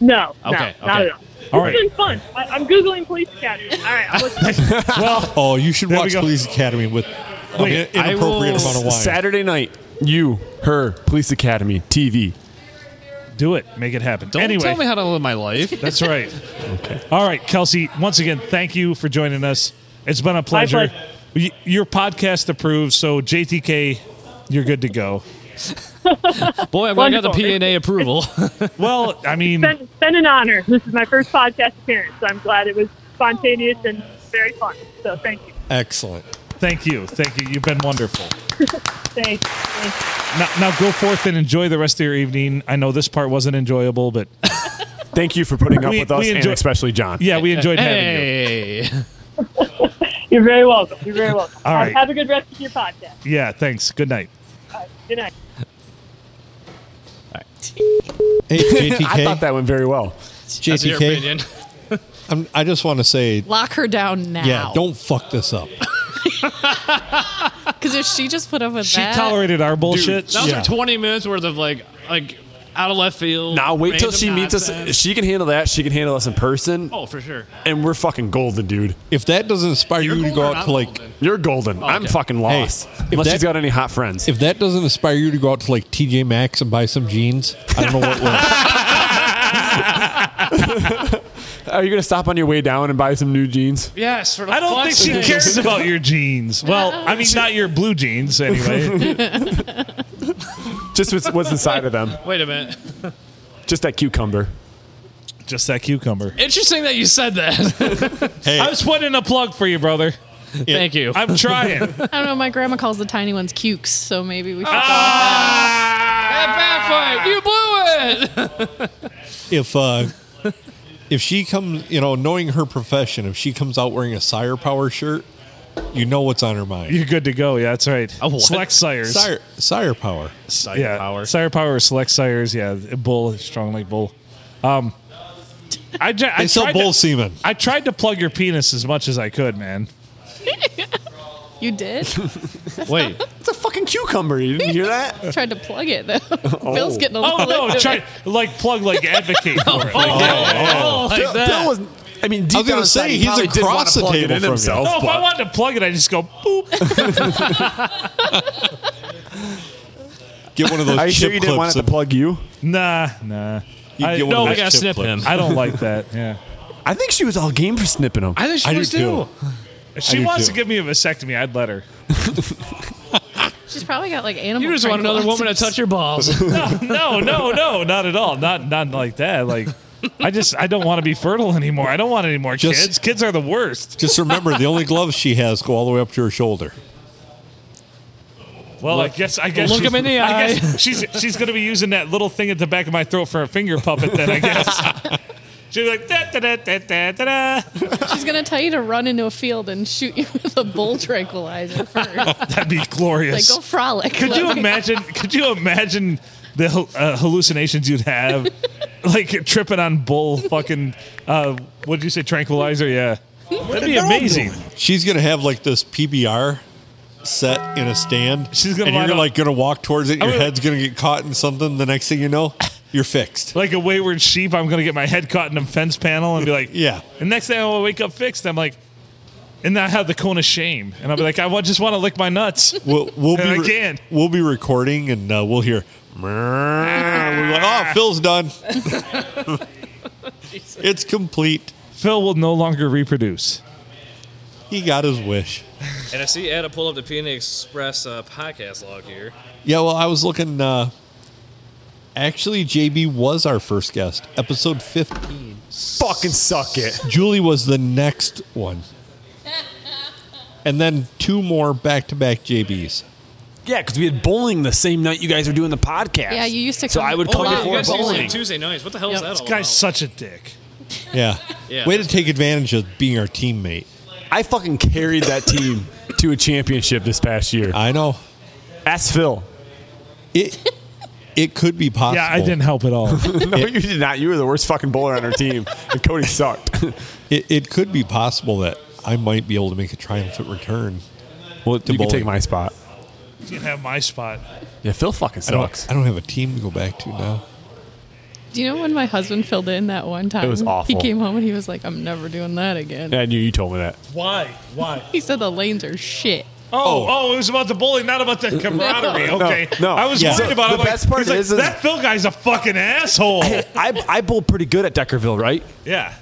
Speaker 7: No, Not
Speaker 3: okay.
Speaker 7: at all.
Speaker 1: All
Speaker 7: It's
Speaker 1: right.
Speaker 7: been fun. I, I'm googling police academy. All right. I'm listening.
Speaker 5: Oh, you should
Speaker 1: There we
Speaker 5: watch
Speaker 1: go.
Speaker 5: Police Academy with
Speaker 1: Wait,
Speaker 5: an
Speaker 3: I
Speaker 5: inappropriate
Speaker 3: will-
Speaker 5: amount of wine.
Speaker 2: Saturday night, you, her, Police Academy, TV.
Speaker 1: Do it. Make it happen.
Speaker 3: Don't
Speaker 1: anyway,
Speaker 3: tell me how to live my life.
Speaker 1: that's right. All right, Kelsey. Once again, thank you for joining us. It's been a pleasure.
Speaker 7: pleasure.
Speaker 1: Y- Your podcast approved, so JTK, you're good to go.
Speaker 3: Boy, well, I got the
Speaker 7: Wonderful.
Speaker 3: PNA approval.
Speaker 1: Well, I mean,
Speaker 7: It's been, it's been an honor. This is my first podcast appearance, so I'm glad it was spontaneous and very fun. So thank you.
Speaker 5: Excellent.
Speaker 1: thank you, thank you. You've been wonderful.
Speaker 7: Thank you. Thank you.
Speaker 1: Now, now go forth and enjoy the rest of your evening. I know this part wasn't enjoyable, but
Speaker 2: Thank you for putting up
Speaker 1: We-
Speaker 2: with us,
Speaker 1: we
Speaker 2: and
Speaker 1: enjoy-
Speaker 2: especially John.
Speaker 1: yeah, we enjoyed having you.
Speaker 3: hey,
Speaker 7: You're very welcome. You're very welcome.
Speaker 1: All
Speaker 7: Have-
Speaker 1: right.
Speaker 7: Have a good rest of your podcast.
Speaker 1: Yeah, thanks. Good night.
Speaker 7: All right. Good night.
Speaker 5: Hey, JTK.
Speaker 2: I thought that went very well.
Speaker 3: that's your
Speaker 5: JTK.
Speaker 3: opinion.
Speaker 5: I'm, I just want to say,
Speaker 4: Lock her down now.
Speaker 5: yeah, don't fuck this up.
Speaker 4: Because if she just put up with
Speaker 1: She
Speaker 4: that,
Speaker 1: tolerated our bullshit.
Speaker 3: That was
Speaker 5: Yeah.
Speaker 3: like 20 minutes worth of like, like out of left field.
Speaker 2: Now wait till
Speaker 3: random
Speaker 2: she meets us.
Speaker 3: nonsense.
Speaker 2: She can handle that. She can handle us in person,
Speaker 3: Oh, for sure.
Speaker 2: and we're fucking golden, dude.
Speaker 5: If that doesn't inspire
Speaker 3: You're
Speaker 5: you to
Speaker 3: golden,
Speaker 5: go out
Speaker 3: I'm
Speaker 5: to like,
Speaker 3: golden.
Speaker 2: You're golden. I'm
Speaker 3: Oh, okay.
Speaker 2: fucking lost.
Speaker 5: if
Speaker 2: Unless
Speaker 5: that-
Speaker 2: she's got any hot friends.
Speaker 5: if that doesn't inspire you to go out to like TJ Maxx and buy some jeans, I don't know what will.
Speaker 2: Are you gonna stop on your way down and buy some new jeans?
Speaker 3: Yes, for the
Speaker 1: I don't think
Speaker 3: fuck's
Speaker 1: she
Speaker 3: sake.
Speaker 1: cares about your jeans. Well, I mean, not your blue jeans, anyway.
Speaker 2: Just what's, what's inside of them.
Speaker 3: Wait a minute.
Speaker 2: Just that cucumber.
Speaker 1: Just that cucumber.
Speaker 3: Interesting that you said that.
Speaker 5: Hey,
Speaker 1: I was putting in a plug for you, brother.
Speaker 3: Thank you.
Speaker 1: I'm trying.
Speaker 4: I don't know. My grandma calls the tiny ones cukes, so maybe we should.
Speaker 3: Bad fight. You blew it.
Speaker 5: if uh, if she comes, you know, knowing her profession, if she comes out wearing a Sire Power shirt, you know what's on her mind.
Speaker 1: You're good to go. Yeah, that's right.
Speaker 3: A what?
Speaker 1: Select sires.
Speaker 5: Sire, Sire Power.
Speaker 1: yeah. Sire power. or Select sires. Yeah. Bull. Strong like bull. Um, I, ju- I
Speaker 5: They sell
Speaker 1: tried
Speaker 5: bull
Speaker 1: To,
Speaker 5: semen.
Speaker 1: I tried to plug your penis as much as I could, man.
Speaker 4: You did?
Speaker 3: Wait.
Speaker 2: fucking cucumber. You didn't hear that?
Speaker 4: Tried to plug it though. Bill's getting a
Speaker 1: Oh
Speaker 4: little.
Speaker 1: no!
Speaker 4: into
Speaker 1: Try
Speaker 4: it.
Speaker 1: like plug like advocate for it. Like,
Speaker 3: like
Speaker 2: Bill,
Speaker 3: that.
Speaker 2: Bill was. I mean, deep
Speaker 5: I was gonna
Speaker 2: down inside,
Speaker 5: say,
Speaker 2: he
Speaker 5: he's
Speaker 2: probably did wanna
Speaker 5: across the
Speaker 2: plug it
Speaker 5: table
Speaker 2: in
Speaker 5: from you.
Speaker 2: himself.
Speaker 1: no, if
Speaker 2: but-
Speaker 1: I wanted to plug it, I just go boop.
Speaker 5: Get one of those
Speaker 2: Are you
Speaker 5: chip
Speaker 2: sure you didn't want
Speaker 5: clips.
Speaker 2: it to plug you?
Speaker 1: Nah, nah. I,
Speaker 5: get one
Speaker 1: no,
Speaker 5: of
Speaker 1: I, got-
Speaker 3: we gotta
Speaker 5: those chip
Speaker 3: snip
Speaker 5: clips.
Speaker 3: him.
Speaker 1: I don't like that. Yeah.
Speaker 2: I think she was all game for snipping him.
Speaker 3: I think she
Speaker 5: I do
Speaker 3: was too.
Speaker 5: too.
Speaker 1: If she
Speaker 5: do
Speaker 1: wants
Speaker 5: too.
Speaker 1: to give me a vasectomy, I'd let her.
Speaker 4: She's probably got like animal.
Speaker 3: You just want another woman to
Speaker 4: tranquilizers.
Speaker 3: touch your balls.
Speaker 1: No, no, no, no, not at all. Not not like that. Like I just I don't want to be fertile anymore. I don't want any more
Speaker 5: Just-
Speaker 1: kids. Kids are the worst.
Speaker 5: Just remember, the only gloves she has go all the way up to her shoulder.
Speaker 1: Well, I guess I guess
Speaker 3: Look
Speaker 1: she's-
Speaker 3: him in the
Speaker 1: I guess she's she's gonna be using that little thing at the back of my throat for a finger puppet. Then I guess she'll be like da da da da da da. da.
Speaker 4: She's gonna tell you to run into a field and shoot you with a bull tranquilizer first. like
Speaker 1: That'd be glorious.
Speaker 4: go frolic.
Speaker 1: could you
Speaker 4: Let me-
Speaker 1: imagine? Could you imagine the hal- uh, hallucinations you'd have, like tripping on bull fucking? Uh, what did you say? Tranquilizer? Yeah, that'd be amazing.
Speaker 5: She's gonna have like this PBR set in a stand.
Speaker 1: She's gonna
Speaker 5: and
Speaker 1: line
Speaker 5: you're
Speaker 1: up-
Speaker 5: like gonna walk towards it. Your
Speaker 1: gonna-
Speaker 5: head's gonna get caught in something. The next thing you know, you're fixed.
Speaker 1: like a wayward sheep, I'm gonna get my head caught in a fence panel and be like,
Speaker 5: Yeah.
Speaker 1: And next thing I will wake up fixed. I'm like, and I have the cone of shame, and I'll be like, I wa- just want to lick my nuts.
Speaker 5: We'll, we'll be
Speaker 1: And I can't.
Speaker 5: we'll be recording and uh, we'll hear. "Meow." We're like, oh, Phil's done. it's complete.
Speaker 1: Phil will no longer reproduce.
Speaker 5: He got his wish.
Speaker 3: and I see Ada pull up the PNA Express uh, podcast log here.
Speaker 5: Yeah, well, I was looking. Uh, actually, JB was our first guest, episode 15.
Speaker 2: fucking suck it.
Speaker 5: Julie was the next one. And then two more back to back JBs.
Speaker 2: Yeah, because we had bowling the same night you guys were doing the podcast.
Speaker 4: Yeah, you used to
Speaker 2: So
Speaker 4: come
Speaker 2: I would
Speaker 4: a
Speaker 2: come
Speaker 4: lot.
Speaker 3: Oh, you
Speaker 2: before
Speaker 3: guys used to
Speaker 2: bowling.
Speaker 3: do Tuesday nights. What the hell is that
Speaker 1: This
Speaker 3: all
Speaker 1: guy's
Speaker 3: about?
Speaker 1: such a dick.
Speaker 5: Yeah.
Speaker 3: Yeah.
Speaker 5: Way to take advantage of being our teammate.
Speaker 2: I fucking carried that team to a championship this past year.
Speaker 5: I know.
Speaker 2: Uh, Ask Phil.
Speaker 5: It it could be possible.
Speaker 1: Yeah, I didn't help at all.
Speaker 2: No, you did not. You were the worst fucking bowler on our team, and Cody sucked.
Speaker 5: It, it could be possible that I might be able to make a triumphant return.
Speaker 2: Well, you
Speaker 5: bowling.
Speaker 2: can take my spot.
Speaker 1: you can have my spot.
Speaker 2: Yeah, Phil fucking
Speaker 5: I
Speaker 2: sucks.
Speaker 5: don't, I don't have a team to go back to now.
Speaker 4: Do you know when my husband filled in that one time?
Speaker 2: It was awful.
Speaker 4: He came home and he was like, "I'm never doing that again."
Speaker 2: Yeah, I knew you told me that.
Speaker 1: Why? Why?
Speaker 4: He said the lanes are shit.
Speaker 1: Oh, oh, it was about the bullying, not about the camaraderie. Okay,
Speaker 2: no.
Speaker 1: I was
Speaker 5: Yeah.
Speaker 1: worried about
Speaker 2: The
Speaker 1: it. I'm like-
Speaker 2: best part
Speaker 1: he's like,
Speaker 2: is- is-
Speaker 1: that Phil guy's a fucking asshole.
Speaker 2: I, I bowl pretty good at Deckerville, right?
Speaker 1: yeah,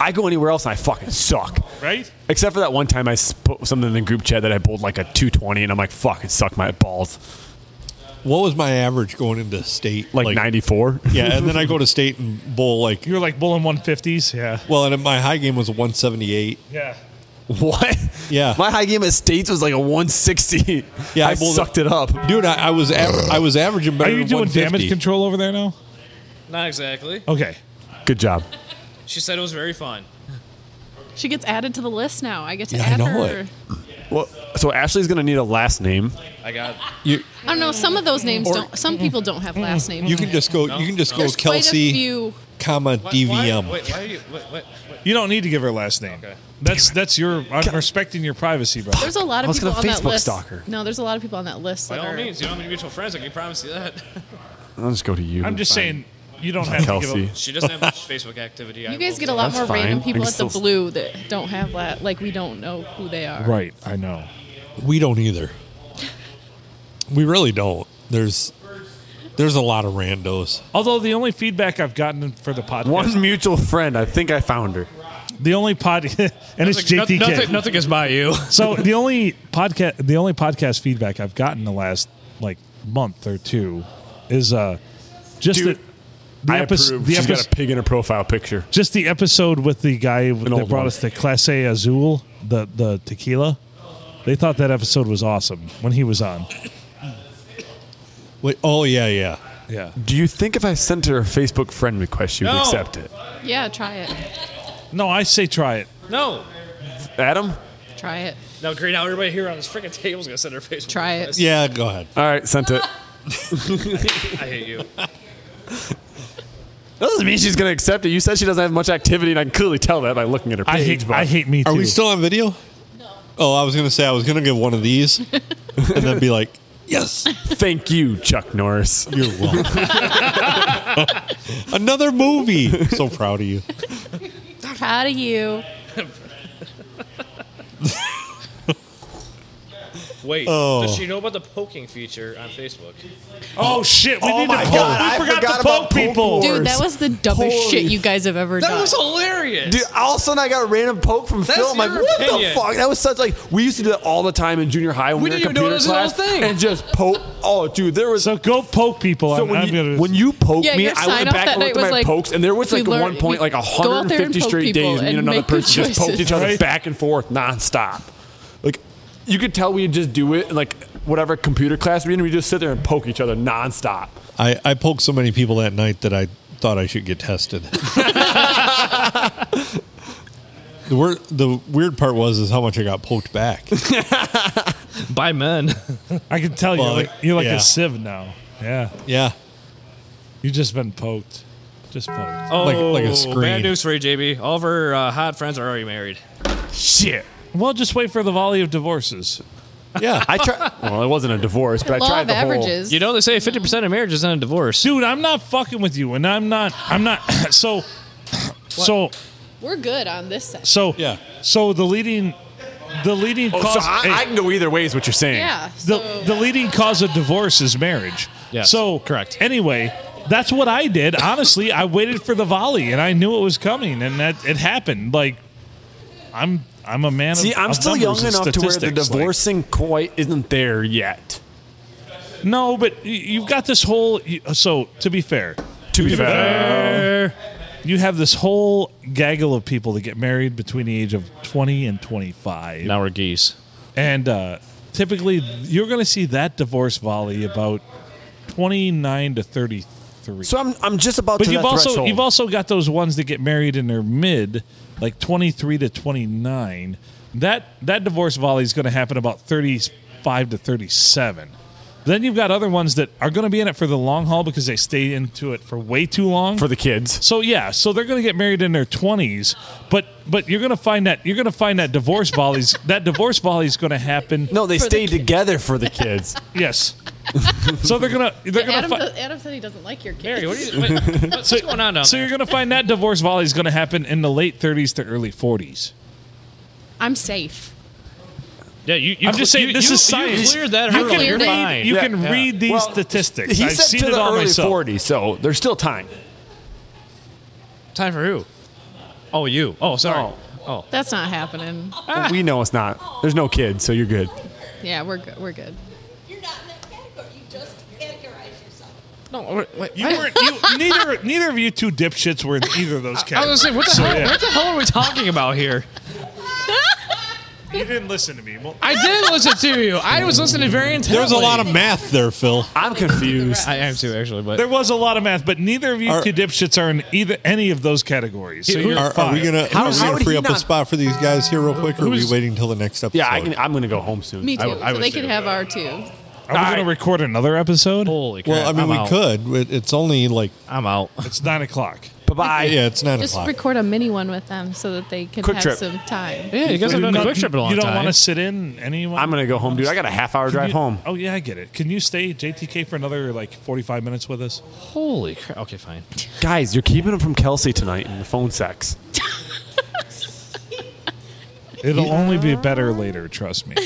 Speaker 2: I go anywhere else and I fucking suck.
Speaker 1: right.
Speaker 2: Except for that one time I put something in the group chat that I bowled like a 220, and I'm like, fuck, it sucked my balls.
Speaker 5: What was my average going into state?
Speaker 2: Like, 94.
Speaker 5: Yeah, and then I go to state and bowl like.
Speaker 1: You were like bowling 150s. Yeah,
Speaker 5: Well, and my high game was a 178.
Speaker 1: yeah.
Speaker 2: What?
Speaker 5: Yeah.
Speaker 2: My high game at States was like a 160.
Speaker 5: Yeah, I
Speaker 2: I,
Speaker 5: bowled
Speaker 2: sucked it up.
Speaker 5: Dude, I, I was aver- I was averaging
Speaker 1: Are
Speaker 5: better.
Speaker 1: you
Speaker 5: than
Speaker 1: doing damage
Speaker 5: 150.
Speaker 1: control over there now?
Speaker 3: Not exactly.
Speaker 1: Okay.
Speaker 2: Good job.
Speaker 3: She said it was very fun.
Speaker 4: She gets added to the list now. I get to
Speaker 5: Yeah, I
Speaker 4: add
Speaker 5: know
Speaker 4: her.
Speaker 5: it.
Speaker 2: Well, so Ashley's going to need a last name.
Speaker 3: I got
Speaker 4: I don't know. Some of those names don't. Some people don't have last names.
Speaker 5: You can just go. You can just go
Speaker 4: There's quite a
Speaker 5: Kelsey,
Speaker 4: few-
Speaker 5: comma DVM.
Speaker 3: Wait, why are you? What, what, what?
Speaker 1: You don't need to give her last name. That's that's your. I'm respecting your privacy, bro.
Speaker 4: There's a lot
Speaker 2: I
Speaker 4: of
Speaker 2: was
Speaker 4: people
Speaker 2: gonna
Speaker 4: on that
Speaker 2: Facebook
Speaker 4: list.
Speaker 2: stalk her.
Speaker 4: No, there's a lot of people on that list.
Speaker 3: By
Speaker 4: that
Speaker 3: all
Speaker 4: are-
Speaker 3: means, you don't have any mutual friends. I can promise you that.
Speaker 2: I'll just go to you.
Speaker 1: I'm just saying you don't have to give
Speaker 2: Kelsey.
Speaker 1: up.
Speaker 3: She doesn't have much Facebook activity.
Speaker 4: You guys get a lot
Speaker 2: That's
Speaker 4: more random
Speaker 2: fine. I
Speaker 4: people
Speaker 2: can
Speaker 4: at the
Speaker 2: still-
Speaker 4: blue that don't have that. Like we don't know who they are.
Speaker 1: Right, I know.
Speaker 5: We don't either. We really don't. There's there's a lot of randos.
Speaker 1: Although the only feedback I've gotten for the podcast,
Speaker 2: One mutual friend. I think I found her.
Speaker 1: the only pod, and it's JTK.
Speaker 3: Nothing, nothing is by you.
Speaker 1: So the only podcast, the only podcast feedback I've gotten the last like month or two is uh just
Speaker 2: Dude,
Speaker 1: the, the
Speaker 2: I
Speaker 1: epis-
Speaker 2: approve.
Speaker 1: the
Speaker 2: She's
Speaker 1: epis-
Speaker 2: got a pig in her profile picture.
Speaker 1: just the episode with the guy that
Speaker 2: old
Speaker 1: brought
Speaker 2: one.
Speaker 1: us the Classe Azul, the the tequila. They thought that episode was awesome when he was on.
Speaker 5: Wait, oh yeah, yeah.
Speaker 1: Yeah.
Speaker 2: Do you think if I sent her a Facebook friend request, she would
Speaker 3: No.
Speaker 2: accept it?
Speaker 4: Yeah, try it.
Speaker 1: No, I say try it.
Speaker 3: No.
Speaker 2: Adam?
Speaker 4: Try it.
Speaker 3: No, great. Now everybody here on this freaking table is gonna send their Facebook.
Speaker 4: Try it.
Speaker 3: request.
Speaker 5: Yeah, go ahead.
Speaker 2: All right, sent it.
Speaker 3: I hate you.
Speaker 2: That doesn't mean she's going to accept it. You said she doesn't have much activity, and I can clearly tell that by looking at her page.
Speaker 1: I hate.
Speaker 2: but
Speaker 1: I hate me too.
Speaker 5: Are we still on video? No. Oh, I was gonna say I was gonna give one of these, and then be like, Yes.
Speaker 2: Thank you, Chuck Norris.
Speaker 5: You're welcome. Another movie. So proud of you.
Speaker 4: Proud of you.
Speaker 3: Wait,
Speaker 5: Oh.
Speaker 3: does she know about the poking feature on Facebook?
Speaker 1: Oh shit! We need to
Speaker 9: my
Speaker 1: poke.
Speaker 9: God, I
Speaker 1: we forgot,
Speaker 9: forgot
Speaker 1: to
Speaker 9: about
Speaker 1: poke people.
Speaker 9: poke
Speaker 4: Dude, that was the dumbest
Speaker 9: Holy
Speaker 4: shit you guys have ever done.
Speaker 3: That was hilarious.
Speaker 9: Dude, all of a sudden I got a random poke from Phil. I'm like,
Speaker 3: your
Speaker 9: what
Speaker 3: opinion.
Speaker 9: the fuck? That was such like we used to do that all the time in junior high when
Speaker 3: We
Speaker 9: we, were in
Speaker 3: didn't even know
Speaker 9: computer
Speaker 3: this was a
Speaker 9: class
Speaker 3: little thing.
Speaker 9: and just poke. Oh, dude, there was.
Speaker 1: so go poke people.
Speaker 9: So
Speaker 1: I'm,
Speaker 9: when,
Speaker 1: I'm
Speaker 9: you,
Speaker 1: gonna,
Speaker 9: when you poked
Speaker 4: Yeah,
Speaker 9: me,
Speaker 4: your
Speaker 9: I
Speaker 4: sign
Speaker 9: went
Speaker 4: off
Speaker 9: back
Speaker 4: that
Speaker 9: and looked
Speaker 4: night
Speaker 9: at
Speaker 4: was
Speaker 9: my
Speaker 4: like,
Speaker 9: pokes, and there was
Speaker 4: we
Speaker 9: like at
Speaker 4: learn-
Speaker 9: one point
Speaker 4: we
Speaker 9: like
Speaker 4: go out there and
Speaker 9: 150
Speaker 4: poke
Speaker 9: straight
Speaker 4: people
Speaker 9: days, me
Speaker 4: and
Speaker 9: and another
Speaker 4: make good
Speaker 9: person just poked each
Speaker 4: choices.
Speaker 9: other
Speaker 1: Right.
Speaker 9: back and forth nonstop.
Speaker 2: Like, you could tell we just do it in like whatever computer class we in. We just sit there and poke each other nonstop.
Speaker 5: I, I poked so many people that night that I thought I should get tested. the weird the weird part was is how much I got poked back.
Speaker 3: By men.
Speaker 1: I can tell
Speaker 5: Well,
Speaker 1: you, like, you're like
Speaker 5: yeah.
Speaker 1: a sieve now. Yeah,
Speaker 5: Yeah.
Speaker 1: you've just been poked. Just poked.
Speaker 3: Oh,
Speaker 5: Like- like a
Speaker 3: bad
Speaker 5: screen.
Speaker 3: news for you, JB. All of her uh, hot friends are already married.
Speaker 2: Shit.
Speaker 1: Well, just wait for the volley of divorces.
Speaker 5: Yeah.
Speaker 2: I tried. Well, it wasn't a divorce, but I
Speaker 4: Law
Speaker 2: tried
Speaker 4: of
Speaker 2: the whole-
Speaker 4: averages.
Speaker 3: You know they say 50% of marriages end in divorce.
Speaker 1: dude i'm not fucking with you and i'm not i'm not so so
Speaker 4: We're good on this side.
Speaker 1: so
Speaker 5: Yeah.
Speaker 1: so the leading the leading
Speaker 2: Oh,
Speaker 1: cause
Speaker 2: so I,
Speaker 1: hey,
Speaker 2: I can go either way, is what you're saying.
Speaker 4: Yeah.
Speaker 1: the,
Speaker 4: so-
Speaker 1: the leading cause of divorce is marriage
Speaker 3: Yes,
Speaker 1: so
Speaker 3: correct.
Speaker 1: anyway that's what i did honestly i waited for the volley and i knew it was coming and that it happened like i'm i'm a man
Speaker 2: See,
Speaker 1: of,
Speaker 2: I'm
Speaker 1: of
Speaker 2: still young
Speaker 1: numbers and
Speaker 2: enough to where the
Speaker 1: statistics, like-
Speaker 2: divorcing quite isn't there yet.
Speaker 1: no but y- you've got this whole y- so to be fair
Speaker 2: To be
Speaker 1: you have this whole gaggle of people that get married between the age of 20 and 25
Speaker 3: Now we're geese.
Speaker 1: and uh, typically you're going to see that divorce volley about 29 to 33
Speaker 9: So I'm, I'm just about
Speaker 1: but
Speaker 9: to
Speaker 1: you've
Speaker 9: that
Speaker 1: also
Speaker 9: threshold.
Speaker 1: you've also got those ones that get married in their mid like 23 to 29 that that divorce volley is going to happen about 35 to 37 then you've got other ones that are going to be in it for the long haul because they stay into it for way too long
Speaker 2: for the kids.
Speaker 1: so yeah, so they're going to get married in their twenties, but but you're going to find that you're going to find that divorce volleys that divorce volley is going to happen.
Speaker 2: No, they
Speaker 4: For the
Speaker 2: stay
Speaker 4: kids.
Speaker 2: together for the kids.
Speaker 1: Yes. So they're gonna they're gonna
Speaker 4: Adam,
Speaker 1: fi-
Speaker 4: Adam said he doesn't like your kids.
Speaker 3: Mary, what are you, wait, what's going on down
Speaker 1: so
Speaker 3: there?
Speaker 1: you're gonna find that divorce volley is going to happen in the late 30s to early 40s.
Speaker 4: I'm safe.
Speaker 3: Yeah, you, you
Speaker 1: I'm just saying
Speaker 3: you-
Speaker 1: this
Speaker 3: you-
Speaker 1: is science.
Speaker 3: You cleared that
Speaker 1: You
Speaker 3: hurdle.
Speaker 1: can
Speaker 3: You're
Speaker 1: read
Speaker 3: fine.
Speaker 1: you
Speaker 2: Yeah,
Speaker 1: can
Speaker 2: yeah.
Speaker 1: read these
Speaker 2: Well,
Speaker 1: statistics.
Speaker 2: He
Speaker 1: I've
Speaker 2: said
Speaker 1: seen
Speaker 2: to
Speaker 1: it
Speaker 2: the
Speaker 1: all
Speaker 2: early
Speaker 1: myself.
Speaker 2: 40s, so there's still time.
Speaker 3: Time for who? Oh, you. Oh, sorry. Oh.
Speaker 4: That's not happening.
Speaker 2: But we know it's not. There's no kids, so you're good.
Speaker 4: Yeah, we're good. We're good.
Speaker 10: You're not in that category. You just categorize yourself.
Speaker 4: No, wait,
Speaker 1: You weren't you neither neither of you two dipshits were in either of those
Speaker 3: I
Speaker 1: categories.
Speaker 3: was gonna say, what the,
Speaker 1: So,
Speaker 3: hell,
Speaker 1: yeah.
Speaker 3: what the hell are we talking about here?
Speaker 1: You didn't listen to me. Well,
Speaker 3: I did listen to you. I was listening very intently.
Speaker 5: There was a lot of math there, Phil.
Speaker 2: I'm confused.
Speaker 3: I am too, actually, but
Speaker 1: there was a lot of math, but neither of you
Speaker 5: Are-
Speaker 1: two dipshits are in either any of those categories. So
Speaker 3: Who-
Speaker 1: you're
Speaker 5: Are, are
Speaker 1: fine.
Speaker 5: we gonna
Speaker 2: How-
Speaker 5: are we
Speaker 2: how
Speaker 5: gonna
Speaker 2: did
Speaker 5: free
Speaker 2: he
Speaker 5: up a
Speaker 2: not-
Speaker 5: spot for these guys here real quick, or are we
Speaker 1: Who's-
Speaker 5: waiting until the next episode?
Speaker 2: yeah, I can, I'm going to go home soon.
Speaker 4: Me too.
Speaker 2: I-
Speaker 1: I
Speaker 4: so
Speaker 1: would
Speaker 4: they
Speaker 1: say
Speaker 4: could have our two.
Speaker 1: Are we
Speaker 2: All
Speaker 1: going to
Speaker 2: right.
Speaker 1: record another episode?
Speaker 3: holy crap.
Speaker 5: Well, I mean,
Speaker 3: I'm
Speaker 5: we
Speaker 3: out.
Speaker 5: could. but It's only like
Speaker 3: I'm out.
Speaker 1: It's nine o'clock.
Speaker 2: Bye-bye.
Speaker 5: yeah, it's nine
Speaker 4: Just
Speaker 5: o'clock.
Speaker 4: record a mini one with them so that they can
Speaker 2: Quick
Speaker 4: have
Speaker 2: trip.
Speaker 4: some time.
Speaker 3: Yeah, you guys haven't done a quick trip in a long
Speaker 1: you don't
Speaker 3: time.
Speaker 1: want to sit in anyone?
Speaker 2: I'm going to go home, dude. I got a half hour drive
Speaker 1: You-
Speaker 2: home.
Speaker 1: Oh yeah, I get it. Can you stay JTK for another like 45 minutes with us?
Speaker 3: Holy crap. Okay, fine.
Speaker 2: Guys, you're keeping him from Kelsey tonight and the phone sex.
Speaker 1: It'll only be better later, trust me.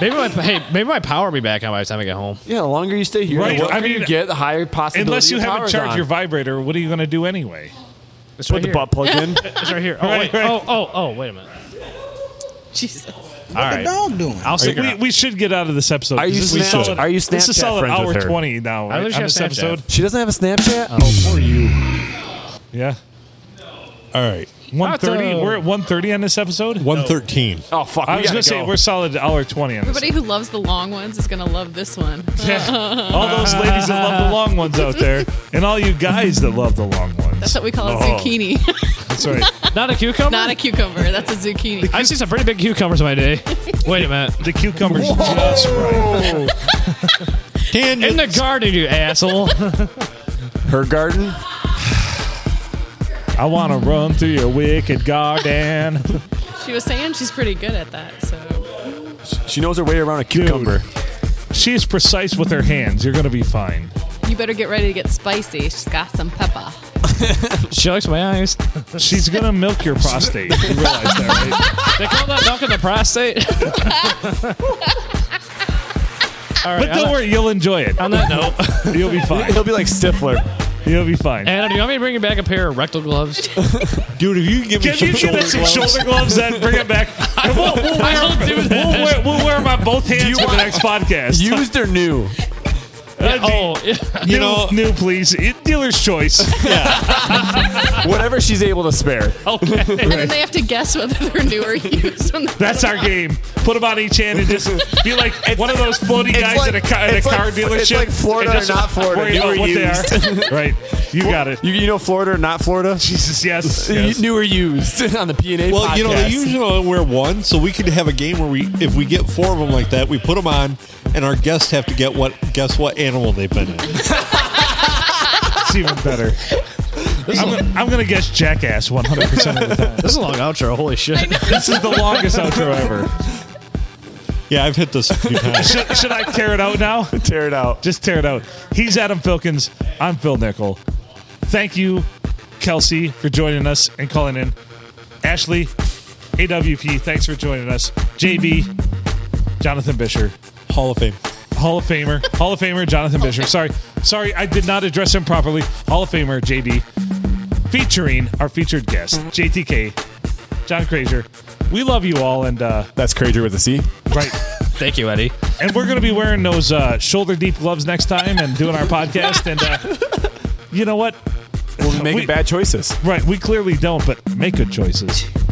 Speaker 3: Maybe my hey, maybe my power will be back on by the time I get home.
Speaker 2: Yeah, the longer you stay here,
Speaker 1: Right,
Speaker 2: the longer
Speaker 1: I mean,
Speaker 2: you get, the higher possibility
Speaker 1: Unless you
Speaker 2: your
Speaker 1: haven't
Speaker 2: power's
Speaker 1: charged
Speaker 2: on.
Speaker 1: your vibrator, what are you going to do anyway?
Speaker 3: It's
Speaker 2: Put
Speaker 3: right
Speaker 2: the
Speaker 3: here.
Speaker 2: butt plug in.
Speaker 3: It's right here. Oh
Speaker 1: Right,
Speaker 3: wait.
Speaker 1: right.
Speaker 3: Oh oh oh wait a minute.
Speaker 4: Jesus.
Speaker 3: All right.
Speaker 9: dog doing?
Speaker 3: I'll stick
Speaker 1: We,
Speaker 3: around.
Speaker 1: we should get out of this episode.
Speaker 2: Are you
Speaker 1: this is a
Speaker 2: Snapchat-
Speaker 1: solid,
Speaker 2: are you
Speaker 1: This is
Speaker 2: Snapchat
Speaker 1: a solid
Speaker 2: friends with
Speaker 1: hour
Speaker 2: her?
Speaker 1: 20 now, right?
Speaker 3: I literally
Speaker 1: on
Speaker 3: have
Speaker 1: this
Speaker 3: Snapchat.
Speaker 1: episode?
Speaker 2: she doesn't have a Snapchat?
Speaker 1: Yeah.
Speaker 5: All right,
Speaker 1: one We're at 130 on this episode?
Speaker 5: one thirteen.
Speaker 2: Oh, fuck.
Speaker 1: I
Speaker 2: uh, we
Speaker 1: was
Speaker 2: gotta
Speaker 1: going to say,
Speaker 2: go.
Speaker 1: we're solid hour 20 on this.
Speaker 4: Everybody who loves the long ones is gonna love this one.
Speaker 1: all those ladies that love the long ones out there, and all you guys that love the long ones.
Speaker 4: That's what we call a zucchini,
Speaker 1: That's right.
Speaker 3: Not a cucumber.
Speaker 4: not a cucumber. That's a zucchini.
Speaker 3: I've seen some pretty big cucumbers in my day. Wait a minute.
Speaker 1: The cucumber's just right.
Speaker 3: In the garden, you asshole.
Speaker 2: Her garden?
Speaker 1: I want to run through your wicked garden.
Speaker 4: She was saying she's pretty good at that, so
Speaker 2: She knows her way around a cucumber.
Speaker 1: She is precise with her hands. You're gonna be fine.
Speaker 4: you better get ready to get spicy. She's got some pepper.
Speaker 3: She likes my eyes.
Speaker 1: She's gonna milk your prostate. You realize that, right?
Speaker 3: They call that milking the prostate. All right,
Speaker 1: But
Speaker 3: on,
Speaker 1: don't worry, you'll enjoy it.
Speaker 3: on that note,
Speaker 1: You'll be fine.
Speaker 2: He'll be like Stifler.
Speaker 1: You'll be fine.
Speaker 3: Anna, do you want me to bring you back a pair of rectal gloves?
Speaker 5: Dude, if you could give me
Speaker 1: Can
Speaker 5: some
Speaker 1: you get
Speaker 5: shoulder
Speaker 1: us some
Speaker 5: gloves,
Speaker 1: shoulder gloves then? Bring it back. And We'll, we'll, wear,
Speaker 3: I don't do
Speaker 1: we'll,
Speaker 3: that.
Speaker 1: wear, we'll wear them on both hands for the next podcast.
Speaker 2: Used or new?
Speaker 1: That'd be
Speaker 3: oh, yeah.
Speaker 1: new,
Speaker 5: you know,
Speaker 1: new, please. It- dealer's choice.
Speaker 2: Whatever she's able to spare.
Speaker 4: And then they have to guess whether they're new or used. From the
Speaker 1: That's our game. Put them on each hand and just be like one of those floaty
Speaker 9: it's
Speaker 1: guys at a,
Speaker 9: like-
Speaker 1: car, at a
Speaker 9: it's like-
Speaker 1: car
Speaker 9: it's
Speaker 1: dealership.
Speaker 9: like Florida
Speaker 1: and
Speaker 9: or
Speaker 1: just
Speaker 9: not Florida,
Speaker 1: worry
Speaker 9: new
Speaker 1: about
Speaker 9: or
Speaker 1: what they are. right. You got it.
Speaker 2: You, you know Florida or not Florida?
Speaker 1: Jesus, yes. yes.
Speaker 2: New or used on the PNA
Speaker 5: Well,
Speaker 2: podcast.
Speaker 5: you know, they usually only wear one, so we could have a game where we, if we get four of them like that, we put them on, and our guests have to get what, guess what animal they've been in.
Speaker 1: It's even better. I'm gonna, I'm gonna guess jackass 100 percent of the time.
Speaker 3: This is a long outro. Holy shit.
Speaker 1: This is the longest outro ever.
Speaker 5: Yeah, I've hit this a few times.
Speaker 1: Should, should I tear it out now?
Speaker 2: tear it out.
Speaker 1: Just tear it out. He's Adam Filkins. I'm Phil Nickel. Thank you, Kelsey, for joining us and calling in. Ashley, AWP, thanks for joining us. JB, Jonathan Bisher,
Speaker 5: Hall of Fame.
Speaker 1: Hall of Famer, Hall of Famer, Jonathan Bisher. Sorry, sorry, I did not address him properly. Hall of Famer, JB, featuring our featured guest, JTK, John Crazier. We love you all, and uh,
Speaker 2: That's crazier with a C.
Speaker 1: right.
Speaker 3: Thank you, Eddie.
Speaker 1: and we're going to be wearing those uh, shoulder deep gloves next time and doing our podcast. And uh, you know what?
Speaker 2: We're making
Speaker 1: We-
Speaker 2: bad choices.
Speaker 1: Right, we clearly don't, but make good choices.